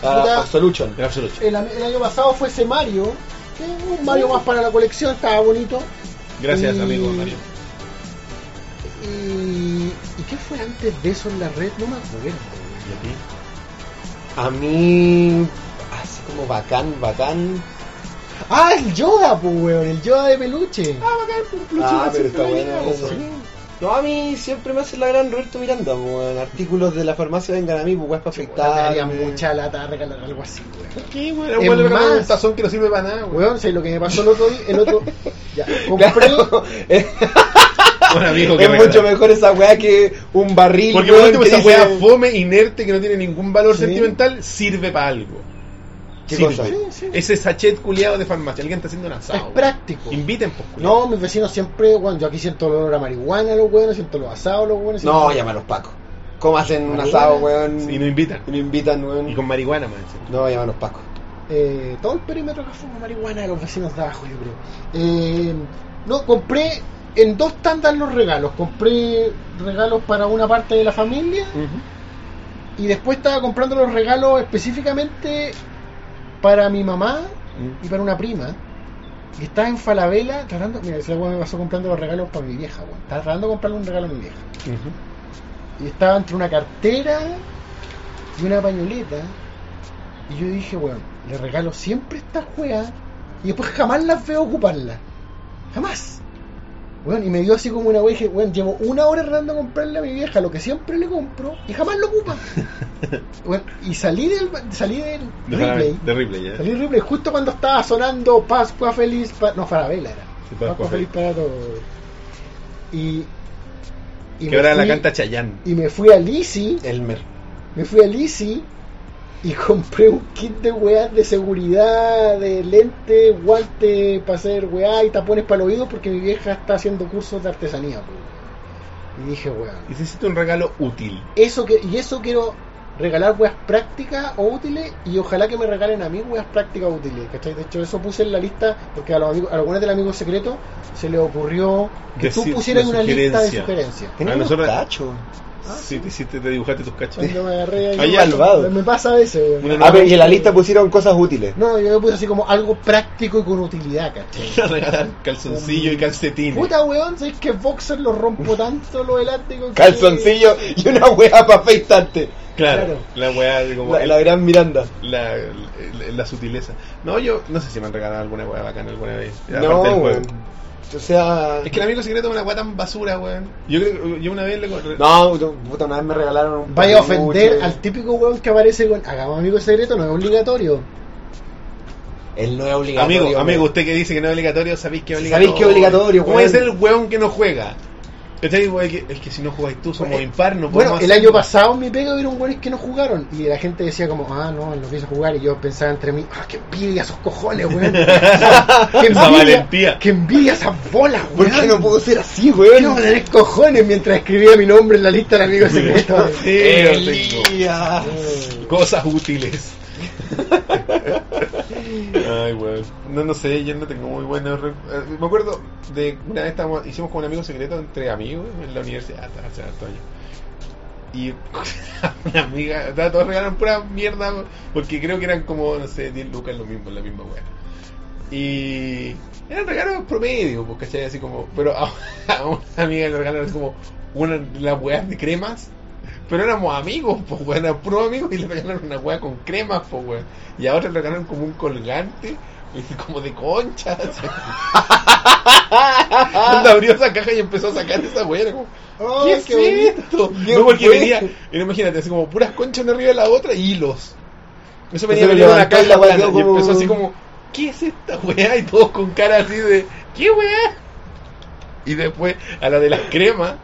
S2: Ah,
S3: Puta.
S2: Absolution.
S1: El Absolution.
S3: el, am- el año pasado fue ese Mario, que es un Mario más para la colección, estaba bonito.
S1: Gracias,
S3: Y-
S1: amigo Mario.
S3: Y, ¿y qué fue antes de eso en la red? No me acuerdo. weón.
S1: ¿Y a ti?
S2: A mí. Así como bacán, bacán.
S3: Ah, el Yoda, pues, weón, el Yoda de peluche.
S2: Ah, pero está bueno
S1: venía,
S2: eso.
S1: pues.
S2: No, a mí siempre me hace la gran Roberto Miranda, pues, en artículos de la farmacia vengan a mí, pues, weas para
S3: Puta, me daría
S2: afectar.
S3: mucha lata regalar algo así, weón.
S1: ¿Qué, weón?
S3: Es
S1: Weón, le regalaron
S3: más-
S1: un tazón que no sirve para nada, weón.
S3: Weón, sé lo que me pasó el otro día, el otro ya, compré
S1: Un amigo que
S2: Es
S1: regala.
S2: mucho mejor esa wea que un barril.
S1: Porque por
S2: weón,
S1: último,
S2: que
S1: esa
S2: dice-
S1: weá fome, inerte, que no tiene ningún valor
S3: Sí.
S1: sentimental, sirve para algo.
S2: ¿Qué
S1: Sirve.
S2: cosa?
S3: Sí, sí.
S1: Ese sachet culiado de farmacia. Alguien está haciendo un asado.
S3: es
S1: weón.
S3: práctico.
S1: Inviten, pues, culiao.
S3: No, mis vecinos siempre, weón, yo aquí siento el olor a marihuana, los weones, siento los asados, los weones.
S2: No, llámalos Paco. ¿Cómo hacen un
S3: Marihuana.
S2: asado, weón?
S1: Y no invitan.
S2: Y no invitan,
S1: Y
S2: weón.
S1: con marihuana, man. encima.
S2: No, llámalos Paco.
S3: Eh, todo el perímetro que fuma marihuana de los vecinos de abajo, yo creo. Eh, no, compré en dos tandas los regalos. Compré regalos para una parte de la familia y después estaba comprando los regalos específicamente para mi mamá y para una prima que estaba en Falabella tratando, mira, esa weá me pasó comprando los regalos para mi vieja, weón. Estaba tratando de comprarle un regalo a mi vieja. Y estaba entre una cartera y una pañoleta. Y yo dije, weón, le regalo siempre estas weas y después jamás las veo ocuparlas. Jamás. Weón, y me dio así como una wea y dije, weón, llevo una hora tratando de comprarle a mi vieja lo que siempre le compro y jamás lo ocupa. Weón, y salí del, salí del
S1: De
S3: replay.
S1: Farab- de Ripley, ya.
S3: Salí Ripley justo cuando estaba sonando Pascua Feliz para... No, Farabella era.
S1: Sí,
S3: Pascua,
S1: Pascua
S3: Feliz para todos. Y... y
S1: Que
S3: me
S1: ahora la
S3: fui-
S1: canta Chayanne.
S3: Y me fui a Lisi,
S2: Elmer.
S3: me fui a Lisi y compré un kit de weas de seguridad, de lente, guante para hacer weá y tapones para el oído porque mi vieja está haciendo cursos de artesanía. pues. Y dije, weón,
S1: Necesito un regalo útil.
S3: eso que, y eso quiero regalar weas prácticas o útiles y ojalá que me regalen a mí weas prácticas o útiles, ¿cachai? De hecho, eso puse en la lista porque a los amigos, a algunos del amigo secreto se le ocurrió que
S1: Decir
S3: tú pusieras
S1: la
S3: una lista de
S1: sugerencia.
S3: sugerencias.
S2: Tenía
S1: Ah,
S2: unos
S1: nosotros-
S2: cachos.
S1: Si te hiciste, te dibujaste tus cachas.
S3: Cuando me agarré ahí,
S1: Ahí,
S2: malvado.
S3: me pasa a veces, weón.
S1: Una
S2: Ah, pero y en la lista pusieron cosas útiles.
S3: No, yo me puse así como algo práctico y con utilidad, ¿cachai?
S1: Regalar calzoncillo y calcetines.
S3: Puta weón, ¿sabes que boxer lo rompo tanto los elásticos? que-
S2: Calzoncillo y una weá para afeitarte.
S1: Claro,
S3: Claro.
S1: la weá de como
S2: La,
S1: el-
S2: la gran Miranda.
S1: la, la- la sutileza. No, yo no sé si me han regalado alguna weá bacana alguna vez.
S2: No,
S1: aparte del juego.
S2: weón. O sea.
S1: Es que el amigo secreto es una weá tan basura, weón. Yo creo yo una vez le corre-
S2: No, no, puta, una vez me regalaron un.
S3: Vaya a
S2: peluche.
S3: ofender al típico weón que aparece con. Hagamos amigo secreto, no es obligatorio.
S2: Él no es obligatorio.
S1: Amigo,
S2: weón.
S1: amigo, usted que dice que no es obligatorio, sabéis que es
S2: Si
S1: obligatorio.
S2: sabéis que es obligatorio,
S1: ¿Cómo
S2: weón?
S1: es el weón que no juega? ¿Cachai, weón? Es que, es que si no jugáis tú, somos
S2: Eh,
S3: Bueno,
S1: impar, no
S3: Bueno,
S1: podemos
S3: el
S1: hacerlo.
S3: año pasado en mi pega hubieron weones que no jugaron. Y la gente decía como, ah, no, él no quiso jugar. Y yo pensaba entre mí, ah, qué envidia esos cojones, weón. qué
S1: Esa valentía.
S3: Qué envidia esas bolas, weón.
S2: ¿Por qué no puedo ser así,
S3: ¿Por qué
S2: weón?
S3: no tenés cojones mientras escribía mi nombre en la lista del amigo secreto?
S1: Sí, lo tengo.
S2: Elías.
S1: Cosas útiles. Ay, weón. No, no sé, yo no tengo muy buenos. re- eh, Me acuerdo de una vez estábamos- hicimos con un amigo secreto entre amigos en la universidad ah, hace harto años. Y una amiga, estaba- todos regalaron pura mierda, porque creo que eran como, no sé, 10 lucas lo mismo, la misma weá. Y eran regalos promedio, pues, ¿cachai? Así como, pero a, a una amiga le regalaron así como una, las weas de cremas pero éramos amigos, pues, weón, eran puros amigos y le regalaron una weá con cremas, pues, weón. Y a otra le regalaron como un colgante, y como de concha. así. Anda, abrió esa caja y empezó a sacar esa weá. Era como,
S3: Oh,
S1: ¿qué, es esto?
S2: qué
S1: no, porque
S2: bueno.
S1: venía, era, imagínate, así como puras conchas una arriba de la otra y hilos. Eso venía venía
S2: Entonces
S1: de una
S2: levantó y
S1: caja
S2: la weá
S1: plana,
S2: quedó
S1: y
S2: como-
S1: empezó así como, ¿qué es esta weá? Y todos con cara así de, ¿qué weá? Y después a la de las cremas.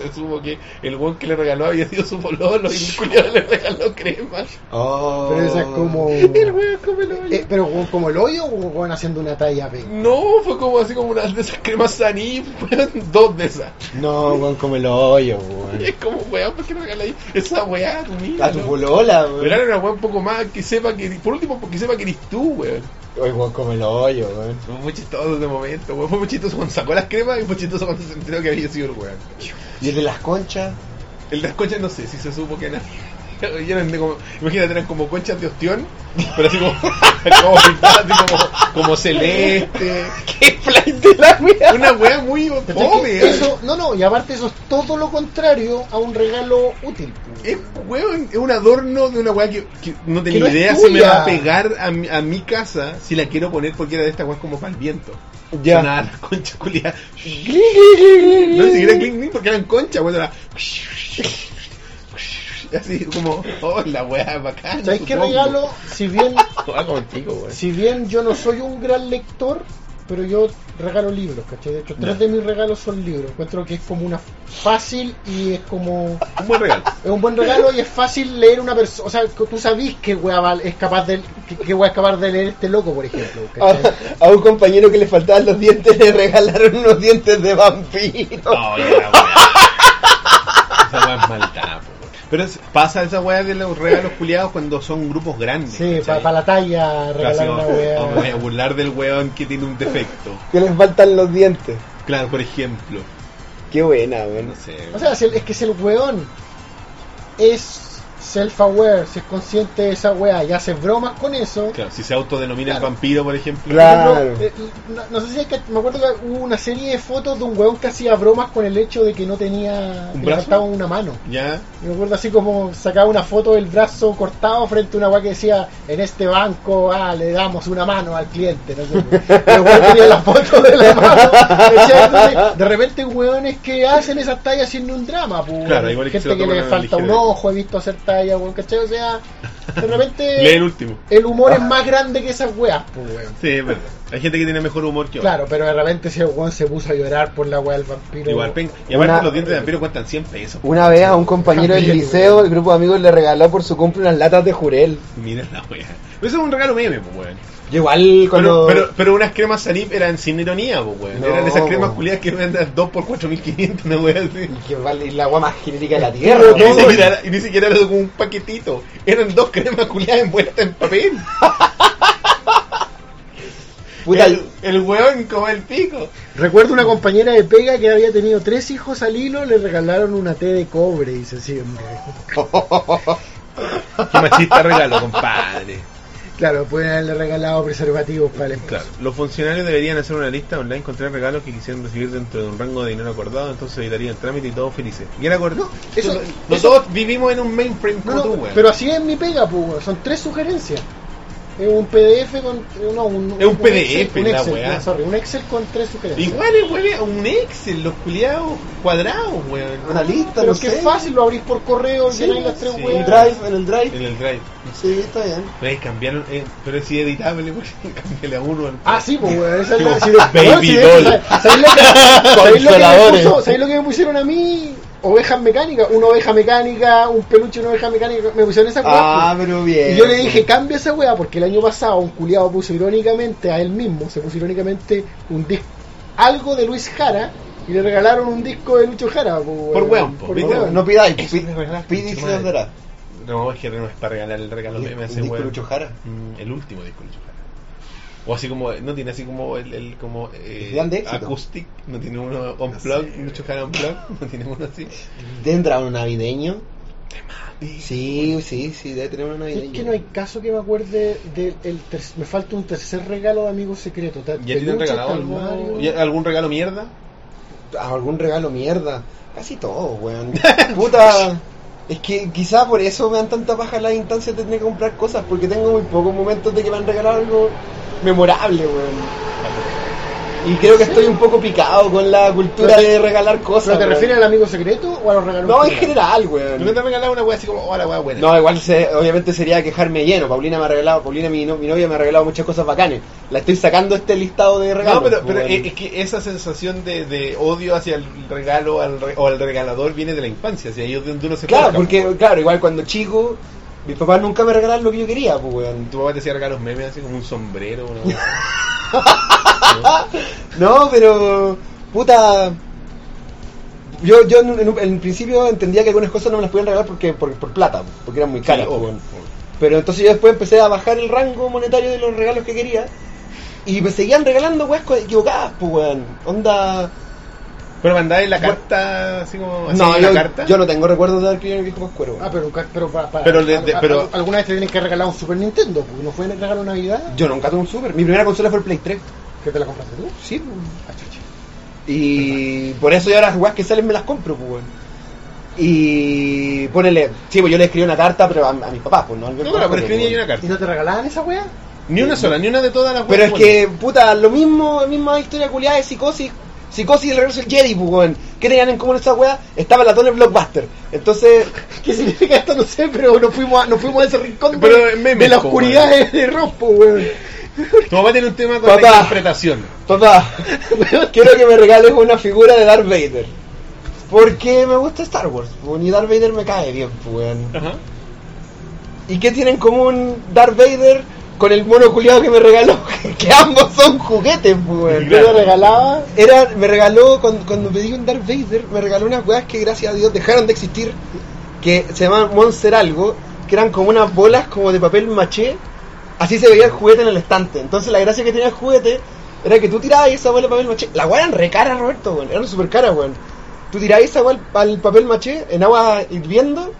S1: Se supo que el weón que le regaló había sido su pololo y el culiado le regaló crema.
S2: Oh.
S3: Pero esa es como.
S1: El weón come el hoyo.
S3: Eh, pero weón, como el hoyo o weón haciendo una talla B.
S1: No, fue como así como una de esas cremas saní, weón, dos de esas.
S2: No, weón, come el hoyo, weón.
S1: Es como weón, ¿por qué no regaláis esa weá a tu mira?
S2: A tu polola,
S1: Regalar
S2: weón.
S1: una weá un poco más que sepa que, por último, porque sepa que eres tú, weón.
S2: Oye, weón, come el hoyo, weón.
S1: Fue muy chistoso de momento, weón. Fue muy chistoso cuando sacó las cremas y fue chistoso cuando se enteró que había sido el weón.
S2: Y el de las conchas.
S1: El de las conchas no sé si se supo que nada. Y eran de como, imagínate, eran como conchas de ostión, pero así como, como pintadas, así como, como celeste.
S2: ¡Qué flight de la wea!
S1: Una wea muy
S3: ¿Cachai que
S1: fome. Eso
S3: Eso, no, no, y aparte eso es todo lo contrario a un regalo útil.
S1: es, weón, es un adorno de una wea que, que no tenía
S3: no es
S1: idea si me va a
S3: tuya.
S1: pegar a, mi- a mi casa si la quiero poner porque era de esta wea como para el viento.
S2: Ya.
S1: Nada, las conchas culiadas. No
S2: No
S1: ni siquiera clink clink porque eran conchas, weón. Era... Así como, oh, la wea bacana.
S3: ¿Sabes qué
S1: supongo.
S3: regalo? Si bien,
S1: Juega contigo, weón.
S3: si bien yo no soy un gran lector, pero yo regalo libros, ¿cachai? De hecho, tres de mis regalos son libros. Encuentro que es como una fácil y es como
S1: Un buen regalo.
S3: Es un buen regalo y es fácil leer una persona. O sea, que tú sabís que wea va- es capaz de que, que wea es capaz de leer este loco, por ejemplo. ¿cachai?
S2: Ah, A, a un compañero que le faltaban los dientes le regalaron unos dientes de vampiro.
S1: No, Oh, ya, weá. Esa weá es maldad, po, weón. Pero es- pasa esa weá de los regalos culiados cuando son grupos grandes.
S3: Sí, para
S1: ¿cachai?
S3: la talla
S1: Así
S3: regalar
S1: como,
S3: una
S1: "Oh, me voy a
S3: wea.
S1: burlar del weón que tiene un defecto.
S2: Que les faltan los dientes.
S1: Claro, por ejemplo.
S2: Qué buena, weón.
S1: No sé.
S3: O sea, si el- es que si el weón es self-aware, si es consciente de esa wea y hace bromas con eso.
S1: Claro, si se autodenomina
S3: Claro.
S1: el vampiro, por ejemplo.
S3: por
S2: Claro.
S3: ejemplo, eh, no, no sé si es que me acuerdo que hubo una serie de fotos de un weón que hacía bromas con el hecho de que no tenía
S1: ¿Un
S3: que le
S1: brazo?
S3: faltaba una mano.
S1: Ya.
S3: Me acuerdo así como sacaba una foto del brazo cortado frente a una weá que decía en este banco ah, le damos una mano al cliente. No sé, pues. Pero weón tenía la foto de la mano. ¿cachai? Entonces, de repente, weones que hacen esas tallas sin un drama. Pues,
S1: Claro, igual es que se
S3: gente
S1: lo
S3: que
S1: toman
S3: le
S1: a la
S3: falta un
S1: ligera.
S3: ojo, he visto hacer pantalla, weón, ¿cachai? O sea, de
S1: Lee el
S3: repente
S1: último.
S3: el humor es más grande que esas weas, pues, weón.
S1: Sí, es verdad. Hay gente que tiene mejor humor que
S3: Claro, pero de repente si el weón se puso a llorar por la wea del vampiro.
S1: otro. Igual, penca. Y aparte
S2: Una-
S1: los dientes de vampiro cuentan 100 pesos.
S2: Una vez a un compañero del
S3: También,
S2: liceo,
S3: weón.
S2: el grupo de amigos le regaló por su cumple unas latas de jurel.
S1: Mira la wea. Pero Eso es un regalo meme, pues, weón.
S2: Yo igual
S1: Pero,
S2: cuando...
S1: pero, pero unas cremas Sanip eran sin ironía, pues, weón.
S2: No,
S1: eran esas cremas
S2: po.
S1: culiadas que venden 2 por 4500, una wea así.
S2: Y que vale la agua más genérica de la tierra.
S1: Y ni,
S2: weón.
S1: siquiera era, y ni siquiera era como un paquetito. Eran dos cremas culiadas envueltas en papel.
S2: Puta,
S1: el, el weón como el pico.
S3: Recuerdo una compañera de pega que había tenido tres hijos al hilo, le regalaron una T de cobre, dice siempre.
S1: Qué machista regalo, compadre.
S3: Claro, pueden haberle regalado preservativos para el embarazo.
S1: Claro, los funcionarios deberían hacer una lista online con tres regalos que quisieran recibir dentro de un rango de dinero acordado, entonces evitaría el trámite y todos felices. ¿Y era acordado?
S3: No, eso- eso-
S1: Nosotros vivimos en un mainframe como
S3: No,
S1: tú,
S3: no,
S1: weón.
S3: pero así es mi pega, pues, weón. son tres sugerencias. Es un PDF con. eh, No, un,
S1: Es un PDF,
S3: Excel, un
S1: la
S3: Excel,
S1: weá.
S3: no, sorry, un Excel con tres sugerencias.
S1: Igual es, weón, es un Excel, los culiados cuadrados, weón.
S2: una lista,
S3: Pero
S2: no
S3: que
S2: sé.
S3: fácil, lo abrís por correo,
S2: Sí,
S3: llenáis las tres
S1: sí.
S2: En el
S3: weas.
S2: drive, en el drive.
S1: En el drive.
S2: Sí, está bien.
S1: Pero cambiaron, eh, pero es editable, weón. Cámbiale a uno. al-
S3: Ah, sí, pues, weón, esa es la.
S1: Sí,
S3: sí,
S1: baby
S3: weón, sí, de
S1: doll.
S3: hecho, ¿sabes- ¿Sabéis lo que- sabéis lo que me
S2: Consoladores.
S3: puso- sabéis lo que me pusieron a mí? Ovejas mecánicas, una oveja mecánica, un peluche, una oveja mecánica. Me pusieron esa pues.
S2: Ah, pero bien.
S3: Y yo le dije, cambia esa weá, porque el año pasado un culiado puso irónicamente a él mismo, se puso irónicamente un disco, algo de Luis Jara, y le regalaron un disco de Lucho Jara. po,
S1: Por weón, po, ¿viste?
S3: weón.
S2: No pidáis, pues,
S1: Eso me regalaste,
S2: pidi se
S1: madre.
S2: los dará.
S1: No, es que no es para regalar el regalo meme a ese
S2: ¿Un disco
S1: weón.
S2: Lucho Jara?
S1: Mm, el último disco Lucho Jara. O así como, no tiene así como el, el como eh,
S2: Gran de éxito.
S1: acoustic, no tiene uno unplug, Lucho Jara unplug, no tiene uno así.
S2: ¿Tendrá un navideño? Sí, sí, sí, debe tener un navideño.
S3: Es que no hay caso que me acuerde del el ter- me falta un tercer regalo de amigo secreto. ta-
S1: ¿Y a ti te han
S3: peluche,
S1: regalado algo?
S3: calmario.
S1: ¿Y algún regalo mierda?
S2: algún regalo mierda. Casi todo, weón. Puta. Es que quizá por eso me dan tanta paja las instancias de tener que comprar cosas, porque tengo muy pocos momentos de que me han regalado algo memorable, weón. Y creo que estoy un poco picado con la cultura
S3: Pero te-
S2: de regalar cosas.
S3: ¿Pero te
S2: weón.
S3: refieres al amigo secreto o a los regalos?
S2: No, en
S3: privados?
S2: general,
S1: ¿Nunca te
S2: weón.
S1: han regalado una wea así como, oh, la wea buena?
S2: No, igual se- obviamente sería quejarme lleno. Paulina me ha regalado, Paulina mi, no- mi novia me ha regalado muchas cosas bacanes. La estoy sacando este listado de regalos.
S1: No, pero, pero
S2: weón.
S1: es es que esa sensación de, de odio hacia el regalo al re- o al regalador viene de la infancia, hacia ellos donde uno se
S2: Claro,
S1: forja,
S2: porque
S1: weón.
S2: claro, igual cuando chico, mis papás nunca me regalaron lo que yo quería, pues weón.
S1: Tu papá te hacía regalos memes así como un sombrero, una wea así.
S2: No, pero puta yo, yo en, en un- en principio entendía que algunas cosas no me las podían regalar porque por, por plata, porque eran muy caras.
S1: Sí,
S2: pues,
S1: obvio,
S2: weón.
S1: obvio.
S2: Pero entonces yo después empecé a bajar el rango monetario de los regalos que quería y me seguían regalando weas co- equivocadas, pues weón. Onda
S1: Pero mandáis la
S2: Bueno.
S1: carta así como así
S2: No,
S1: la
S2: yo,
S1: carta.
S2: yo no tengo recuerdos de haber querido el viejo Pascuero. weón.
S3: Ah, pero, nunca- pero, para, para-
S1: Pero le-
S3: al-
S1: de-
S3: al-
S1: pero-
S3: alguna vez te tienen que regalar un Super Nintendo, porque no fue en el regalo de Navidad
S2: Yo nunca tuve un super. Mi primera consola fue el Play 3.
S3: que te la compraste tú.
S2: Sí, pues.
S3: Ah, chucha.
S2: Y por eso yo ahora las weas que salen me las compro, pues, weón. Y ponele, sí, pues yo le escribí una carta, pero a, a mis papás, pues no. al-
S1: No, pero, pero escribí ahí una
S3: ¿Y
S1: carta.
S3: no te regalaban esa weá?
S1: Ni una sola, ni una de todas las
S2: Pero es
S1: weas,
S2: que, puta, lo mismo, la misma historia culiada de psicosis. Psicosis y el regreso del Jedi, pues, weón. ¿Qué tenían en común esas weas? Estaba la Tony Blockbuster. Entonces,
S3: ¿Qué significa esto? No sé, pero nos fuimos a, nos fuimos a ese rincón de,
S1: Pero es meme,
S3: de la
S1: po,
S3: oscuridad de, de Rospo, weón.
S1: Tu mamá tiene un tema con la
S2: Papá.
S1: interpretación.
S2: papá, quiero que me regales una figura de Darth Vader. Porque me gusta Star Wars, pues, weón, y Darth Vader me cae bien, pues, weón.
S1: Ajá.
S2: ¿Y qué tiene en común Darth Vader con el mono culiado que me regaló? que ambos son juguetes, pues, weón.
S1: Y claro.
S3: Yo le regalaba.
S2: Era, me regaló, cuando, cuando pedí un Darth Vader, me regaló unas weas que gracias a Dios dejaron de existir, que se llamaban Monster algo, que eran como unas bolas como de papel maché, así se veía el juguete en el estante. Entonces la gracia que tenía el juguete era que tú tirabas esa bola de papel maché. La wea eran re caras, Roberto, weón, eran super caras, weón. Tú tirabas esa wea al, al papel maché en agua hirviendo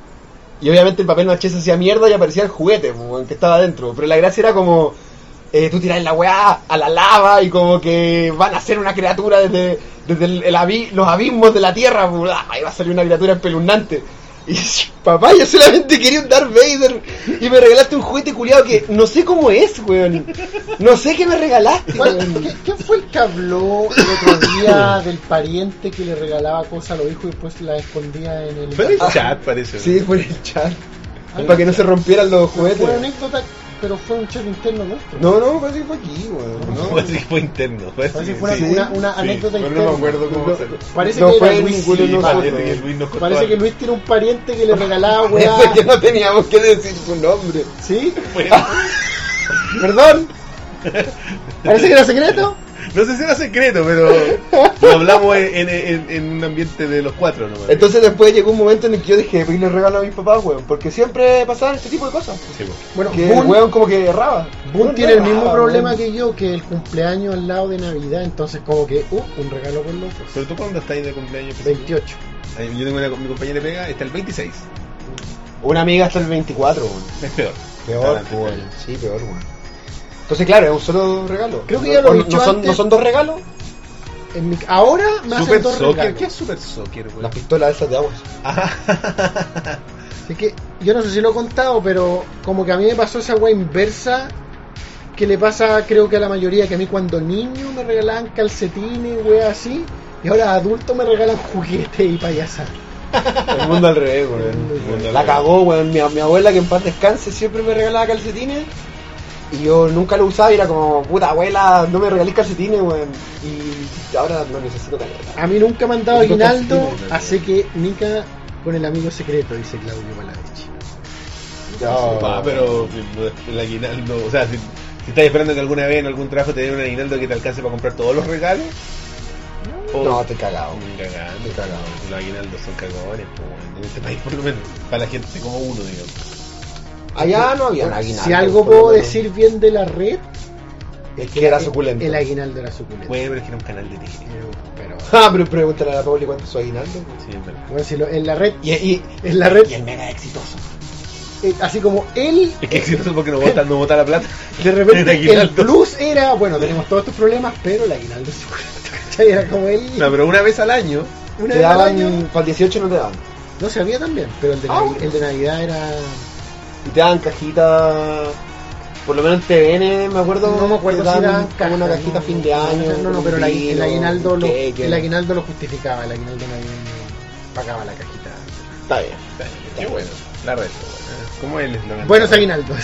S2: y obviamente el papel maché se hacía mierda y aparecía el juguete pues, weón, que estaba adentro. Pero la gracia era como... eh, tú tiras la weá a la lava y como que van a ser una criatura desde, desde el, el abi- los abismos de la tierra. pues, ah, ahí va a salir una criatura espeluznante. Y papá, yo solamente quería un Darth Vader y me regalaste un juguete culiado que no sé cómo es, weón. No sé qué me regalaste,
S3: ¿Cuál-
S2: weón.
S3: ¿Qué, ¿Quién fue el que habló el otro día del pariente que le
S2: Ah,
S3: regalaba cosas a los hijos y después la escondía en el. Ah,
S1: Fue en el chat, parece.
S2: Sí, por el chat. Para que no se rompieran los
S3: Fue una
S2: juguetes.
S3: anécdota, pero fue un chat interno nuestro.
S2: No, no, parece que fue aquí, weón. No,
S1: Parece que fue interno. Parece
S3: Parece
S1: que
S3: que fue una,
S1: sí.
S3: una, una
S1: Sí,
S3: anécdota
S6: Pero
S3: interna.
S6: no me acuerdo cómo
S2: No,
S6: se...
S3: Parece
S2: No
S3: que
S2: fue
S3: era Luis.
S2: ninguno de
S1: Sí, parece
S2: nosotros.
S1: que Luis nos contó
S3: Parece que
S1: algo.
S3: Luis tiene un pariente que le regalaba weá.
S2: Después ya no teníamos que decir su nombre.
S3: ¿Sí?
S1: Bueno,
S2: Perdón.
S3: Parece que era secreto.
S1: no sé si era secreto, pero lo hablamos en, en- en- en un ambiente de los cuatro nomás.
S2: Entonces después llegó un momento en el que yo dije, voy y le regalo a mis papás, weón. Porque siempre pasaban este tipo de cosas.
S1: Sí, pues.
S3: Bueno,
S2: Que el
S3: Boone-
S2: weón como que erraba.
S3: Boone
S2: No,
S3: tiene
S2: no
S3: el mismo
S2: erraba,
S3: problema
S2: weón.
S3: que yo, que el cumpleaños al lado de Navidad, entonces como que, uh, un regalo por los
S1: Pero tú cuando estás ahí de cumpleaños. pues,
S3: 28.
S1: eh, Yo tengo una, mi compañera de pega, está el 26.
S2: Una amiga hasta el 24, weón.
S1: Es peor.
S2: Peor, pues,
S1: Está antes,
S2: weón. Sí, peor, weón. Entonces, claro, es un solo regalo.
S3: Creo que
S2: No-
S3: ya lo he
S2: no,
S3: dicho
S2: no son,
S3: antes.
S2: no son dos regalos,
S3: En mi, ahora me hacen
S1: Super
S3: dos
S1: soccer.
S3: regalos.
S1: ¿Qué es super soccer, güey?
S2: las pistolas esas de agua.
S1: Ah,
S3: Así que yo no sé si lo he contado, pero como que a mí me pasó esa weá inversa que le pasa creo que a la mayoría, que a mí cuando niño me regalaban calcetines, weá así, y ahora adulto me regalan juguetes y payasas.
S2: El mundo al revés,
S3: El
S2: weón.
S1: mundo al
S2: La
S1: revés.
S2: cagó, weón. Mi, mi abuela, que en paz descanse, siempre me regalaba calcetines. Y yo nunca lo usaba y era como, puta abuela, no me regalís calcetines, weón. Y ahora no necesito calcetines.
S3: A mí nunca me han dado
S2: Nunca
S3: aguinaldo,
S2: calcetines,
S3: así que Nica con el amigo secreto, dice Claudio Paladich.
S1: va, pero pues, el aguinaldo. O sea, si, si estás esperando que alguna vez en algún trabajo te den un aguinaldo que te alcance para comprar todos los regalos. o-
S2: No, te he cagado.
S1: Ni cagando, pues,
S2: Ni cagando.
S1: Los aguinaldos son cagones, pues, bueno, en este país por lo menos. Para la gente como uno, digamos.
S2: Allá no había un aguinaldo.
S3: Si algo
S2: por lo
S3: puedo
S2: menos.
S3: decir bien de la red,
S1: Mm.
S2: es que era suculento.
S3: el aguinaldo era suculento.
S1: Güey, pero es que era un canal de tele.
S3: Pero- pero,
S2: Ah, pero pregúntale a la Pauli cuánto es su aguinaldo. weón.
S1: Sí, es verdad.
S3: bueno, si lo- en la red,
S2: Y, y,
S3: en la red,
S2: y el mega exitoso.
S3: eh, así como él
S1: Es que exitoso porque no vota, no vota la plata.
S3: De
S1: El
S3: repente el,
S1: aguinaldo.
S3: plus era, bueno, tenemos todos estos problemas, pero el aguinaldo es suculento, ¿cachai? Era como él.
S1: No, pero una vez al año.
S3: Una
S2: te
S3: vez al
S2: daban,
S3: año.
S2: para el 18 no te daban.
S3: No se había también, pero el de,
S2: Ah,
S3: Navi-
S2: bueno.
S3: el de Navidad era.
S2: Y te daban cajitas, por lo menos en TVN, me acuerdo.
S3: No me acuerdo
S2: te
S3: si
S2: daban
S3: era
S2: como una cajita fin de año.
S3: No, no, pero el, agui- el aguinaldo lo, el
S2: aguinaldo.
S3: aguinaldo lo justificaba, el aguinaldo navideño pagaba la cajita.
S2: Está bien.
S1: Qué bueno. La red. bueno. ¿Cómo es el eslogan?
S3: Buenos aguinaldos.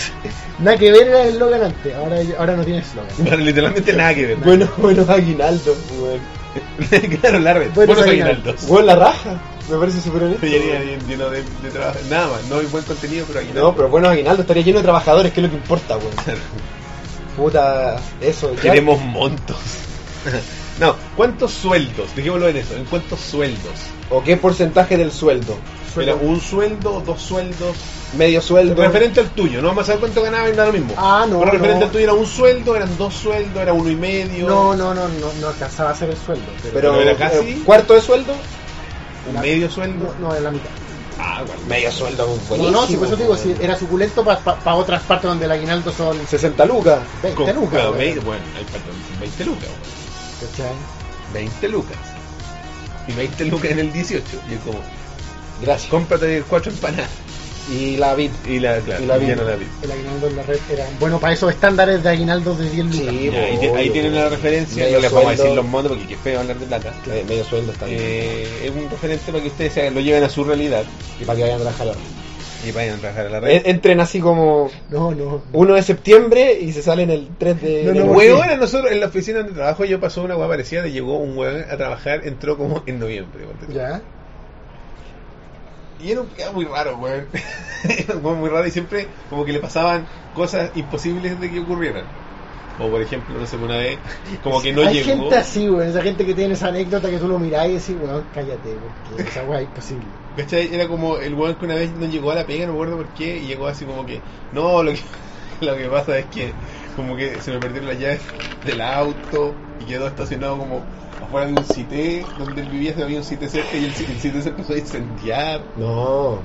S3: Nada que ver era el Logan antes, ahora, ahora no tiene eslogan.
S1: Bueno, literalmente nada que ver.
S2: Bueno, bueno, aguinaldo, weón.
S1: claro, la red.
S3: Buenos
S1: Buenos
S3: aguinaldos.
S1: aguinaldos.
S2: Weón, la raja. Me parece súper honesto.
S1: Yo iría bien lleno de, de trabajo. Nada más, no hay buen contenido, pero aguinaldo.
S2: No, pero bueno, aguinaldo estaría lleno de trabajadores, que es lo que importa, weón. Puta, eso. ya.
S1: Queremos montos. no, ¿cuántos sueldos? Dejémoslo en eso, ¿en cuántos sueldos?
S2: ¿O qué porcentaje del sueldo?
S1: Era un sueldo, dos sueldos.
S2: Medio sueldo.
S1: Referente al tuyo, no vamos a saber cuánto ganaba y nada lo mismo.
S3: Ah, no,
S1: Pero referente
S3: no.
S1: al tuyo era un sueldo, eran dos sueldos, era uno y medio.
S3: No, no, no, no, no alcanzaba a ser el sueldo, pero.
S2: Pero, eh,
S1: Pero era casi-
S2: ¿Cuarto de sueldo?
S1: Un medio sueldo.
S3: No, no, era la mitad.
S1: Ah, bueno.
S2: Medio sueldo,
S3: No,
S2: buenísimo.
S3: no, si por eso te digo,
S2: weón.
S3: si era suculento para otras partes donde el aguinaldo son
S2: 60 lucas.
S3: 20
S1: Con-
S3: lucas.
S1: claro,
S3: weón.
S1: veinte- bueno, ahí faltan 20 lucas. bueno.
S3: ¿Cachai?
S1: 20 lucas. Y 20 lucas en el 18. Y es como,
S2: Gracias.
S1: cómprate cuatro empanadas.
S2: Y la VIP.
S1: Y la, claro,
S2: Y la
S1: ya
S2: vi-
S1: no la vi.
S3: El aguinaldo en la red era bueno para esos estándares de aguinaldos de 10 lucas.
S2: Sí,
S1: Ya, ahí, te-
S2: obvio,
S1: ahí tienen la
S2: obvio.
S1: referencia,
S2: Medio
S1: no les vamos a decir
S2: sueldo.
S1: los monos porque qué feo hablar de plata.
S2: Eh, medio sueldo está bien.
S1: Eh, es un referente para que ustedes se hagan- lo lleven a su realidad
S2: y para que vayan a trabajar. ahora.
S1: y vayan a trabajar a la
S2: En-
S1: red.
S2: eh, Entren así como
S3: No, no.
S2: 1 de septiembre y se salen el 3 de
S3: No, no,
S2: enero.
S1: Huevón, a eh, nosotros en la oficina donde trabajo yo pasó una hueá parecida de llegó un huevón a trabajar, entró como en noviembre. ponte tú.
S3: Ya.
S1: Y era un hueón muy raro, huevón. Era un hueón muy raro y siempre como que le pasaban cosas imposibles de que ocurrieran. Como por ejemplo, no sé, una vez, como que no
S3: Hay
S1: llegó.
S3: gente así, weón. Esa gente que tiene esa anécdota que tú lo mirás y decís, weón, cállate, porque esa weá es imposible.
S1: ¿Cachai? Era como el weón que una vez no llegó a la pega, no me acuerdo por qué, y llegó así como que, no, lo que, lo que pasa es que como que se me perdieron las llaves del auto y quedó estacionado como afuera de un cité, donde él vivía había un cité cerca y el, ci- el cité se empezó a incendiar
S2: No,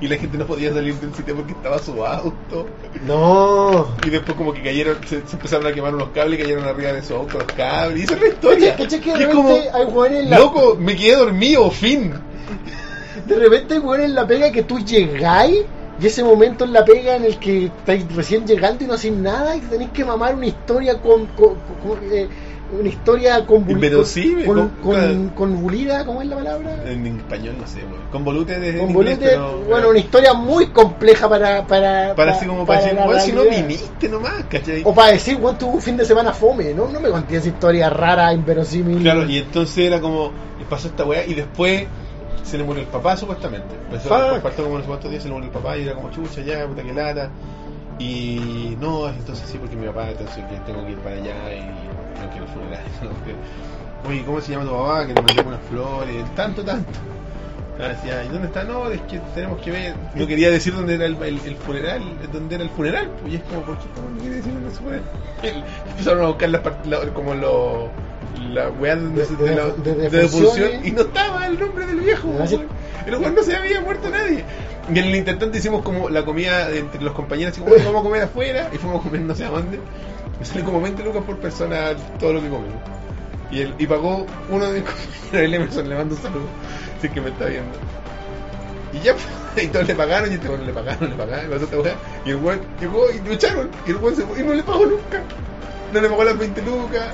S1: y la gente no podía salir del cité porque estaba su auto
S2: no.
S1: y después como que cayeron, se, se empezaron a quemar unos cables y cayeron arriba de su auto los cables y esa es la historia.
S3: Oye, ¿cachai que
S1: Y
S3: de
S1: es como,
S3: repente hay weones en la
S1: loco, me quedé dormido, fin.
S3: De repente, weón, en la pega que tú llegáis y ese momento en la pega en el que estáis recién llegando y no hacéis nada y tenéis que mamar una historia con, con- con- con- eh, una historia convulida.
S1: Inverosímil,
S3: Con,
S1: con-
S3: con- convulida, ¿cómo es la palabra?
S1: En español no sé, weón. Convolute de. en
S3: Convolute,
S1: inglés, pero-
S3: bueno, una historia muy compleja para. Para,
S1: Para así como para, decir,
S3: la
S1: weón, si no
S3: realidad".
S1: viniste nomás, ¿cachai?
S3: O para decir, bueno, tuvo un fin de semana fome, ¿no? No me conté esa historia rara, inverosímil.
S1: Claro, y entonces era como, y pasó esta weá y después se le murió el papá supuestamente. Empezó,
S3: Fuck.
S1: faltó como unos cuantos días, se le murió el papá y era como chucha ya, puta que lata. Y no, entonces sí, porque mi papá, entonces que tengo que ir para allá y no quiero funeral. no quiero- Oye, ¿cómo se llama tu papá? Que te mandó unas flores, tanto, tanto. Ah, Decía, ¿y dónde está? No, es que tenemos que ver. No quería decir dónde era el, el- el funeral, dónde era el funeral. pues, Y es como, ¿por qué no quiere decir dónde es el funeral? Empezaron a buscar la, part- la- como lo, la weá donde
S3: De-
S1: se-
S3: de-
S1: de la-
S3: de-
S1: de
S3: de
S1: defunción
S3: funciones.
S1: y no estaba el nombre del viejo.
S3: Ah, sí.
S1: weón. El weón no se había muerto nadie. Y en el intertanto hicimos como la comida de entre los compañeros, así como, "Oye, vamos a comer afuera y fuimos a comer no sé a dónde. Me salió como 20 lucas por persona todo lo que comimos. Y, el, y pagó uno de mis compañeros, el Emerson, le mando un saludo, si es que me está viendo. Y ya, y todos le pagaron, y este weón no le pagaron, no le pagaron, y pasó esta weá. Y el weón llegó y lucharon, y el weón se fue, y no le pagó nunca. No le pagó las 20 lucas,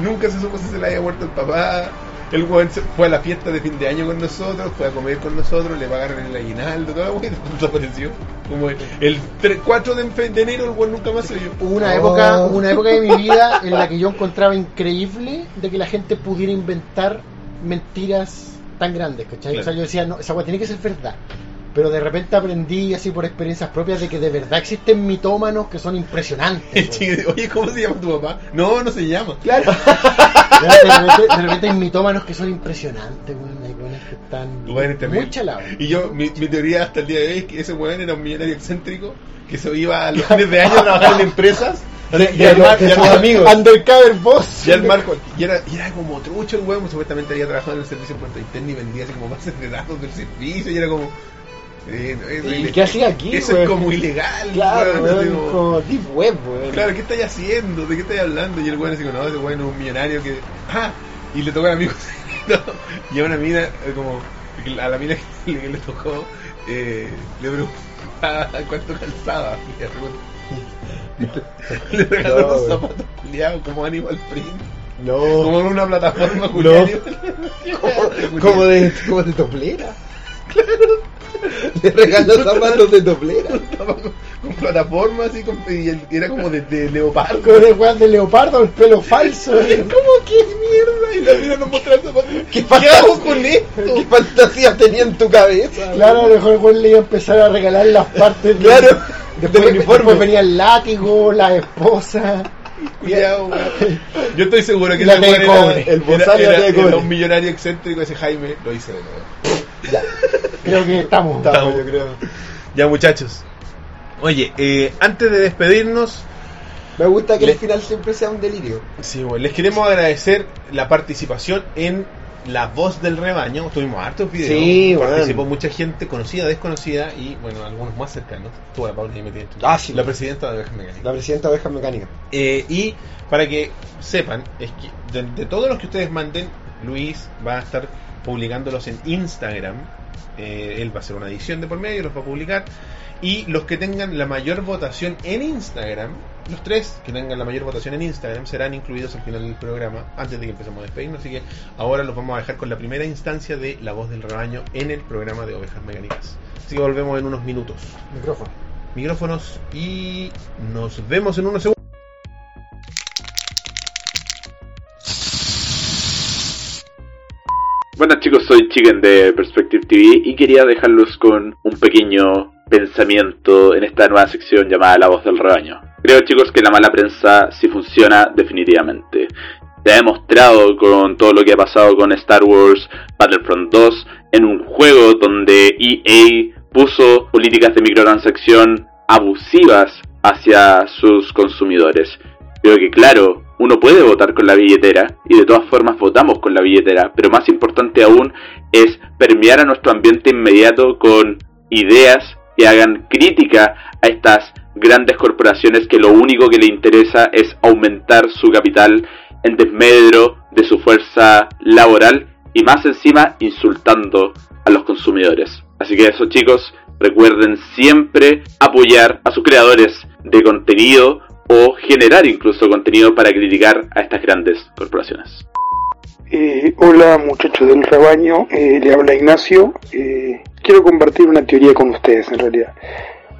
S1: nunca se supo si se le había muerto el papá. El weón se- fue a la fiesta de fin de año con nosotros, fue a comer con nosotros, le pagaron el aguinaldo, toda la weá, y desapareció. Como el, el tre- 4 de, fe- de enero el weón nunca más se vio.
S3: Hubo una
S2: Oh.
S3: época, hubo una época de mi vida en la que yo encontraba increíble de que la gente pudiera inventar mentiras tan grandes, ¿cachai?
S1: Claro.
S3: O sea, yo decía, no, esa weá tiene que ser verdad. Pero de repente aprendí, así por experiencias propias, de que de verdad existen mitómanos que son
S1: El
S3: impresionantes. weón.
S1: chico dice, Oye, ¿cómo se llama tu papá? No, no se llama.
S3: Claro. De repente, de repente hay mitómanos que son impresionantes, weón. Hay weones que están
S1: Weón, es terrible.
S3: muy chalados.
S1: Y yo, mi, mi teoría hasta el día de hoy es que ese weón era un millonario excéntrico que se iba a los fines de año a trabajar en empresas y
S2: de
S1: armar-
S2: los que
S1: y armar
S2: son
S1: amigos.
S3: Undercover boss.
S1: Y armar cual- y era, y era como trucho el weón, pues, supuestamente había trabajado en el servicio puerto interno y vendía así como bases de datos del servicio y era como. eh, no, eso
S2: ¿Y
S1: ile-
S2: qué hacía aquí,
S1: Eso
S2: weón?
S1: es como ilegal,
S2: Claro,
S1: weón, así
S2: weón,
S1: como-
S2: como Deep Web, weón.
S1: Claro, ¿qué estáis haciendo? ¿De qué estáis hablando? Y el weón así como, no, ese weón es un millonario que. ¡Ah! Y le tocó al amigo. ¿no? Y a una mina, eh, como. A la mina que le, que le tocó, eh, le preguntaba cuánto calzaba. Y le regaló- Le regaló
S2: No,
S1: unos
S2: weón.
S1: zapatos culiados como Animal Print.
S2: No.
S1: Como en una plataforma culiada.
S2: Como- Como de, como de toplera. Le regaló zapatos de toplera.
S1: Con plataforma así, con- y el- era como de, de leopardo.
S3: Con el weón de leopardo, el pelo falso. weón.
S1: ¿Cómo que mierda? Y la mina nos mostraba el zapato.
S2: ¿Qué,
S1: hago
S2: fantasía,
S1: con esto?
S2: ¿Qué fantasía tenía en tu cabeza?
S3: Claro, a lo mejor Juan le iba a empezar a regalar las partes de-
S2: Claro,
S3: después,
S2: del uniforme.
S3: después venía el látigo, la esposa.
S1: Cuidado, weón. Yo estoy seguro que
S3: La
S1: ese
S3: T de
S1: weón era-
S3: cobre.
S1: era-
S2: El bozal
S1: era-
S2: la T de
S1: era
S2: cobre.
S1: un millonario excéntrico ese Jaime. Lo hice de nuevo.
S3: Creo que estamos.
S2: Estamos, yo creo.
S1: Ya, muchachos. Oye, eh, antes de despedirnos,
S2: Me gusta que
S1: Le-
S2: el final siempre sea un delirio.
S1: Sí, bueno, les queremos agradecer la participación en La Voz del Rebaño. Tuvimos hartos videos.
S2: Sí, bueno.
S1: Participó mucha gente conocida, desconocida y, bueno, algunos más cercanos. Tú, la Paula, y me tienes tú.
S2: Ah, sí.
S1: La presidenta de Ovejas Mecánicas.
S2: La presidenta de Ovejas Mecánicas.
S1: Eh, y para que sepan, es que de, de todos los que ustedes manden, Luis va a estar publicándolos en Instagram. Eh, él va a hacer una edición de por medio, los va a publicar. Y los que tengan la mayor votación en Instagram, los tres que tengan la mayor votación en Instagram serán incluidos al final del programa, antes de que empecemos a despedirnos. Así que ahora los vamos a dejar con la primera instancia de La Voz del Rebaño en el programa de Ovejas Mecánicas. Así que volvemos en unos minutos.
S3: Micrófono.
S1: Micrófonos y nos vemos en unos segundos.
S6: Bueno chicos, soy Chicken de Perspective TV y quería dejarlos con un pequeño pensamiento en esta nueva sección llamada La Voz del Rebaño. Creo chicos que la mala prensa sí funciona definitivamente. Se ha demostrado con todo lo que ha pasado con Star Wars Battlefront 2 en un juego donde EA puso políticas de microtransacción abusivas hacia sus consumidores. Creo que claro, uno puede votar con la billetera y de todas formas votamos con la billetera, pero más importante aún es permear a nuestro ambiente inmediato con ideas que hagan crítica a estas grandes corporaciones que lo único que le interesa es aumentar su capital en desmedro de su fuerza laboral y más encima insultando a los consumidores. Así que eso chicos, recuerden siempre apoyar a sus creadores de contenido o generar incluso contenido para criticar a estas grandes corporaciones.
S7: Eh, hola muchachos del rebaño, eh, le habla Ignacio. Eh, quiero compartir una teoría con ustedes en realidad.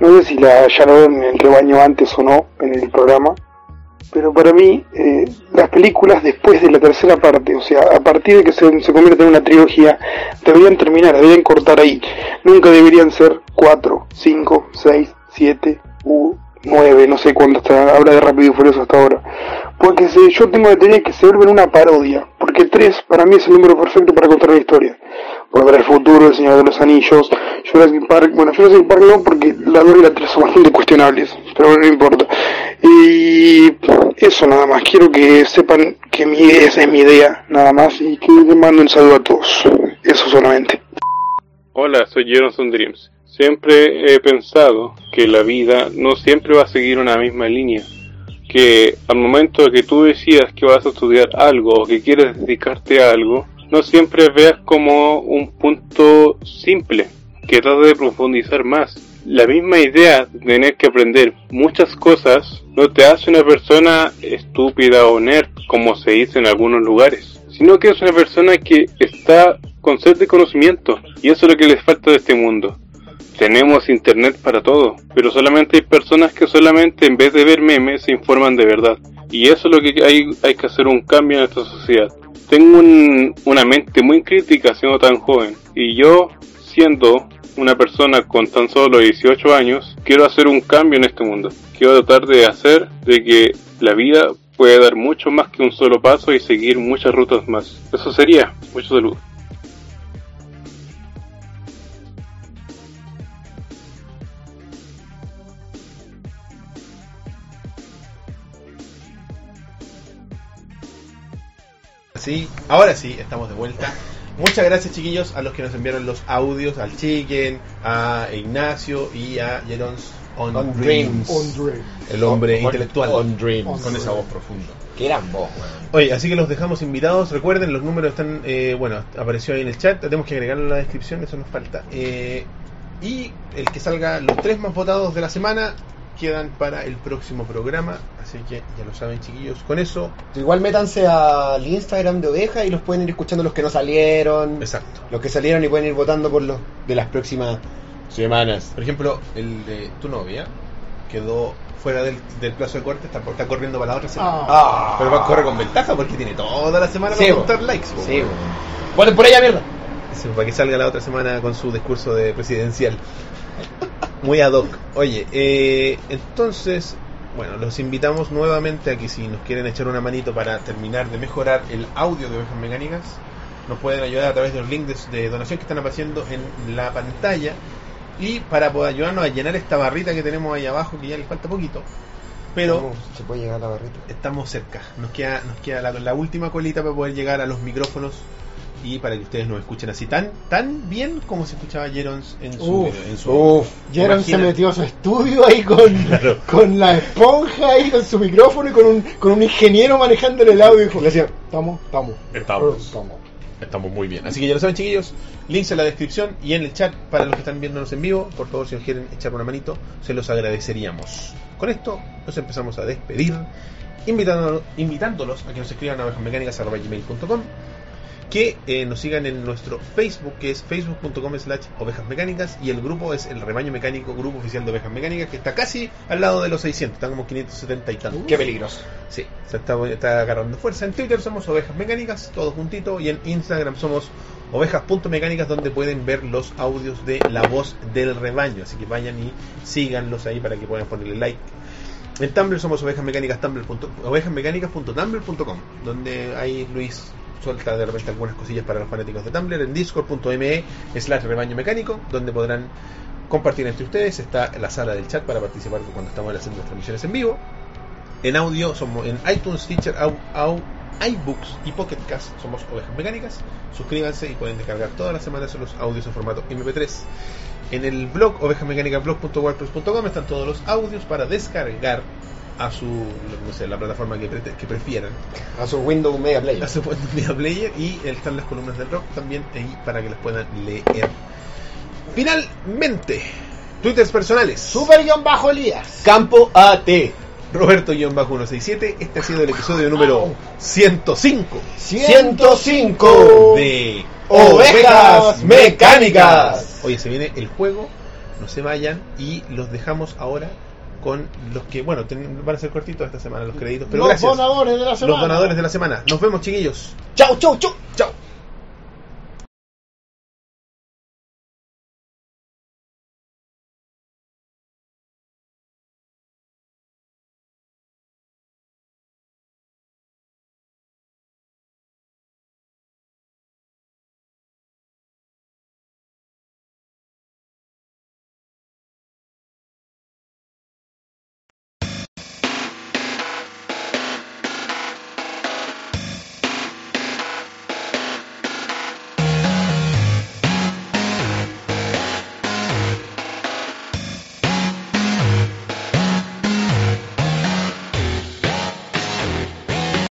S7: No sé si la hallaron en el rebaño antes o no en el programa, pero para mí eh, las películas después de la tercera parte, o sea, a partir de que se, se convierte en una trilogía, deberían terminar, deberían cortar ahí. Nunca deberían ser 4, 5, 6, 7 u 9, no sé cuándo hasta, habla de Rápido y Furioso hasta ahora. Porque se- yo tengo la teoría que se vuelven una parodia, porque 3 para mí es el número perfecto para contar la historia. Volver al futuro, El Señor de los Anillos, Jurassic Park, bueno, Jurassic Park no, porque la 2 y la 3 son bastante cuestionables, pero bueno, no importa. Y eso nada más, quiero que sepan que mi, esa es mi idea, nada más, y que les mando un saludo a todos, eso solamente.
S8: Hola, soy Jonathan Dreams. Siempre he pensado que la vida no siempre va a seguir una misma línea. Que al momento de que tú decidas que vas a estudiar algo o que quieres dedicarte a algo, no siempre veas como un punto simple, que trata de profundizar más. La misma idea de tener que aprender muchas cosas no te hace una persona estúpida o nerd, como se dice en algunos lugares, sino que es una persona que está con sed de conocimiento, y eso es lo que les falta de este mundo. Tenemos internet para todo, pero solamente hay personas que solamente en vez de ver memes se informan de verdad. Y eso es lo que hay, hay que hacer un cambio en nuestra sociedad. Tengo un- una mente muy crítica siendo tan joven. Y yo, siendo una persona con tan solo 18 años, quiero hacer un cambio en este mundo. Quiero tratar de hacer de que la vida pueda dar mucho más que un solo paso y seguir muchas rutas más. Eso sería. Mucho saludos.
S1: Sí, ahora sí, estamos de vuelta. Muchas gracias chiquillos a los que nos enviaron los audios, al Chicken, a Ignacio y a Jerons on,
S2: On
S1: Dreams.
S3: On Dream.
S1: El
S2: Oh,
S1: hombre
S9: On-
S1: intelectual
S9: on-
S1: on Dreams,
S3: on
S1: con esa
S3: Dream.
S1: voz profunda.
S9: Que eran vos, weón.
S1: Oye, así que los dejamos invitados. Recuerden, los números están, eh, bueno, apareció ahí en el chat. Tenemos que agregarlo en la descripción, eso nos falta. Eh, y el que salga los tres más votados de la semana quedan para el próximo programa. Así que ya lo saben, chiquillos. Con eso,
S2: Igual métanse al Instagram de Oveja y los pueden ir escuchando los que no salieron,
S1: exacto.
S2: los que salieron y pueden ir votando por los de las próximas semanas.
S1: Por ejemplo, el de tu novia quedó fuera del, del plazo de corte, está, está corriendo para la otra semana.
S3: Ah,
S2: Ah,
S1: Pero va a correr con ventaja porque tiene toda la semana
S2: Sí,
S1: para
S2: bo.
S1: contar likes. bo.
S2: sí, bueno, por allá mierda.
S1: Sí, para que salga la otra semana con su discurso de presidencial. Muy ad hoc. Oye, eh, entonces, bueno, los invitamos nuevamente a que si nos quieren echar una manito para terminar de mejorar el audio de Ovejas Mecánicas, nos pueden ayudar a través de los links de, de donación que están apareciendo en la pantalla. Y para poder ayudarnos a llenar esta barrita que tenemos ahí abajo, que ya les falta poquito, pero
S2: ¿Cómo se puede llegar a la barrita.
S1: estamos cerca. Nos queda, nos queda la, la última colita para poder llegar a los micrófonos y para que ustedes nos escuchen así tan, tan bien como se escuchaba Jerons en su.
S3: Uf,
S1: video- en su-
S2: Uf,
S3: Jaron
S1: Imagina.
S3: se metió a su estudio ahí con,
S1: Claro.
S3: con la esponja ahí, con su micrófono y con un, con un ingeniero manejándole el audio y dijo, le decía, estamos, estamos,
S1: Estamos.
S3: estamos.
S1: Estamos muy bien. Así que ya lo saben, chiquillos. Links en la descripción y en el chat para los que están viéndonos en vivo. Por favor, si nos quieren echar una manito, se los agradeceríamos. Con esto nos empezamos a despedir, invitándolos, invitándolos a que nos escriban a ovejasmecánicas.com que eh, nos sigan en nuestro Facebook, que es facebook.com slash ovejas mecánicas, y el grupo es el rebaño mecánico, grupo oficial de ovejas mecánicas, que está casi al lado de los 600, están como 570 y tantos.
S2: qué peligroso.
S1: Sí, se está, está agarrando fuerza. En Twitter somos ovejas mecánicas, todo juntito. Y en Instagram somos ovejas.mecánicas, donde pueden ver los audios de la voz del rebaño. Así que vayan y síganlos ahí para que puedan ponerle like. En Tumblr somos ovejas mecánicas, tumblr punto- ovejasmecánicas.tumblr.com, donde ahí Luis suelta de repente algunas cosillas para los fanáticos de Tumblr. En discord.me slash rebaño mecánico, donde podrán compartir entre ustedes. Está la sala del chat para participar cuando estamos haciendo las transmisiones en vivo. En audio somos en iTunes, Teacher, Au, Au, iBooks y Pocket Cast somos Ovejas Mecánicas. Suscríbanse y pueden descargar todas las semanas los audios en formato MP3. En el blog ovejasmecánicasblog.wordpress.com están todos los audios para descargar a su, no sé, la plataforma que, prete- que prefieran.
S2: A su Windows Mega
S1: La
S2: Player.
S1: Super Media Player y están las columnas del rock también ahí para que las puedan leer. Finalmente, twitters personales.
S3: Super guión bajo Elías.
S2: Campo AT.
S1: Roberto-167. Este ha sido el episodio número 105
S3: 105
S1: de
S3: Ovejas Mecánicas.
S1: Oye, se viene el juego, no se vayan y los dejamos ahora con los que, bueno, ten- van a ser cortitos esta semana los créditos, pero
S10: los
S1: gracias.
S10: donadores de la semana.
S1: Los donadores de la semana. Nos vemos, chiquillos.
S3: Chau, chau, chau.
S1: Chao.